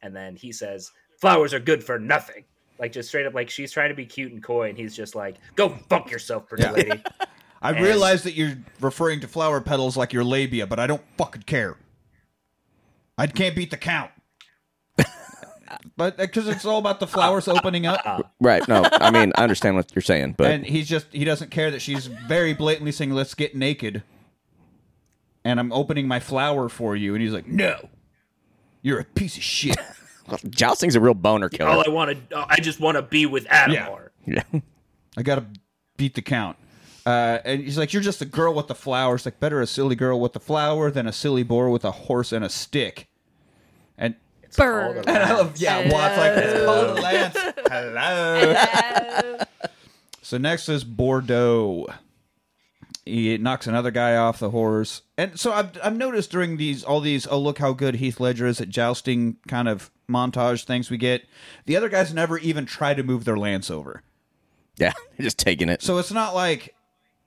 and then he says, "Flowers are good for nothing." Like just straight up, like she's trying to be cute and coy, and he's just like, "Go fuck yourself, pretty Yeah. lady." I And- realize that you're referring to flower petals like your labia, but I don't fucking care. I can't beat the count. but because it's all about the flowers opening up, Right. No, I mean I understand what you're saying, but and he's just he doesn't care that she's very blatantly saying, "Let's get naked," and I'm opening my flower for you, and he's like, "No, you're a piece of shit." jousting's a real boner all killer. I want to, I just want to be with Adamar. Yeah. I gotta beat the count. Uh, and he's like, "You're just a girl with the flowers. Like, better a silly girl with the flower than a silly boy with a horse and a stick." And It's Burn. all I around. love, yeah, Watt's like, "It's called a lance." Hello. so next is Bordeaux. He knocks another guy off the horse, and so I've I've noticed during these all these oh look how good Heath Ledger is at jousting kind of montage things we get. The other guys never even try to move their lance over. Yeah. Just taking it. So it's not like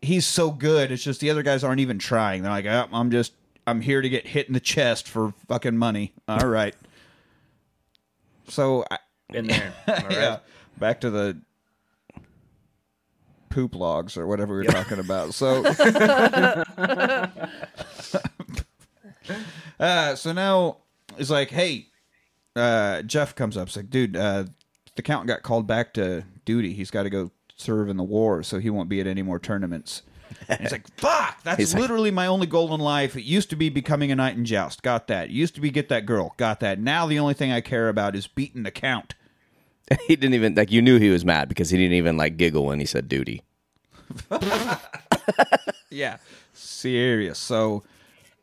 he's so good. It's just the other guys aren't even trying. They're like, oh, I'm just I'm here to get hit in the chest for fucking money. All right. So I, in there. All right. yeah, back to the poop logs or whatever we were talking about. So, uh, so now it's like, hey, uh, Jeff comes up. It's like, dude, uh, the count got called back to duty. He's got to go serve in the war, so he won't be at any more tournaments. And he's like, fuck, that's He's like- literally my only goal in life. It used to be becoming a knight in joust. Got that. It used to be get that girl. Got that. Now the only thing I care about is beating the count. he didn't even like you knew he was mad because he didn't even like giggle when he said duty. Yeah. Serious. So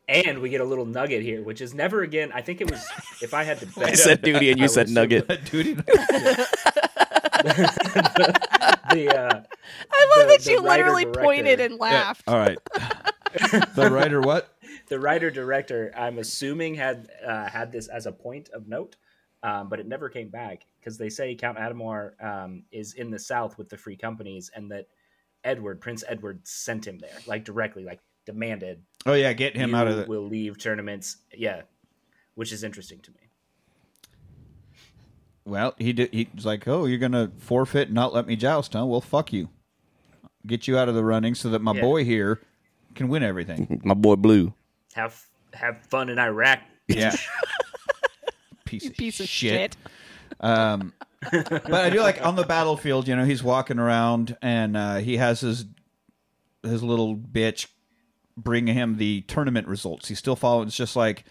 And we get a little nugget here, which is never again. I think it was if I had to bet. I said duty and you I said was- nugget. duty The, uh, I love The- that the you writer literally director. pointed and laughed. All right. the writer what? the writer director, I'm assuming, had uh, had this as a point of note, um, but it never came back because they say Count Adamor um, is in the South with the free companies, and that Edward, Prince Edward, sent him there, like directly, like demanded Oh yeah, get him "You out of the Will leave tournaments, yeah, which is interesting to me. Well, he did he's like, "Oh, you're going to forfeit and not let me joust, huh? Well, fuck you. Get you out of the running so that my Yeah. boy here can win everything." My boy Blue. Have have fun in Iraq. yeah. Piece You of, piece of shit. shit. Um, but I do like on the battlefield. You know, he's walking around and uh, he has his his little bitch bring him the tournament results. He still follows. It's just like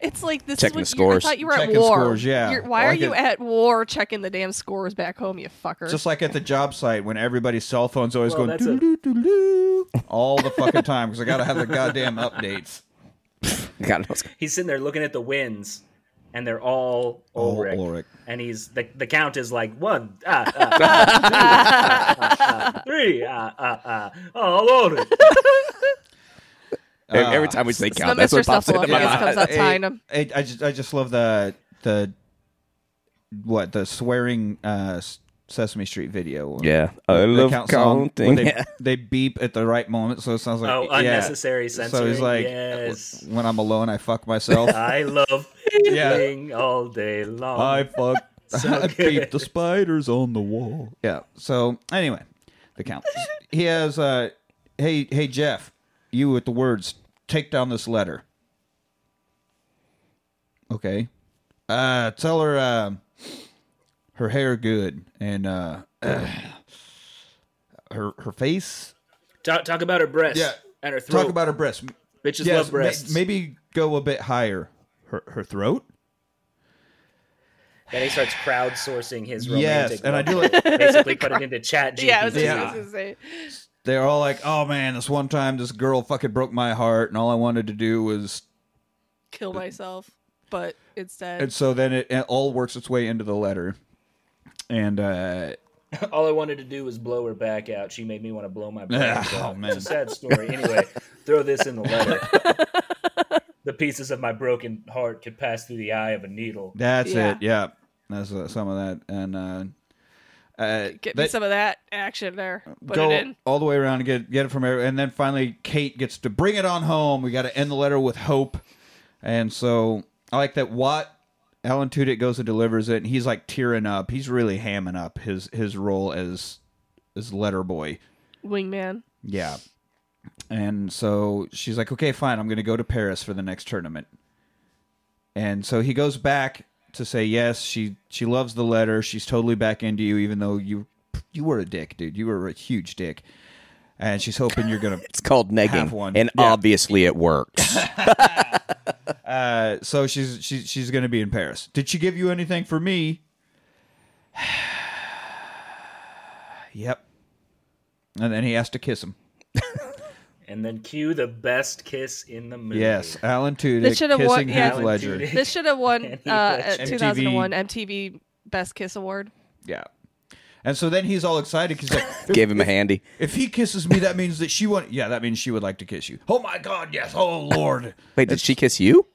It's like this Checking the is what you, I scores. thought you were Checking at war. scores, yeah. You're- why Like are you it- at war checking the damn scores back home, you fucker? just like at the job site when everybody's cell phone's always Well, going that's a- doo-doo-doo-doo all the fucking time because I got to have the goddamn updates. God knows. He's sitting there looking at the wins, and they're all All Ulrich. Ulrich. And he's the, the count is like one, ah, ah, ah, two, ah, ah, ah, three, ah, ah, ah, all Ulrich. Ah. Every time we say It's count, the that's Mr. what pops Shuffle into my up. mind. comes up I- behind him. I, I just I just love the the what the swearing uh, Sesame Street video. Yeah. I the love count song, counting. where They, Yeah. they beep at the right moment, so it sounds like Oh, yeah. unnecessary So censoring, he's like, yes. when I'm alone, I fuck myself. I love Yeah. eating all day long. I fuck. So I beat good. the spiders on the wall. Yeah. So anyway, the count. he has. Uh, hey, hey, Jeff, you with the words. Take down this letter. Okay. Uh, tell her um her hair good and uh, her her face. talk, talk about her breasts Yeah. and her throat. Talk about her breasts. Bitches Yes, love breasts. ma- maybe go a bit higher. Her her throat. Then he starts crowdsourcing his romantic. Yes, and I do love. like basically put it into chat. Yeah, I was just GPT. Yeah. I was gonna say. they're all like, "Oh man, this one time this girl fucking broke my heart, and all I wanted to do was." kill myself, but instead, And so then it, it all works its way into the letter, and uh, All I wanted to do was blow her back out. She made me want to blow my back Oh, out. man. It's a sad story. Anyway, throw this in the letter. the pieces of my broken heart could pass through the eye of a needle. that's Yeah. it. Yeah, that's uh, some of that, and uh, uh, get me that- some of that action there. Put go it in. all the way around and get get it from everywhere, and then finally Kate gets to bring it on home. We got to end the letter with hope, and so I like that. Watt Alan Tudyk goes and delivers it, and he's like tearing up. He's really hamming up his his role as as letter boy. Wingman. Yeah. And so she's like, okay, fine, I'm going to go to Paris for the next tournament. And so he goes back to say yes. She she loves the letter. She's totally back into you, even though you you were a dick, dude. You were a huge dick. And she's hoping you're gonna. It's called Have negging. one. And Yeah. obviously it works. Uh, so she's she's she's gonna be in Paris. Did she give you anything for me? yep. And then he has to kiss him. And then cue the best kiss in the movie. Yes, Alan Tudyk That should've kissing won- yeah. Heath Alan Ledger. Tudyk. This should have won Any uh, legend. at 2001 MTV Best Kiss Award. Yeah. And so then he's all excited because like, Gave him a handy. if he kisses me, that means that she want. Yeah, that means she would like to kiss you. Oh my God, yes. Oh Lord. Wait, did she kiss you?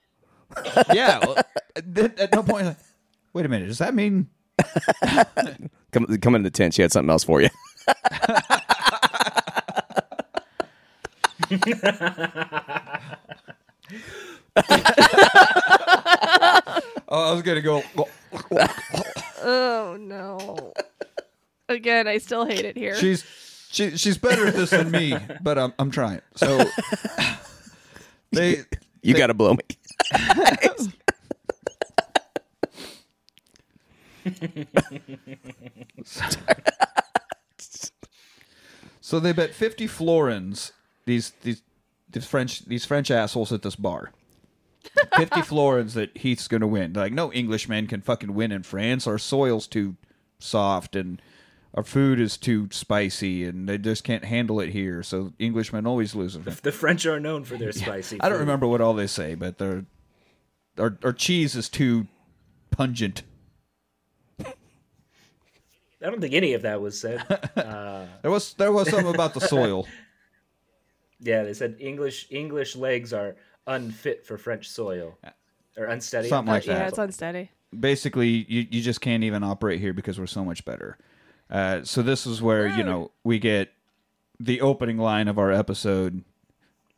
yeah. well, at, at no point. like, Wait a minute. Does that mean? Come, come into the tent. She had something else for you. Oh, I was gonna go. Oh no. Again, I still hate it here. She's she, she's better at this than me, but I'm I'm trying. So they You got to blow me. so they bet fifty florins. These these these French these French assholes at this bar. Fifty florins that Heath's gonna win. Like no Englishman can fucking win in France. Our soil's too soft and our food is too spicy and they just can't handle it here. So Englishmen always lose in France. The French are known for their spicy. I don't food. remember what all they say, but their our, our cheese is too pungent. I don't think any of that was said. There was there was something about the soil. yeah, they said English English legs are unfit for French soil or unsteady. Something like yeah, that. it's unsteady. Basically, you, you just can't even operate here because we're so much better. Uh, so this is where you know we get the opening line of our episode.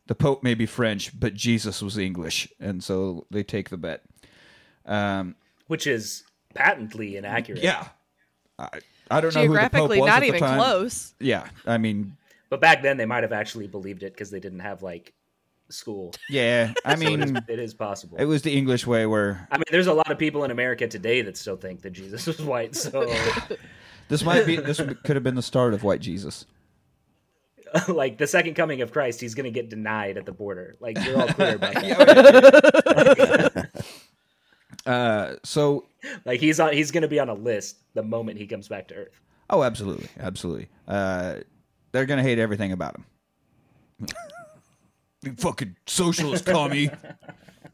The Pope may be French, but Jesus was English, and so they take the bet. Um, which is patently inaccurate. yeah, I, I don't know who the Pope Geographically, was not at even the time. close. Yeah, I mean, But back then they might have actually believed it because they didn't have like school. yeah, I So it is- mean, it is possible. Hmm. it was the English way where I mean, there's a lot of people in America today that still think that Jesus was white. So, This might be. This could have been the start of White Jesus. like, the second coming of Christ, he's going to get denied at the border. Like, you're all clear about that. Uh, so, Like, he's on. He's going to be on a list the moment he comes back to Earth. oh, absolutely, absolutely. Uh, they're gonna hate everything about him. you fucking socialist commie.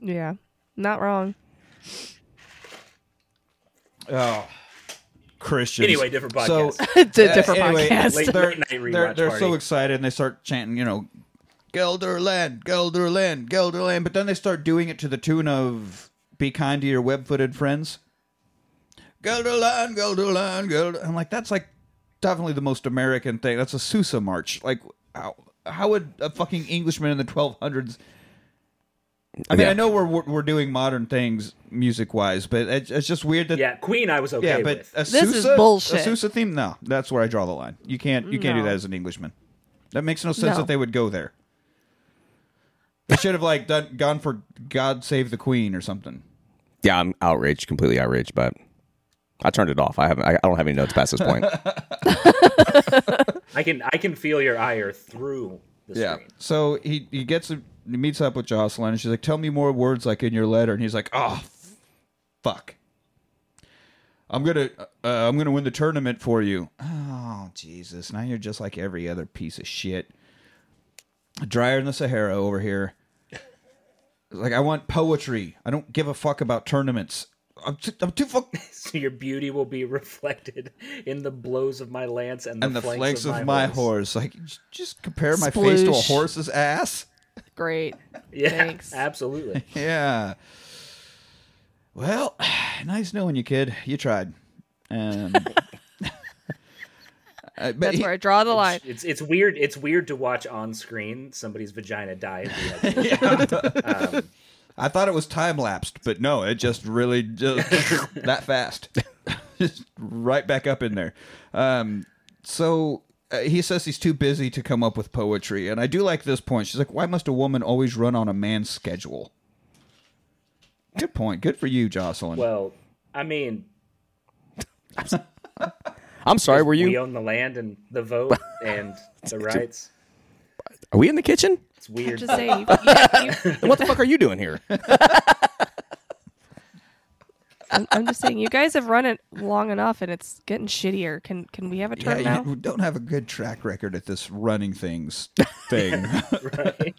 Yeah. Not wrong. oh, Christians. Anyway, different So, podcast. it's a uh, different anyway, podcast. Late- They're, late night rewatch they're, they're so party. excited and they start chanting, you know, Gelderland, Gelderland, Gelderland. But then they start doing it to the tune of Be Kind to Your Web Footed Friends. Gelderland, Gelderland, Gelder. I'm like, that's like definitely the most American thing. That's a Sousa march. Like, how, how would a fucking Englishman in the 1200s? I mean, Yeah. I know we're, we're we're doing modern things music wise, but it's, it's just weird that yeah, Queen, I was okay yeah, but uh, with. a This is Sousa, bullshit. A Sousa theme? No, that's where I draw the line. You can't. You can't do No. that as an Englishman. That makes no sense No. that they would go there. They should have like done, gone for "God Save the Queen" or something. Yeah, I'm outraged, completely outraged, but I turned it off. I haven't. I, I don't have any notes past this point. I can I can feel your ire through the screen. So he he gets he meets up with Jocelyn, and she's like, "Tell me more words like in your letter," and he's like, "Oh, f- fuck." I'm gonna, uh, I'm gonna win the tournament for you. Oh Jesus! Now you're just like every other piece of shit. Drier in the Sahara over here. Like I want poetry. I don't give a fuck about tournaments. I'm too, I'm too fuck. So your beauty will be reflected in the blows of my lance and the, and the flanks, flanks of my horse. horse. Like j- just compare my face to a Sploosh. horse's ass. Great. Yeah, Thanks. absolutely. Yeah. Well, nice knowing you, kid. You tried. Um, uh, but That's he- where I draw the line. It's it's weird. It's weird to watch on screen somebody's vagina die. At the end. I thought it was time lapsed, but no, it just really just that fast, just right back up in there. Um, so uh, he says he's too busy to come up with poetry, and I do like this point. She's like, "Why must a woman always run on a man's schedule?" Good point. Good for you, Jocelyn. well, I mean, I'm sorry. Were we you? own the land and the vote and the rights. Are we in the kitchen? It's weird. Just saying. You, you, Then What the fuck are you doing here? I'm, I'm just saying, you guys have run it long enough, and it's getting shittier. Can can we have a turn Yeah, now? you don't have a good track record at this running things thing. right?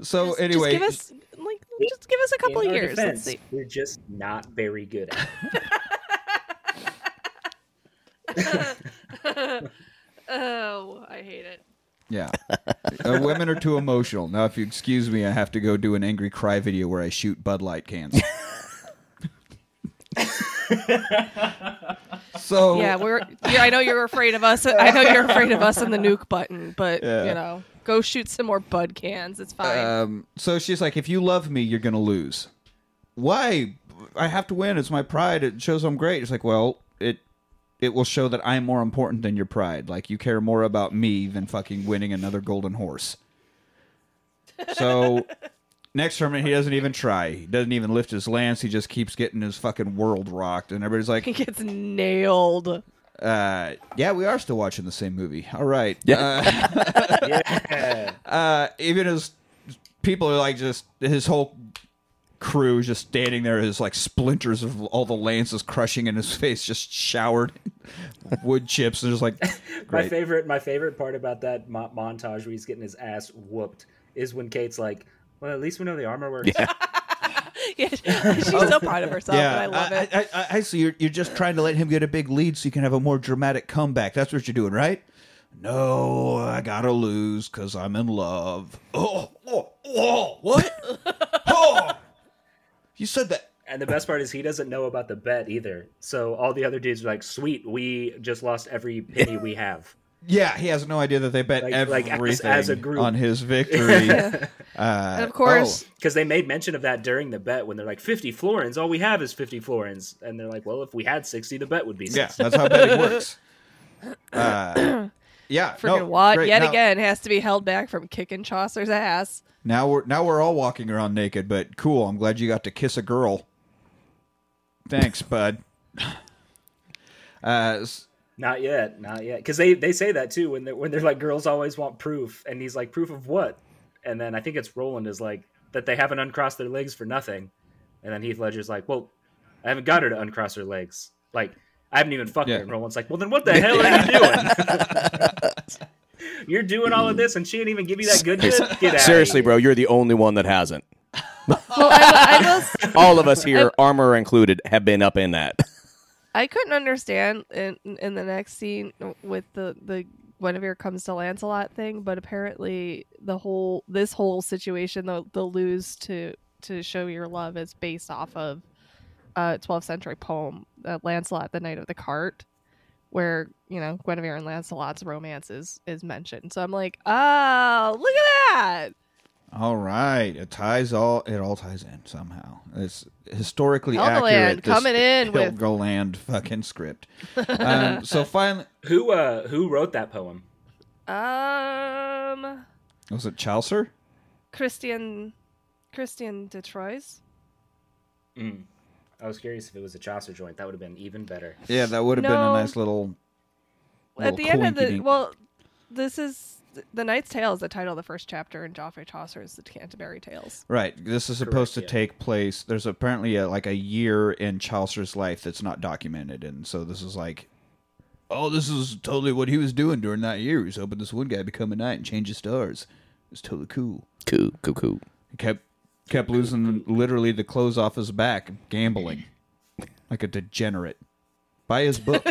so Just- anyway, just give us like just give us a couple In of our years. Let's defense, see. we're just not very good at. It. Oh, I hate it. yeah, uh, women are too emotional. Now, if you excuse me, I have to go do an angry cry video where I shoot Bud Light cans. So Yeah, we're. Yeah, I know you're afraid of us. I know you're afraid of us and the nuke button, but Yeah. you know, go shoot some more bud cans. It's fine. Um, so she's like, if you love me, you're gonna lose. Why? I have to win. It's my pride. It shows I'm great. It's like, well, it it will show that I'm more important than your pride. Like you care more about me than fucking winning another golden horse. So next tournament, he doesn't even try. He doesn't even lift his lance. He just keeps getting his fucking world rocked, and everybody's he like, gets nailed. uh, "Yeah, we are still watching the same movie. All right, Yeah. Uh, Yeah. uh, even his people are like just his whole crew is just standing there as like splinters of all the lances crushing in his face just showered wood chips and just like my great. favorite, my favorite part about that mo- montage where he's getting his ass whooped is when Kate's like, "Well, at least we know the armor works." Yeah, she's so proud of herself, yeah, and I love I, it. I, I, I see. You're, you're just trying to let him get a big lead so you can have a more dramatic comeback. That's what you're doing, right? No, I gotta lose because I'm in love. Oh, oh, oh what? oh, you said that. And the best part is he doesn't know about the bet either. So all the other dudes are like, "Sweet, we just lost every penny we have." Yeah, he has no idea that they bet Like- like, everything as- as a group. on his victory. and of course, oh, Because they made mention of that during the bet when they're like, 50 florins, all we have is 50 florins. And they're like, well, if we had 60, the bet would be yeah, 60. that's how betting works. Uh, yeah, freaking no, Watt great. yet now, again has to be held back from kicking Chaucer's ass. Now we're now we're all walking around naked, but cool. I'm glad you got to kiss a girl. Thanks, bud. Uh, s- Not yet, not yet. Because they, they say that too when they're, when they're like, girls always want proof. And he's like, proof of what? And then I think it's Roland is like, that they haven't uncrossed their legs for nothing. And then Heath Ledger's like, well, I haven't got her to uncross her legs. Like, I haven't even fucked Yeah. her. And Roland's like, well, then what the hell are you doing? You're doing all of this and she didn't even give you that good shit? Get outta here. Seriously, bro, you're the only one that hasn't. Well, I, I will All of us here, armor included, have been up in that. I couldn't understand in in the next scene with the the Guinevere comes to Lancelot thing, but apparently the whole this whole situation, the the lose to to show your love, is based off of a 12th century poem, uh, Lancelot, the Knight of the Cart, where you know Guinevere and Lancelot's romance is is mentioned. So I'm like, oh, look at that. all right, it ties all. It all ties in somehow. It's historically Helgoland accurate. this coming in with- Helgoland fucking script. Um, so finally, Who uh who wrote that poem? Um, was it Chaucer? Christian Christian de Troyes. I was curious if it was a Chaucer joint. That would have been even better. Yeah, that would have been No. a nice little. at little the end of the coinkydink. well this is the knight's tale is the title of the first chapter and joffrey chaucer is the canterbury tales Right. This is supposed Correct, to take place. There's apparently a, like a year in Chaucer's life that's not documented, and so this is like, oh, this is totally what he was doing during that year. He was hoping this one guy become a knight and change his stars. It's totally cool. Cool, cool, cool. He kept kept losing literally the clothes off his back, gambling like a degenerate. Buy his book.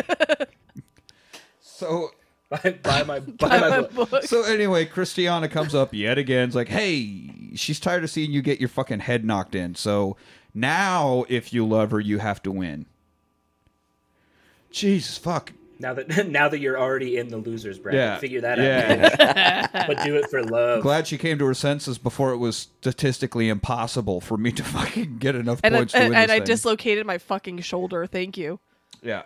so By, by my by my book. so anyway, Christiana comes up yet again. Is like, hey, she's tired of seeing you get your fucking head knocked in. So now, if you love her, you have to win. Jesus fuck. Now that now that you're already in the losers bracket, Yeah. figure that Yeah. out. But do it for love. Glad she came to her senses before it was statistically impossible for me to fucking get enough and, I, points to and, win and this I thing. dislocated my fucking shoulder thank you yeah.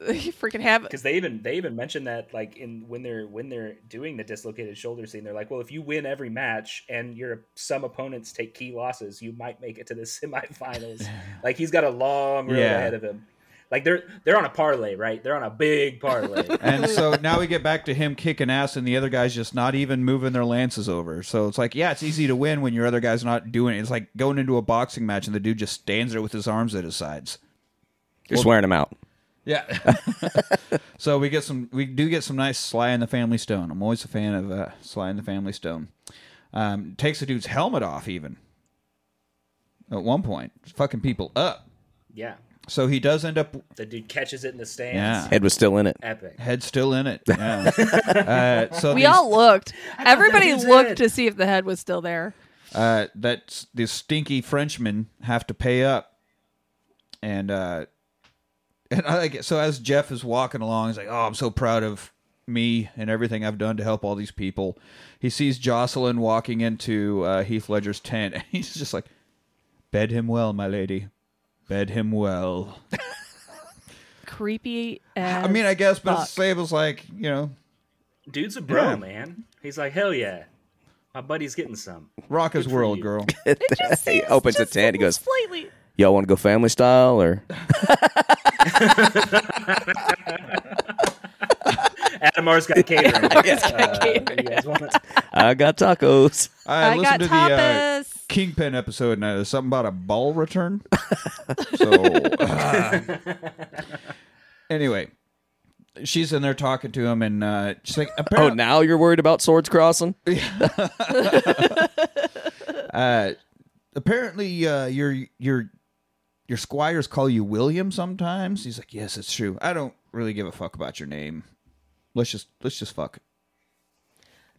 you freaking have Because they even they even mention that like in when they're when they're doing the dislocated shoulder scene, they're like, well, if you win every match and your some opponents take key losses, you might make it to the semifinals. like he's got a long road Yeah. ahead of him. Like they're they're on a parlay, right? They're on a big parlay. And so now we get back to him kicking ass, and the other guy's just not even moving their lances over. So it's like, yeah, it's easy to win when your other guy's not doing it. It's like going into a boxing match, and the dude just stands there with his arms at his sides. You're swearing them out. Yeah. so we get some, we do get some nice Sly and the Family Stone. I'm always a fan of uh, Sly and the Family Stone. Um, takes the dude's helmet off even. At one point, fucking people up. yeah, So he does end up the dude catches it in the stands. Yeah. Head was still in it. Epic. head still in it. Yeah. uh, so we these- all looked everybody dude's looked head. to see if the head was still there uh, that the stinky Frenchmen have to pay up, and uh, And I like it. So as Jeff is walking along, he's like, "Oh, I'm so proud of me and everything I've done to help all these people." He sees Jocelyn walking into uh, Heath Ledger's tent, and he's just like, "Bed him well, my lady. Bed him well." Creepy. As I mean, I guess, but fuck. Sable's like, you know, Dude's a bro, Yeah. man. He's like, hell yeah, my buddy's getting some. rock his Good for world, you. girl. It just he seems opens a just tent. He little goes, slightly. "Y'all want to go family style or?" Adamar's got catering. Uh, got catering. you guys want it? I got tacos. I, I, got listened to the uh, tapas. Kingpin episode, and uh, there's something about a ball return. so, uh, anyway, she's in there talking to him, and uh, she's like, Oh, apparently, now you're worried about swords crossing? uh, apparently uh, your your your squires call you William sometimes." He's like, "Yes, it's true. I don't really give a fuck about your name. Let's just let's just fuck."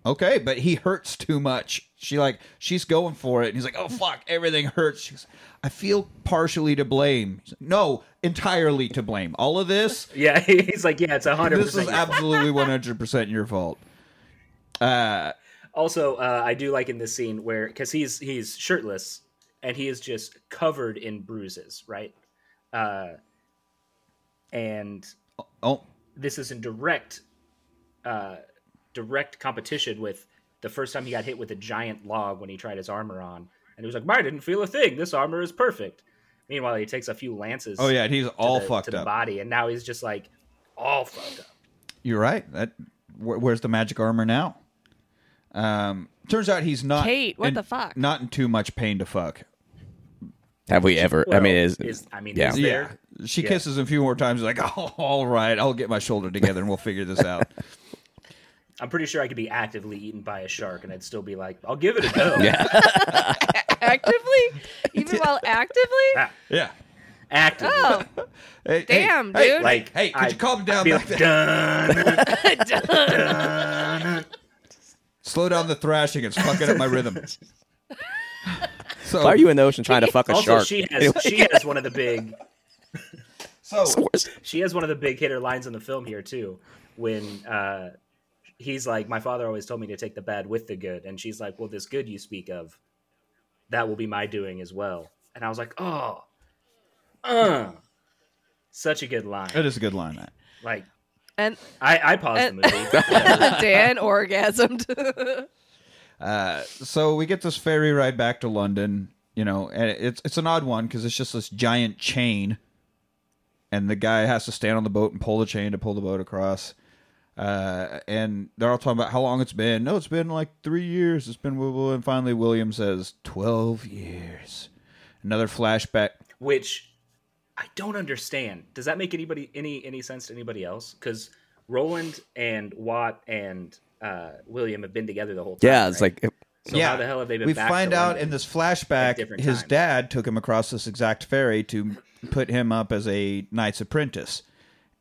Okay, but he hurts too much. She like she's going for it, and he's like, "Oh fuck, everything hurts." She's, I feel partially to blame. He's like, no, entirely to blame. All of this, Yeah, he's like, yeah, it's a hundred this is percent. absolutely one hundred percent your fault. Also, uh, I do like in this scene where because he's he's shirtless and he is just covered in bruises, right? Uh, and Oh, this is in direct uh, direct competition with the first time he got hit with a giant log when he tried his armor on, and he was like, "Mine didn't feel a thing. This armor is perfect." Meanwhile, he takes a few lances. oh yeah, and he's to all the- to fucked the up. body, and now he's just like all fucked up. You're right. That where, where's the magic armor now? Um, turns out he's not. Kate, what in- the fuck? Not in too much pain to fuck. Have we ever? I mean, Well, is, I mean, yeah. is there? Yeah. She Yeah. kisses him a few more times. Like, oh, all right, I'll get my shoulder together and we'll figure this out. I'm pretty sure I could be actively eaten by a shark, and I'd still be like, "I'll give it a go." yeah, actively, even while actively. Ah, yeah. actively. Oh, Hey, hey, Damn, hey, dude. Like, Like, hey, could I- you calm down Be back like, there? done. Slow down the thrashing. It's fucking up my rhythm. So, why are you in the ocean trying to fuck a also, shark? she has Anyway, she has one of the big so swords. she has one of the big hitter lines in the film here too, when uh, he's like, "My father always told me to take the bad with the good," and she's like, "Well, this good you speak of, that will be my doing as well." And I was like, "Oh, uh, such a good line." that is a good line. That. Like, and I I paused the And- movie. Dan orgasmed. Uh, so we get this ferry ride back to London, you know, and it's it's an odd one because it's just this giant chain, and the guy has to stand on the boat and pull the chain to pull the boat across. Uh, and they're all talking about how long it's been. No, it's been like three years. It's been blah, blah, blah. and finally William says twelve years. Another flashback. which I don't understand. Does that make anybody any any sense to anybody else? Because Roland and Watt and uh, William have been together the whole time. Yeah, it's right? like so how the hell have they been? We back find to out London? in this flashback, at different his times? dad took him across this exact ferry to put him up as a knight's apprentice.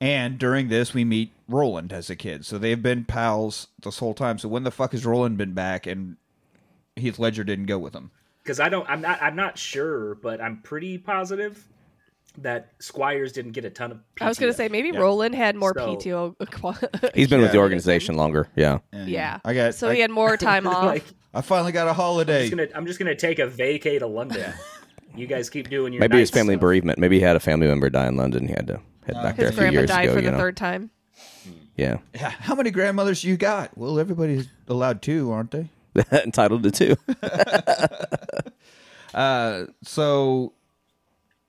And during this, we meet Roland as a kid. So they've been pals this whole time. So when the fuck has Roland been back and Heath Ledger didn't go with him? because I don't. I'm not. I'm not sure, but I'm pretty positive that Squires didn't get a ton of. I was gonna PTO. say maybe Roland had more So- PTO. equi- he's been with the Yeah. organization longer. Yeah, And yeah, I got. so I, he had more time off. like, I finally got a I'm holiday. just gonna. I'm just gonna take a vacay to London. you guys keep doing your. maybe his nice family stuff. bereavement. Maybe he had a family member die in London. He had to head back there Uh, His a few grandpa years died ago. for you the know, third time. yeah, Yeah. How many grandmothers you got? Well, everybody's allowed two, aren't they? entitled to two. so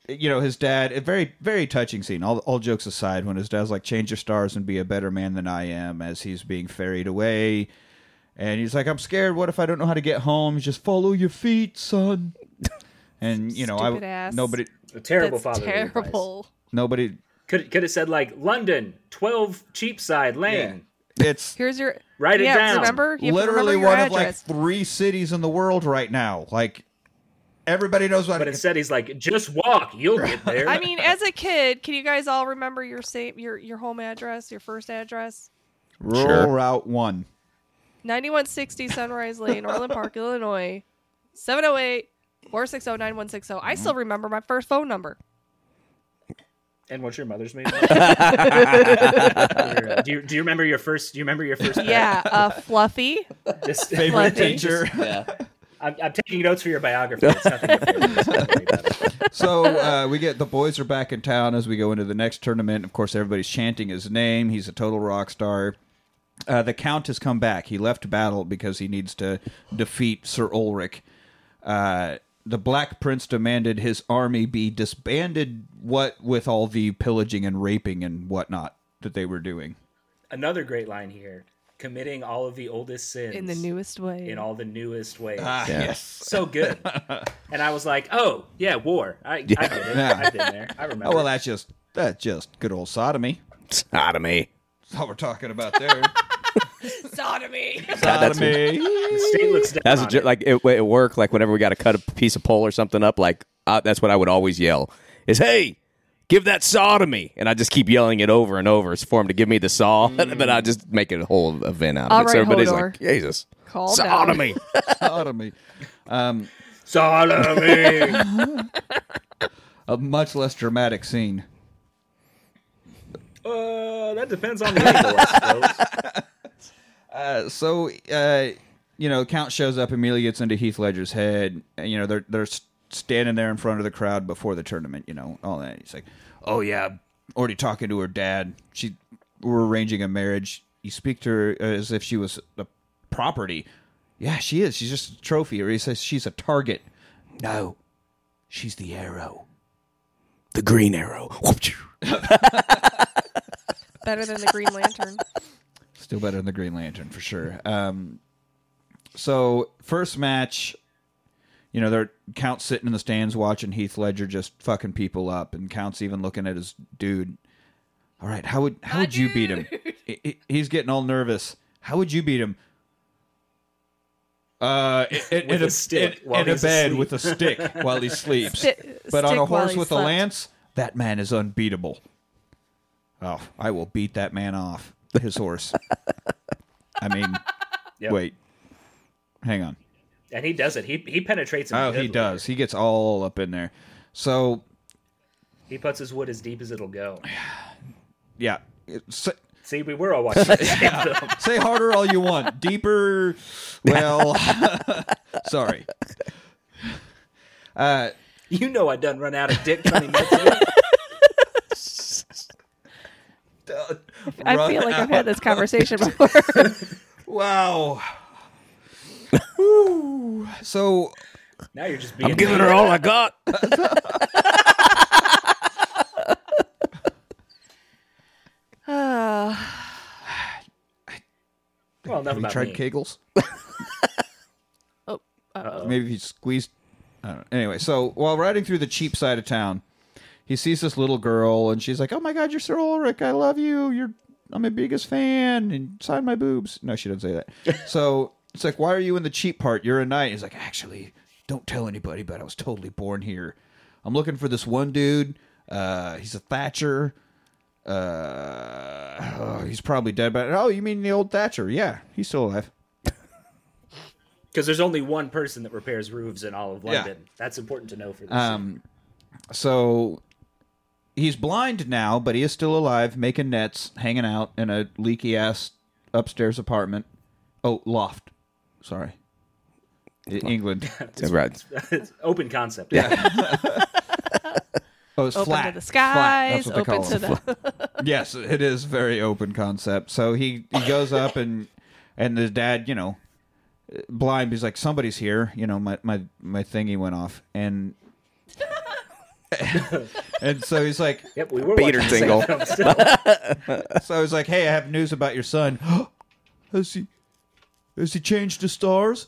you know his dad a very very touching scene all, all jokes aside when his dad's like change your stars and be a better man than i am as he's being ferried away and he's like i'm scared what if i don't know how to get home He's just follow your feet son and you know Stupid i ass. nobody A terrible That's father. terrible. nobody Could could have said like London, twelve Cheapside Lane. it's Here's your Write it yeah, down. Remember, you have to literally remember your one of like address. three cities in the world right now like everybody knows what But it is instead, he's like, "Just walk, you'll get there." I mean, as a kid, can you guys all remember your same your your home address, your first address? rural Sure. route one 9160 Sunrise Lane, Orland Park, Illinois. 708 460 9160. I still remember my first phone number. And what's your mother's name? do, you, do you remember your first? Do you remember your first? pet? Yeah, uh, Fluffy. This Favorite Fluffy. teacher. Yeah. I'm, I'm taking notes for your biography. It's nothing. to do with this. Don't worry about it. so uh, we get the boys are back in town as we go into the next tournament. Of course, everybody's chanting his name. He's a total rock star. Uh, the count has come back. He left battle because he needs to defeat Sir Ulrich. Uh, the Black Prince demanded his army be disbanded. What with all the pillaging and raping and whatnot that they were doing. Another great line here: committing all of the oldest sins in the newest way. in all the newest ways. Ah. Yes. so good. And I was like, oh yeah, war. I, I get it. Yeah. I've been there. I remember. Oh well, that's just that's just good old sodomy. Out of me. That's all we're talking about there. Sodomy. that's a, the state looks down. that's a on jo- it. like it, at work. Like whenever we got to cut a piece of pole or something up, like uh, that's what I would always yell is "Hey, give that saw to me," and I just keep yelling it over and over. It's for him to give me the saw, but I just make it a whole event out of All it. right, so everybody's Hodor. like, "Jesus, Calm saw to down. me." sodomy. Salome. A much less dramatic scene. uh, that depends on the angle, I suppose. so uh, you know, Count shows up immediately gets into Heath Ledger's head. And, you know, they're they're s- standing there in front of the crowd before the tournament. You know, all that. He's like, "Oh yeah, already talking to her dad. She we're arranging a marriage. You speak to her as if she was a property. Yeah, she is. She's just a trophy." Or he says, "She's a target." No, she's the arrow. The Green Arrow. Better than the Green Lantern. Still better than the Green Lantern for sure. Um, so first match, you know, they're Count's sitting in the stands watching Heath Ledger just fucking people up, and Count's even looking at his dude. All right, how would how would you beat him? He- he- He's getting all nervous. How would you beat him? Uh, in, in- With in a a, stick in- while in a he's bed asleep. with a stick while he sleeps. Sti- but on stick a while horse he with a slept. lance, that man is unbeatable. Oh, I will beat that man off his horse. I mean, Yep. wait, hang on. And he does it. He he penetrates. him Oh, good he with does. He gets all up in there. So it. He puts his wood as deep as it'll go. yeah, say, See, we were all watching. the same film. say harder all you want, deeper. Well, sorry. You know I done run out of dick twenty minutes. in. I feel like I've had this conversation before. Wow. Woo. So Now you're just being. I'm giving her all I got. Ah, Well, enough have you about tried me. Kegels? oh, uh, Maybe if you squeezed. I don't know. Anyway, so while riding through the cheap side of town, he sees this little girl, and she's like, "Oh my God, you're Sir Ulrich! I love you. You're I'm your biggest fan, and sign my boobs." No, she doesn't say that. so it's like, "Why are you in the cheap part? You're a knight." He's like, "Actually, don't tell anybody, but I was totally born here. I'm looking for this one dude. Uh, he's a Thatcher." Uh, oh, he's probably dead, but oh, you mean the old Thatcher? Yeah, he's still alive. Because there's only one person that repairs roofs in all of Yeah. London. That's important to know for this. Um, so he's blind now, but he is still alive, making nets, hanging out in a leaky ass upstairs apartment. Oh, loft. Sorry. E- England. Right. It's open concept. Oh, it's open flat. to the Flat. skies. That's what they Open call to it. the. yes, it is very open concept. So he, he goes up and and the dad, you know, blind. He's like, somebody's here. You know, my my my thingy went off, and and so he's like, Yep, we were Beater watching the same tingle. film still. So I was like, "Hey, I have news about your son. has he has he changed to stars?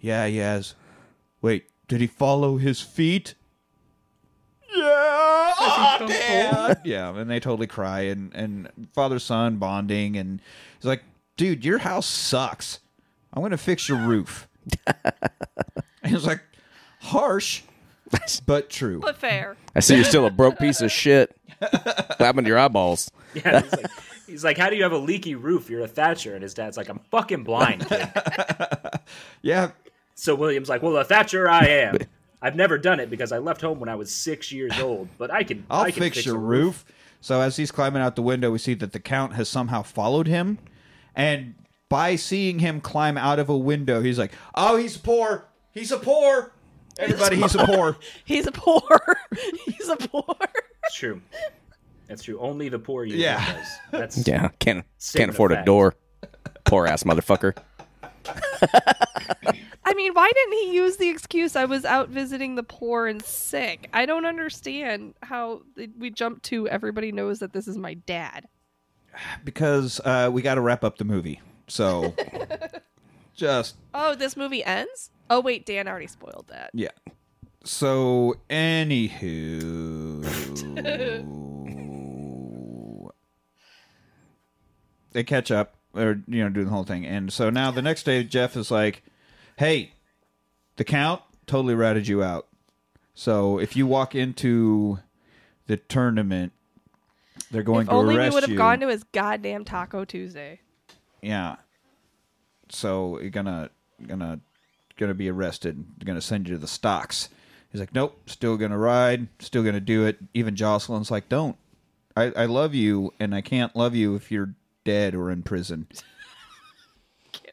Yeah, he has. Wait, did he follow his feet? Yeah. Oh, damn. yeah, and they totally cry and and father son bonding and he's like, "Dude, your house sucks. I'm going to fix your roof." and he's like, "Harsh, but true." But fair. I see you're still a broke piece of shit. What happened to your eyeballs? Yeah, he's like, he's like, how do you have a leaky roof? You're a Thatcher, and his dad's like, I'm fucking blind. Kid. Yeah. So William's like, well, a Thatcher I am. I've never done it because I left home when I was six years old, but I can. I'll I can fix, your a roof. So as he's climbing out the window, we see that the count has somehow followed him, and by seeing him climb out of a window, he's like, "Oh, he's poor. He's a poor. Everybody, he's a poor." He's a poor. He's a poor. It's true. That's true. Only the poor use Yeah. windows. That's Yeah, can't Statement can't of afford a fact. door. Poor ass motherfucker. I mean, why didn't he use the excuse I was out visiting the poor and sick? I don't understand how it- we jump to everybody knows that this is my dad. because uh, we got to wrap up the movie. So just Oh, this movie ends? Oh, wait, Dan already spoiled that. yeah. So anywho, they catch up or you know do the whole thing, and so now the next day Jeff is like, "Hey, the count totally ratted you out. So if you walk into the tournament." They're going If to only we arrest would have you. gone to his goddamn Taco Tuesday. Yeah. So you're gonna gonna gonna be arrested. They're gonna send you to the stocks. He's like, nope, still gonna ride, still gonna do it. Even Jocelyn's like, don't. I, I love you, and I can't love you if you're dead or in prison.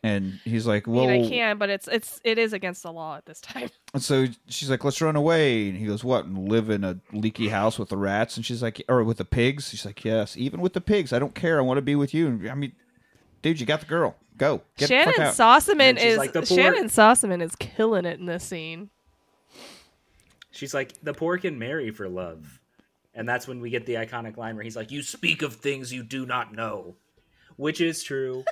and he's like, I well, mean, I can, but it's it's it is against the law at this time. and so she's like, let's run away. And he goes, what? And live in a leaky house with the rats? And she's like, or with the pigs? She's like, yes, even with the pigs, I don't care. I want to be with you. And I mean, dude, you got the girl. Go. Get the Shannon fuck out. And Sossaman she's is like, "The poor-" Shannon Sossaman is killing it in this scene. she's like the poor can marry for love, and that's when we get the iconic line where he's like, "You speak of things you do not know," which is true.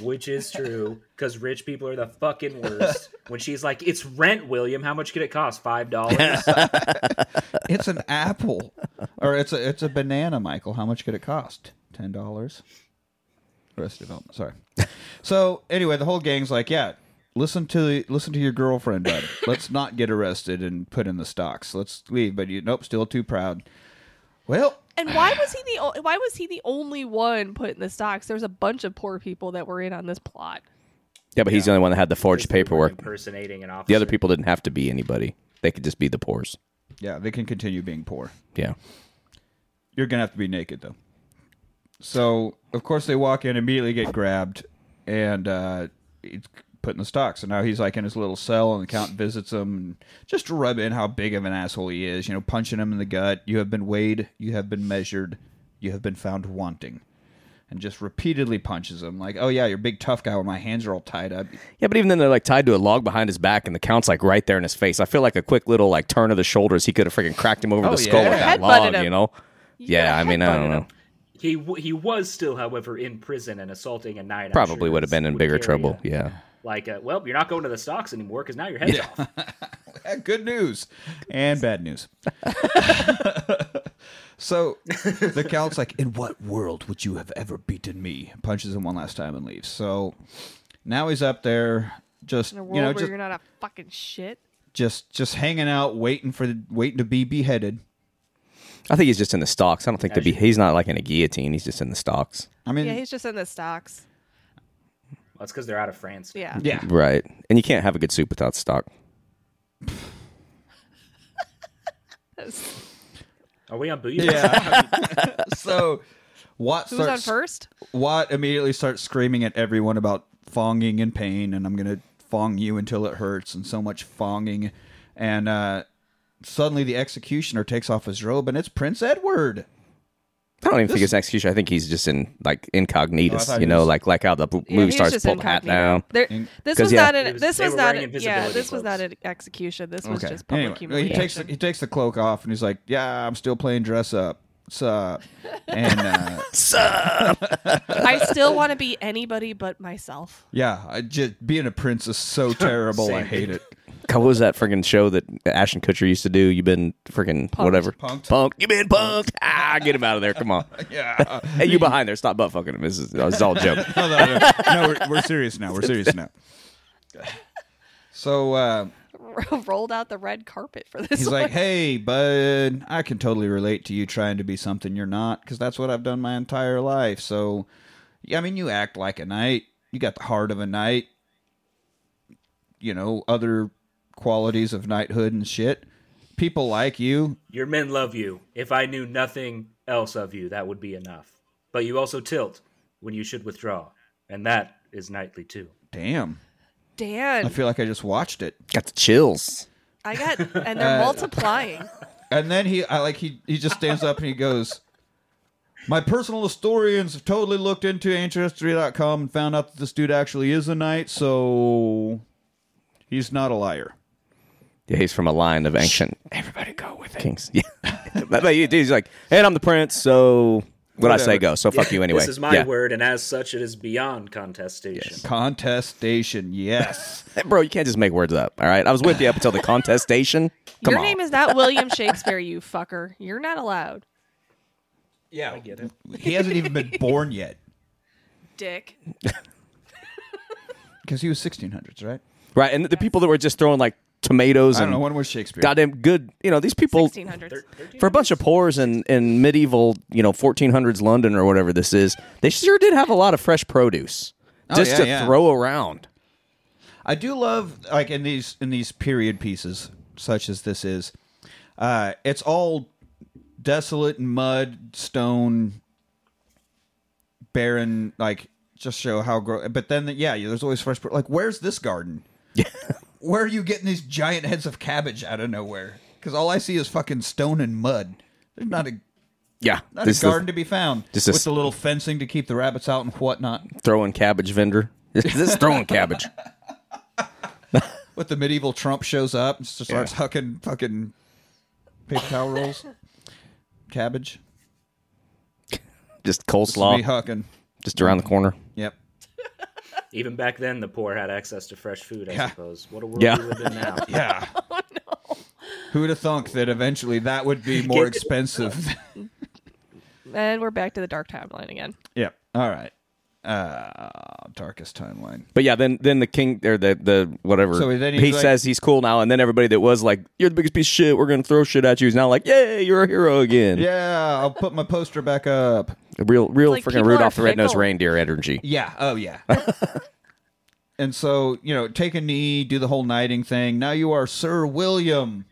Which is true, because rich people are the fucking worst. When she's like, "It's rent, William. How much could it cost? Five dollars." it's an apple or it's a it's a banana michael how much could it cost ten dollars rest development sorry so anyway the whole gang's like yeah listen to listen to your girlfriend bud let's not get arrested and put in the stocks let's leave but you nope still too proud well And why was he the o- why was he the only one put in the stocks? There's a bunch of poor people that were in on this plot. Yeah, but he's the only one that had the forged paperwork. impersonating an officer. The other people didn't have to be anybody. They could just be the poor's. yeah they can continue being poor Yeah. You're gonna have to be naked though. So of course they walk in, immediately get grabbed, and uh, he's put in the stocks. So now he's like in his little cell, and the count visits him, and just to rub in how big of an asshole he is. You know, punching him in the gut. You have been weighed. You have been measured. You have been found wanting. And just repeatedly punches him like, "Oh yeah, you're a big tough guy when my hands are all tied up." Yeah, but even then they're like tied to a log behind his back and the count's like right there in his face. I feel like a quick little like turn of the shoulders, he could have freaking cracked him over the skull yeah. with that Headbutted log, him. Oh, you know? yeah, I mean, I don't headbutted know. him. He w- he was still, however, in prison and assaulting a nine. I'm Probably sure would have is- been in would bigger carry trouble. a- Yeah. Like, uh well, you're not going to the stocks anymore because now your head's off. Eh, Good news and bad news. so the count's like, In what world would you have ever beaten me? Punches him one last time and leaves. So now he's up there just In a you world know where just, you're not a fucking shit. just just hanging out waiting for the, waiting to be beheaded. I think he's just in the stocks. I don't think that be he's not like in a guillotine, he's just in the stocks. I mean Yeah, he's just in the stocks. That's because they're out of France. Yeah. yeah. Right. And you can't have a good soup without stock. Who's Are we on Booyah? Yeah. so Watt on starts first? Watt immediately starts screaming at everyone about fonging in pain, and I'm gonna fong you until it hurts, and so much fonging. And uh, suddenly, the executioner takes off his robe, and it's Prince Edward. I don't even think it's an execution. Oh, I think he's just in like incognitus, thought he you know, was- like like how the b- Yeah, movie he was stars just pull the hat incognito. down. There- In- this 'Cause, was yeah. not It an. was- This they was were not. wearing An, yeah, invisibility this was not an cloaks. execution. This was just Anyway, public he takes the, humiliation. he takes the cloak off, and he's like, "Yeah, I'm still playing dress up." So, and uh, I still want to be anybody but myself. yeah, I just being a prince is so terrible. I Same. hate it. God, what was that freaking show that Ashton Kutcher used to do? You've been freaking whatever. Punked. Punk. You've been punked. Ah, get him out of there. Come on. Yeah. Hey, you behind there. Stop butt fucking him. This is, this is all a joke. no, no, no. no we're, we're serious now. We're serious now. So. Uh, Rolled out the red carpet for this. He's one. like, "Hey, bud, I can totally relate to you trying to be something you're not, because that's what I've done my entire life. So, yeah, I mean, you act like a knight. You got the heart of a knight. You know, other qualities of knighthood and shit. people like you. Your men love you. If I knew nothing else of you, that would be enough. But you also tilt when you should withdraw, and that is knightly too. Damn. Dan, I feel like I just watched it. Got the chills. I got, and they're Uh, multiplying. And then he, I like he, he just stands up and he goes, "My personal historians have totally looked into ancestry.com and found out that this dude actually is a knight, so he's not a liar." Yeah, he's from a line of ancient. Everybody go with it. Kings. Yeah. but, but you do. He's like, and I'm the prince, so what I say Whatever. go. So fuck you anyway. This is my yeah. word, and as such, it is beyond contestation. Contestation, yes. Hey, bro, you can't just make words up. All right. I was with you up until the contestation. Come Your on. name is not William Shakespeare, you fucker. You're not allowed, yeah, I get it. He hasn't even been born yet dick. because he was 1600s, right? right. And the people that were just throwing like tomatoes I don't and know when was Shakespeare. goddamn good. You know, these Oh. people 1600s. for a bunch of pores in, in medieval, you know, 1400s London or whatever this is, they sure did have a lot of fresh produce just Oh, yeah, to yeah. throw around. I do love like in these in these period pieces such as this is, uh, it's all desolate and mud, stone, barren. Like just show how grow. But then yeah, there's always fresh. Like where's this garden? Where are you getting these giant heads of cabbage out of nowhere? Because all I see is fucking stone and mud. There's not a Yeah, not this a is garden to be found. this with is- the little fencing to keep the rabbits out and whatnot. the throwing cabbage vendor. This is throwing cabbage. With the medieval Trump shows up and just starts hucking fucking paper towel rolls, cabbage. Just Be coleslaw, hucking. just around the corner. Yep. Even back then, the poor had access to fresh food. I Yeah. suppose. What a world Yeah. we live in now. Yeah. Who'd have thunk that eventually that would be more expensive? And we're back to the dark timeline again. yep. All right. Uh, darkest timeline. But yeah, then then the king or the the whatever So then he's he like- says he's cool now, and then everybody that was like, "You're the biggest piece of shit. We're gonna throw shit at you." Is now like, "Yay, you're a hero again." Yeah, I'll put my poster back up. real real Like, freaking people Rudolph are the Red Nosed fickle. Reindeer energy. Yeah. Oh, yeah. and so, you know, take a knee, do the whole knighting thing. Now you are Sir William.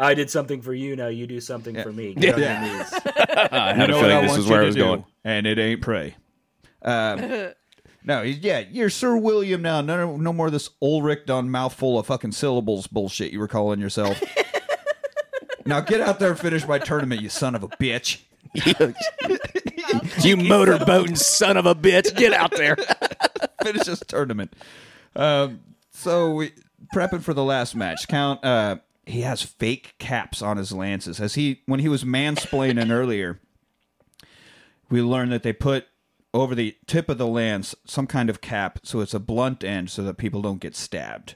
I did something for you. Now you do something for me. Get on your knees. I had You a know what I feeling this want is you where to it was do, going. and it ain't pray. Um, no, he's yeah, you're Sir William now. No, no more of this Ulrich done mouthful of fucking syllables bullshit you were calling yourself. now get out there and finish my tournament, you son of a bitch. you motorboating son of a bitch, get out there. Finish this tournament. Um, so we prepping for the last match. Count. Uh, he has fake caps on his lances. As he when he was mansplaining earlier. we learned that they put over the tip of the lance some kind of cap so it's a blunt end so that people don't get stabbed.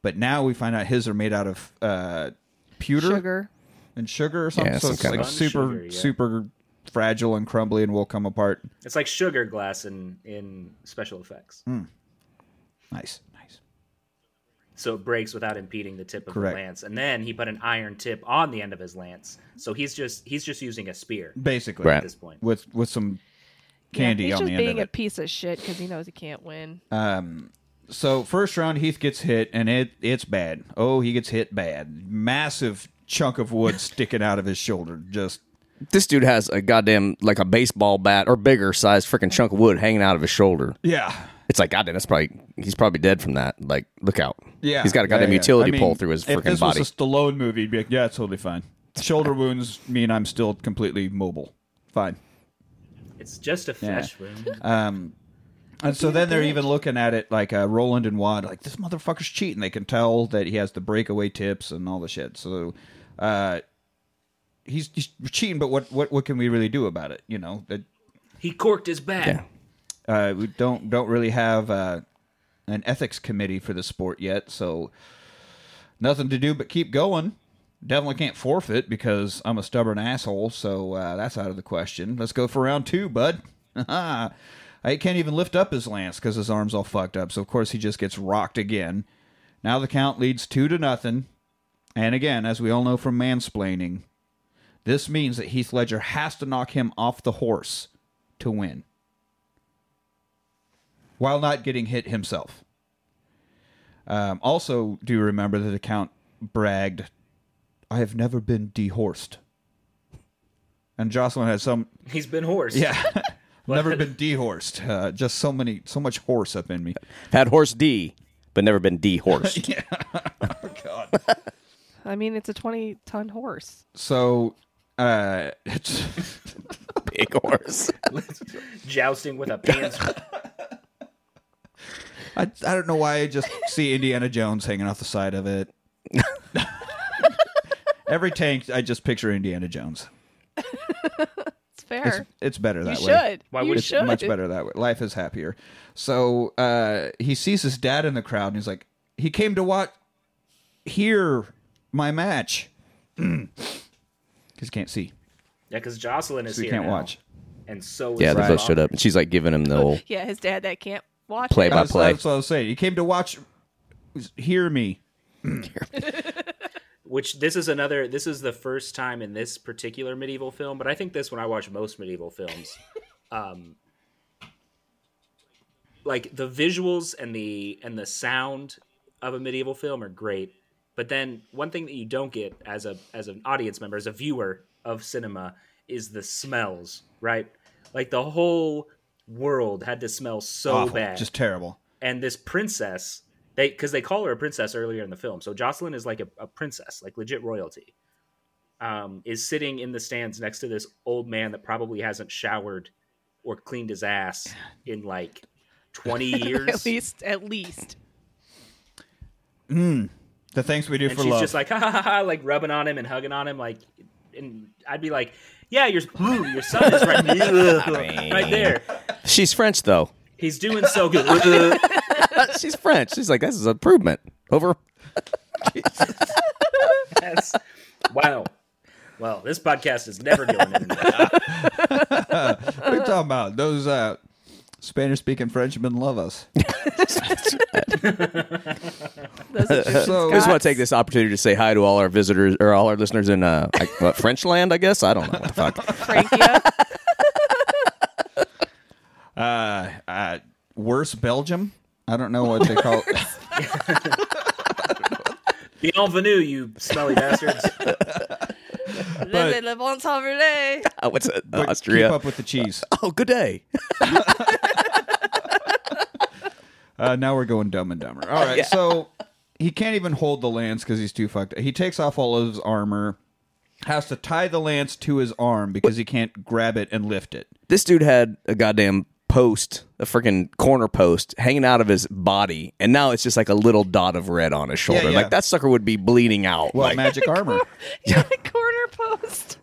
But now we find out his are made out of uh, pewter Sugar. and sugar or something. Yeah, so some it's kind like of- super, Sugar, yeah. super fragile and crumbly and will come apart. It's like sugar glass in in special effects. Nice, nice. so it breaks without impeding the tip of Correct. the lance. And then he put an iron tip on the end of his lance, so he's just he's just using a spear Basically, at Right. this point. with with some candy yeah, he's on just the end being of a it. Uh. piece of shit because he knows he can't win. so first round Heath gets hit and it it's bad. Oh, he gets hit bad. Massive chunk of wood sticking out of his shoulder. Just This dude has a goddamn like a baseball bat or bigger sized freaking chunk of wood hanging out of his shoulder. yeah. It's like goddamn, that's probably he's probably dead from that. Like, look out. Yeah, he's got a yeah, goddamn yeah. utility I mean, pole through his If freaking this body. was a Stallone movie, he'd be like, "Yeah, it's totally fine. Shoulder wounds mean I'm still completely mobile. Fine." It's just a flesh wound. Uh, And so then they're even looking at it like uh, Roland and Wad, like this motherfucker's cheating. They can tell that he has the breakaway tips and all the shit. So uh, he's, he's cheating, but what, what what can we really do about it? You know that He corked his bat. Yeah. uh, we don't don't really have uh, an ethics committee for the sport yet, so nothing to do but keep going. Definitely can't forfeit because I'm a stubborn asshole, so uh, that's out of the question. Let's go for round two, bud. I can't even lift up his lance because his arm's all fucked up. So of course he just gets rocked again. Now the count leads two to nothing, and again, as we all know from mansplaining, this means that Heath Ledger has to knock him off the horse to win while not getting hit himself. Um, also, do remember that the count bragged I have never been dehorsed. And Jocelyn had some He's been horsed. yeah. Never been dehorsed. Uh, just so many, so much horse up in me. Had horse D, but never been D horsed. Oh God. I mean, it's a 20 ton horse. So, uh, it's, Big horse. Jousting with a pants. I, I don't know why I just see Indiana Jones hanging off the side of it. Every tank, I just picture Indiana Jones. It's fair. It's, it's better that you way. should. Why you would- It's should. much better that way. Life is happier. So uh, he sees his dad in the crowd, and he's like, "He came to watch, hear my match, because he can't see, yeah, because Jocelyn is so he here can't now, watch." And so is Yeah, they his both mom. stood up, and she's like giving him the old. Yeah, his dad that can't watch Play it. by- That's, that's what I was saying. He came to watch, hear me. Which this is another. This is the first time in this particular medieval film, but I think this when I watch most medieval films, um, like the visuals and the and the sound of a medieval film are great. But then one thing that you don't get as a as an audience member, as a viewer of cinema, is the smells. Right, like the whole world had to smell so Awful, bad. just terrible. and this princess they because they call her a princess earlier in the film so jocelyn is like a, a princess like legit royalty um, is sitting in the stands next to this old man that probably hasn't showered or cleaned his ass in like 20 years at least, at least. The things we do and for she's love. just like ha, ha ha ha like rubbing on him and hugging on him like and i'd be like yeah your, ooh, your son is right, right there She's French though. he's doing so good she's French. She's like, this is improvement over. Yes. wow well this podcast is never going anywhere what are you talking about? Those uh, Spanish speaking Frenchmen love us. Those are just So- I just want Scots. to take this opportunity to say hi to all our visitors or all our listeners in uh, I, what, French land. I guess I don't know. What the fuck. Frankia. Uh, uh, worse Belgium? I don't know what they call it. bienvenue you smelly bastards Le- le bon temps brûlé. Oh, what's it? But Austria? Keep up with the cheese. Oh, good day. Uh, now we're going dumb and dumber. All right, so he can't even hold the lance because he's too fucked. He takes off all of his armor, has to tie the lance to his arm because he can't grab it and lift it. this dude had a goddamn post, a freaking corner post hanging out of his body, and now it's just like a little dot of red on his shoulder. yeah. Like that sucker would be bleeding out. Well, like, magic armor. Corner post.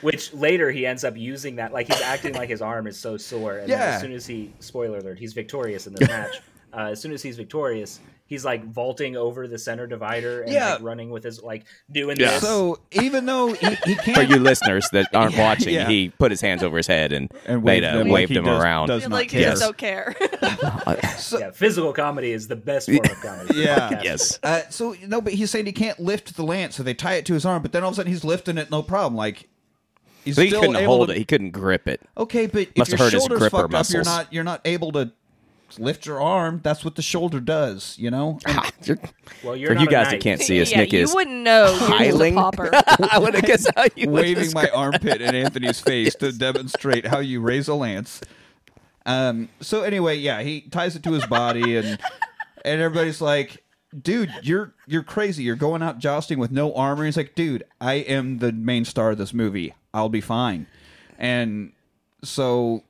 Which later he ends up using that, like he's acting like his arm is so sore. And then Yeah. as soon as he, spoiler alert, he's victorious in this match. Uh, as soon as he's victorious, he's like vaulting over the center divider and Yeah. like running with his like doing Yeah. this. So even though he, he for can't you listeners that aren't watching, yeah. he put his hands over his head and, and made waved, a, them, waved like he him does- around. does Feel not like you care. just don't care. yeah, physical comedy is the best form of comedy. Yeah. Podcast. yes. Uh, so no, but he's saying he can't lift the lance, so they tie it to his arm. But then all of a sudden he's lifting it, no problem. Like he's But he still couldn't able hold to- it. He couldn't grip it. Okay, but Must if your have hurt his shoulder's gripper fucked up, you're muscles. not you're not able to lift your arm. That's what the shoulder does, you know. Ah, you're- Well, you're for not you a guys knight. that can't see us, yeah, Nick you is wouldn't know. He was a hiling. pauper. I would have guessed how you would waving my armpit in Anthony's face to demonstrate how you raise a lance. Um. So anyway, yeah, he ties it to his body, and and everybody's like, "Dude, you're you're crazy. You're going out jousting with no armor." He's like, "Dude, I am the main star of this movie. I'll be fine." And so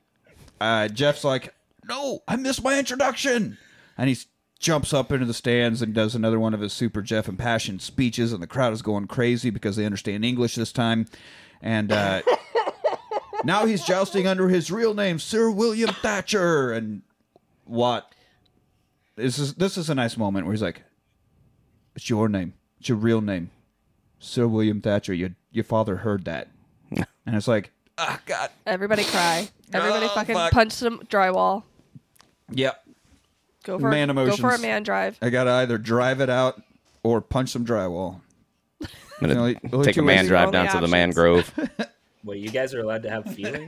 uh, Jeff's like, "No, I missed my introduction," and he jumps up into the stands and does another one of his super Jeff impassioned speeches, and the crowd is going crazy because they understand English this time, and uh, now he's jousting under his real name, Sir William Thatcher, and what? This is this is a nice moment where he's like, "It's your name. It's your real name, Sir William Thatcher. Your your father heard that," and it's like, "Ah, God, Everybody cry. Everybody Oh, fucking fuck. punch some drywall. yep." Go for Man a, emotions. Go for a man drive. I gotta either drive it out or punch some drywall. I'm gonna Only- only take a two man ways. drive Only down to the options. mangrove. Well, you guys are allowed to have feelings.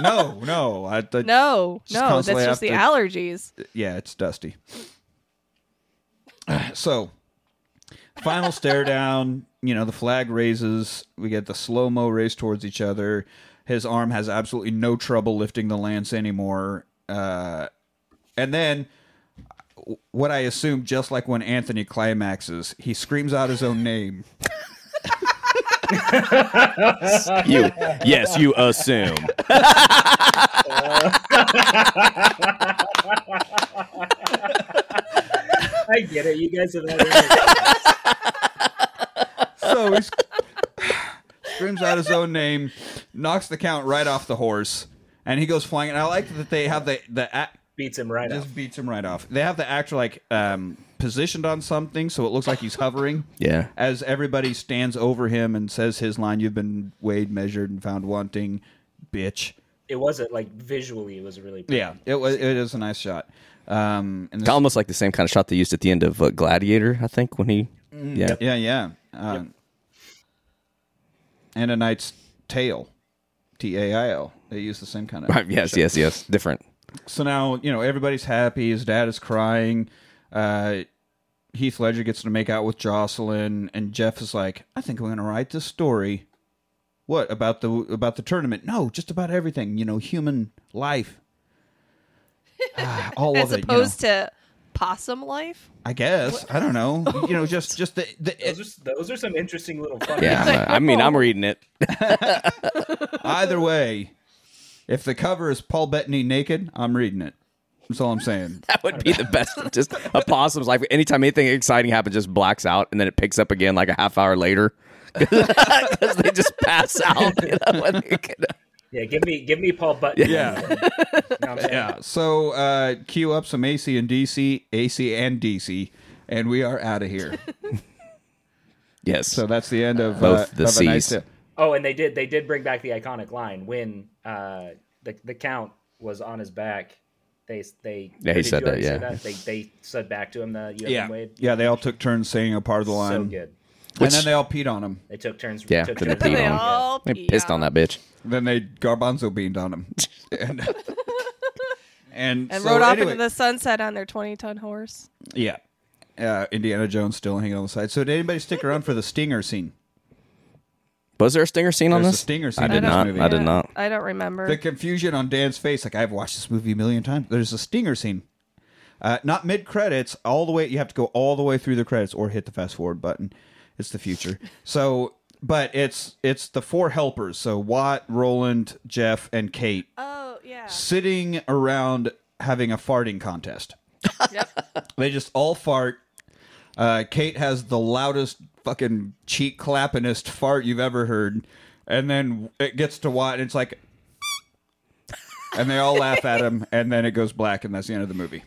No, no, I, I- No, Just no, constantly that's just the have allergies. yeah, it's dusty. So, Final stare down. You know, the flag raises. We get the slow mo race towards each other. His arm has absolutely no trouble lifting the lance anymore. Uh, and then, what I assume, just like when Anthony climaxes, he screams out his own name. You, yes, you assume. I get it. You guys have had So he sc- screams out his own name, knocks the count right off the horse, and he goes flying. And I like that they have the the. A- beats him right up. just beats him right off. They have the actor like um, positioned on something, so it looks like he's hovering. Yeah. As everybody stands over him and says his line, "You've been weighed, measured, and found wanting, bitch." It wasn't like visually. It was really. Yeah, it was. It is a nice shot. Um, and It's this, almost like the same kind of shot they used at the end of uh, Gladiator, I think, when he. Yeah. yeah, yeah. Um, And a knight's tail, T A I L. They use the same kind of. Right, yes, yes, yes. Different. so now you know everybody's happy. His dad is crying. Uh, Heath Ledger gets to make out with Jocelyn, and Jeff is like, "I think I'm going to write this story. What about the about the tournament? No, just about everything. You know, human life, Ah, all As of it. you know. opposed to possum life. I guess I don't know. You know, just just the, the Those are, those are some interesting little. Fucking Yeah. I'm, uh, I mean, I'm reading it. Either way, if the cover is Paul Bettany naked, I'm reading it. That's all I'm saying. That would be the best. Just a possum's life. Anytime anything exciting happens, just blacks out, and then it picks up again like a half hour later. Because they just pass out. You know, when they get- Yeah, give me, give me Paul Button. Yeah. You know what I'm saying? Yeah. So uh, queue up some AC and DC, AC and DC, and we are out of here. yes. So that's the end of Both uh, the of a nice Cs. tip. Oh, and they did, they did bring back the iconic line when uh, the the count was on his back. They, they. Yeah, he did said you already that, say yeah. They, they said back to him the you Yeah. haven't weighed. Yeah. They all took turns saying a part of the line, So good. and then they all peed on him. They took turns. Yeah, took to the turns people. They Yeah. all They pee pissed on out. that bitch. Then they garbanzo beamed on him, and and, and so rode off anyway- into the sunset on their 20 ton horse. Yeah. Uh, Indiana Jones still hanging on the side. So did anybody stick around for the stinger scene? Was there a stinger scene on There's a this? stinger scene I in did this not. movie. I did not. I don't remember. the confusion on Dan's face, like I've watched this movie a million times. There's a stinger scene, uh, not mid credits, all the way. You have to go all the way through the credits or hit the fast forward button. It's the future. So, but it's it's the four helpers. So Watt, Roland, Jeff, and Kate oh yeah. sitting around having a farting contest. They just all fart. Uh, Kate has the loudest fucking cheek clappingest fart you've ever heard, and then it gets to Watt, and it's like, and they all laugh at him, and then it goes black, and that's the end of the movie.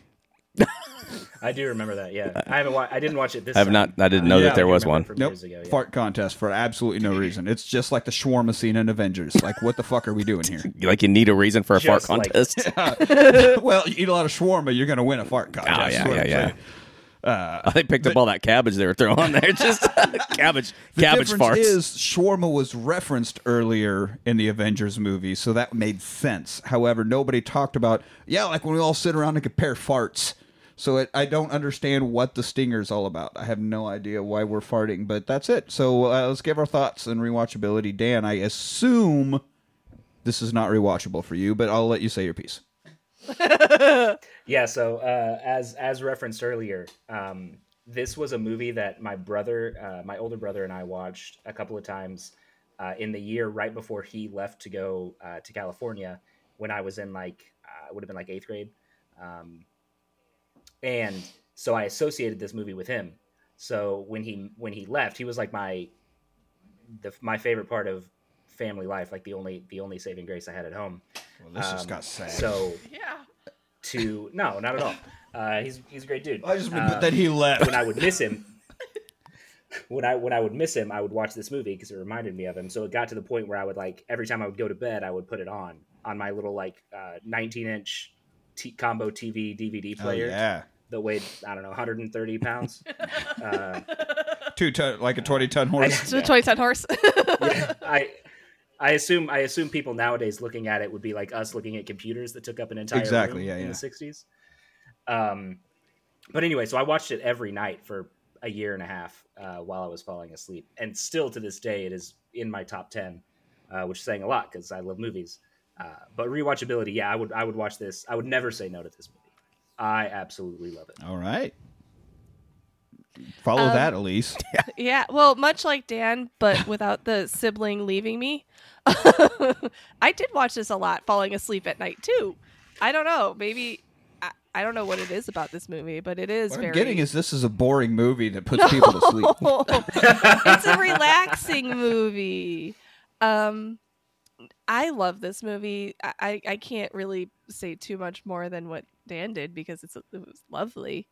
I do remember that. Yeah, I haven't. Wa- I didn't watch it this. I have time. not. I didn't know Yeah. that there I was remember one. From Nope, years ago, yeah. fart contest for absolutely no reason. It's just like the shawarma scene in Avengers. Like, what the fuck are we doing here? Like you need a reason for a fart Just like- contest. well, you eat a lot of shawarma, you're gonna win a fart contest. Oh, is yeah, what yeah, I'm yeah. saying. they picked up all that cabbage they were throwing on there. Just cabbage, The cabbage difference farts. is shawarma was referenced earlier in the Avengers movie, so that made sense. However, nobody talked about yeah, like when we all sit around and compare farts. So it, I don't understand what the stinger's all about. I have no idea why we're farting, but that's it. So uh, let's give our thoughts and rewatchability. Dan, I assume this is not rewatchable for you, but I'll let you say your piece. Yeah. So uh, as as referenced earlier, um, this was a movie that my brother, uh, my older brother, and I watched a couple of times uh, in the year right before he left to go uh, to California. When I was in like, uh, would have been like eighth grade, um, and so I associated this movie with him. So when he when he left, he was like my the my favorite part of family life, like the only the only saving grace I had at home. Well, this just Um, got sad. So yeah. to no, not at all. Uh, he's he's a great dude. I just mean, Uh, but then he left. when I would miss him, when I when I would miss him, I would watch this movie because it reminded me of him. So it got to the point where I would like every time I would go to bed, I would put it on on my little like uh, 19 inch t- combo TV DVD Oh, player yeah, that weighed I don't know 130 pounds. uh, two ton, like a twenty ton horse. So the 20 ton horse. I. I assume I assume people nowadays looking at it would be like us looking at computers that took up an entire Exactly, room yeah, in yeah. the 60s. Um, but anyway, so I watched it every night for a year and a half uh, while I was falling asleep, and still to this day, it is in my top ten, uh, which is saying a lot because I love movies. Uh, but rewatchability, yeah, I would I would watch this. I would never say no to this movie. I absolutely love it. All right. Follow that, Elise. Yeah, well, much like Dan, but without the sibling leaving me, I did watch this a lot, falling asleep at night too. I don't know, maybe I, I don't know what it is about this movie, but it is What very. I'm getting is this is a boring movie that puts people to sleep. it's a relaxing movie. Um, I love this movie. I- I, I can't really say too much more than what Dan did because it's it was lovely.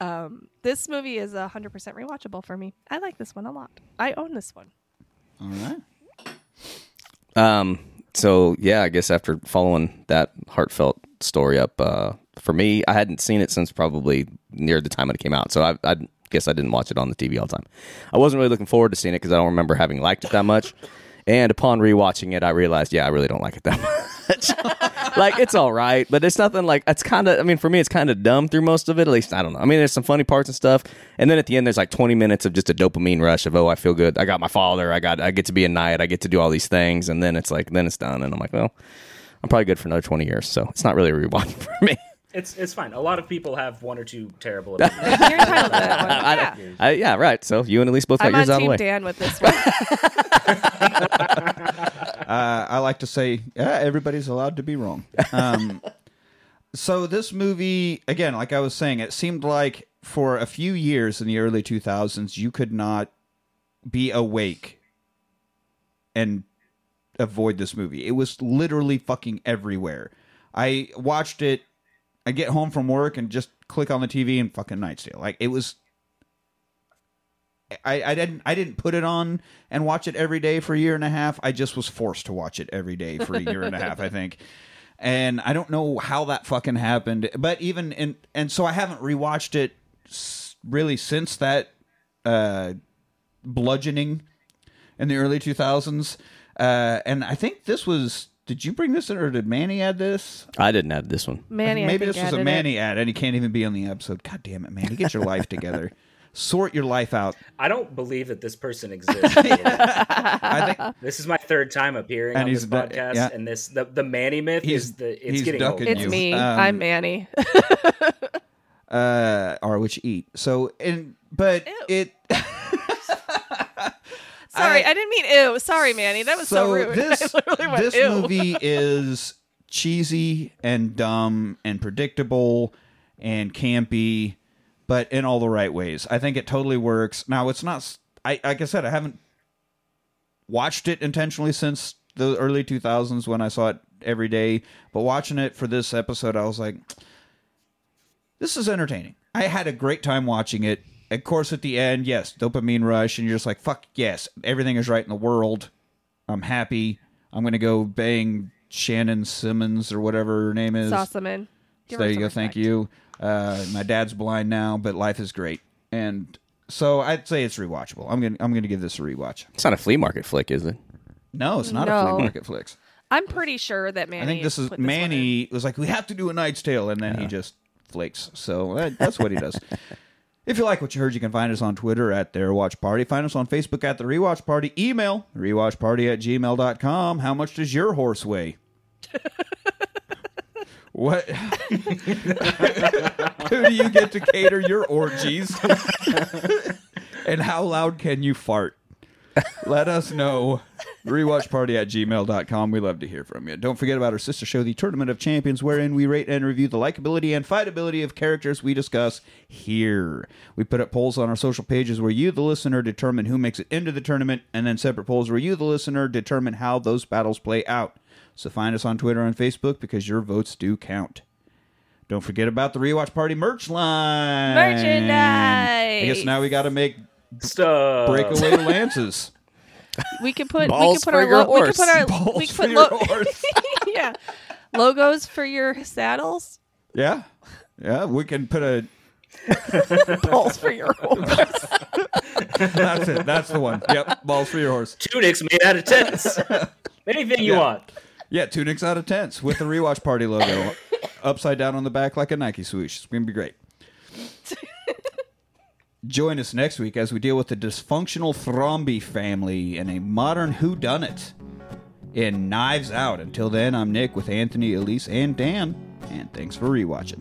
Um, this movie is hundred percent rewatchable for me. I like this one a lot. I own this one. All right. Um. So yeah, I guess after following that heartfelt story up, uh, for me, I hadn't seen it since probably near the time it came out. So I, I guess I didn't watch it on the TV all the time. I wasn't really looking forward to seeing it because I don't remember having liked it that much. And upon rewatching it, I realized, yeah, I really don't like it that much. like it's all right, but it's nothing like it's kind of. I mean, for me, it's kind of dumb through most of it. At least I don't know. I mean, there's some funny parts and stuff, and then at the end, there's like 20 minutes of just a dopamine rush of oh, I feel good. I got my father. I got. I get to be a knight. I get to do all these things, and then it's like then it's done, and I'm like, well, I'm probably good for another 20 years. So it's not really a rewatch for me. It's it's fine. A lot of people have one or two terrible. opinions. You're entitled to that one. I, Yeah. I, yeah, right. So you and Elise both got I'm on yours out of the Team way. Dan with this one. uh, I like to say yeah, everybody's allowed to be wrong. Um, so this movie, again, like I was saying, it seemed like for a few years in the early 2000s, you could not be awake and avoid this movie. It was literally fucking everywhere. I watched it. I get home from work and just click on the TV and fucking Night's Tale. Like it was I, I didn't I didn't put it on and watch it every day for a year and a half. I just was forced to watch it every day for a year and a half, I think. And I don't know how that fucking happened, but even in and so I haven't rewatched it s- really since that uh, bludgeoning in the early 2000s. Uh, and I think this was did you bring this in or did Manny add this? I didn't have this one. Manny, I Maybe think this was added a it. Manny ad and he can't even be on the episode. God damn it, Manny. Get your life together. Sort your life out. I don't believe that this person exists. I think This is my third time appearing And on he's this done- podcast, yeah. and this the the Manny myth He's- is the it's he's getting ducking old. It's you. me. Um, I'm Manny. uh, or which eat. So and but Ew. it Sorry, I- I, didn't mean ew. Sorry, Manny. That was so, rude. This, I literally went this ew. movie is cheesy and dumb and predictable and campy, but in all the right ways. I think it totally works. Now it's not. s- I like I said, I haven't watched it intentionally since the early 2000s when I saw it every day. But watching it for this episode, I was like, this is entertaining. I had a great time watching it. Of course, at the end, yes, dopamine rush, and you're just like, fuck yes, everything is right in the world. I'm happy. I'm going to go bang Shannon Simmons or whatever her name is. Sossaman. So there you go. Thank you. Uh, my dad's blind now, but life is great. And so I'd say it's rewatchable. I'm going to I'm going to give this a rewatch. It's not a flea market flick, is it? No, it's not a flea No. market flicks. I'm pretty sure that Manny. I think this is put one in. Manny was like, we have to do a Knight's Tale, and then he just flakes. So that, that's what he does. If you like what you heard, you can find us on Twitter at Their Watch Party. Find us on Facebook at The Rewatch Party. Email rewatchparty at gmail.com. How much does your horse weigh? what? Who do you get to cater your orgies? and how loud can you fart? Let us know. Rewatchparty at gmail.com. We love to hear from you. Don't forget about our sister show, The Tournament of Champions, wherein we rate and review the likability and fightability of characters we discuss here. We put up polls on our social pages where you, the listener, determine who makes it into the tournament, and then separate polls where you, the listener, determine how those battles play out. So find us on Twitter and Facebook because your votes do count. Don't forget about the Rewatch Party merch line. I guess Merchandise. now we got to make Stuff. breakaway lances. We could put we Balls could put for our your lo- we horse. could put our Balls we could for put your lo- horse. yeah logos for your saddles. Yeah. Yeah, we can put a Balls for your horse. that's it. That's the one. Yep. Balls for your horse. Tunics made out of tents. Anything you Yeah. want. Yeah, tunics out of tents with the rewatch party logo upside down on the back like a Nike swoosh. It's gonna be great. Join us next week as we deal with the dysfunctional Thromby family and a modern whodunit in Knives Out. Until then, I'm Nick with Anthony, Elise, and Dan, and thanks for rewatching.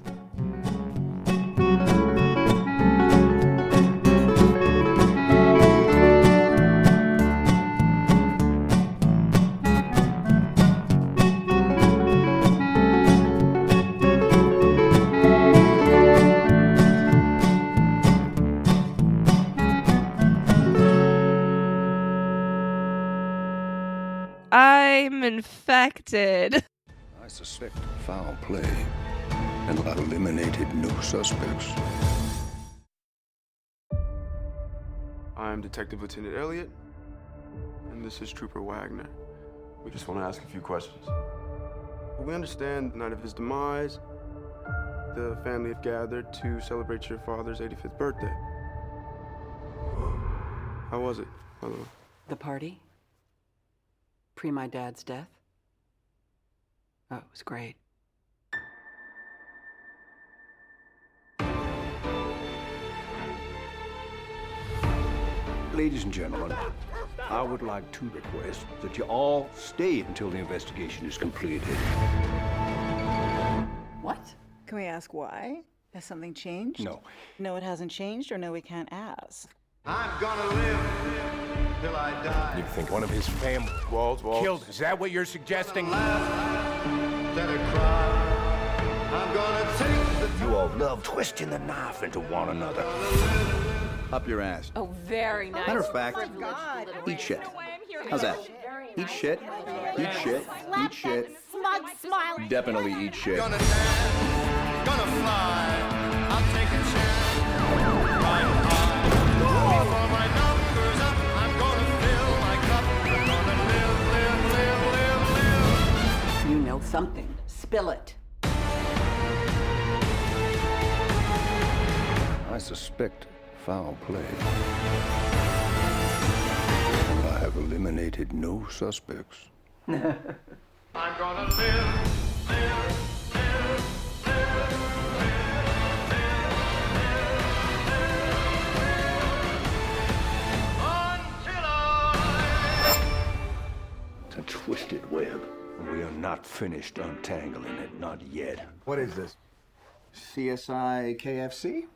I'm infected. I suspect foul play and have eliminated no suspects. I'm Detective Lieutenant Elliott, and this is Trooper Wagner. We just want to ask a few questions. We understand the night of his demise, the family have gathered to celebrate your father's 85th birthday. How was it, by the way? The party? Pre my dad's death? Oh, it was great. Ladies and gentlemen, I would like to request that you all stay until the investigation is completed. What? Can we ask why? Has something changed? No. No, it hasn't changed, or no, we can't ask. You think one of his family Walls, walls. Killed. Is that what you're suggesting? you all love twisting the knife into one another. Up your ass. Oh, very nice. Matter of fact, eat shit. How's that? Eat shit. Eat shit. Eat shit. Smug smile. Definitely eat shit. You know something. Spill it. I suspect foul play. I have eliminated no suspects. I'm gonna live. Until I... It's a twisted web. We are not finished untangling it, not yet. What is this? CSI KFC?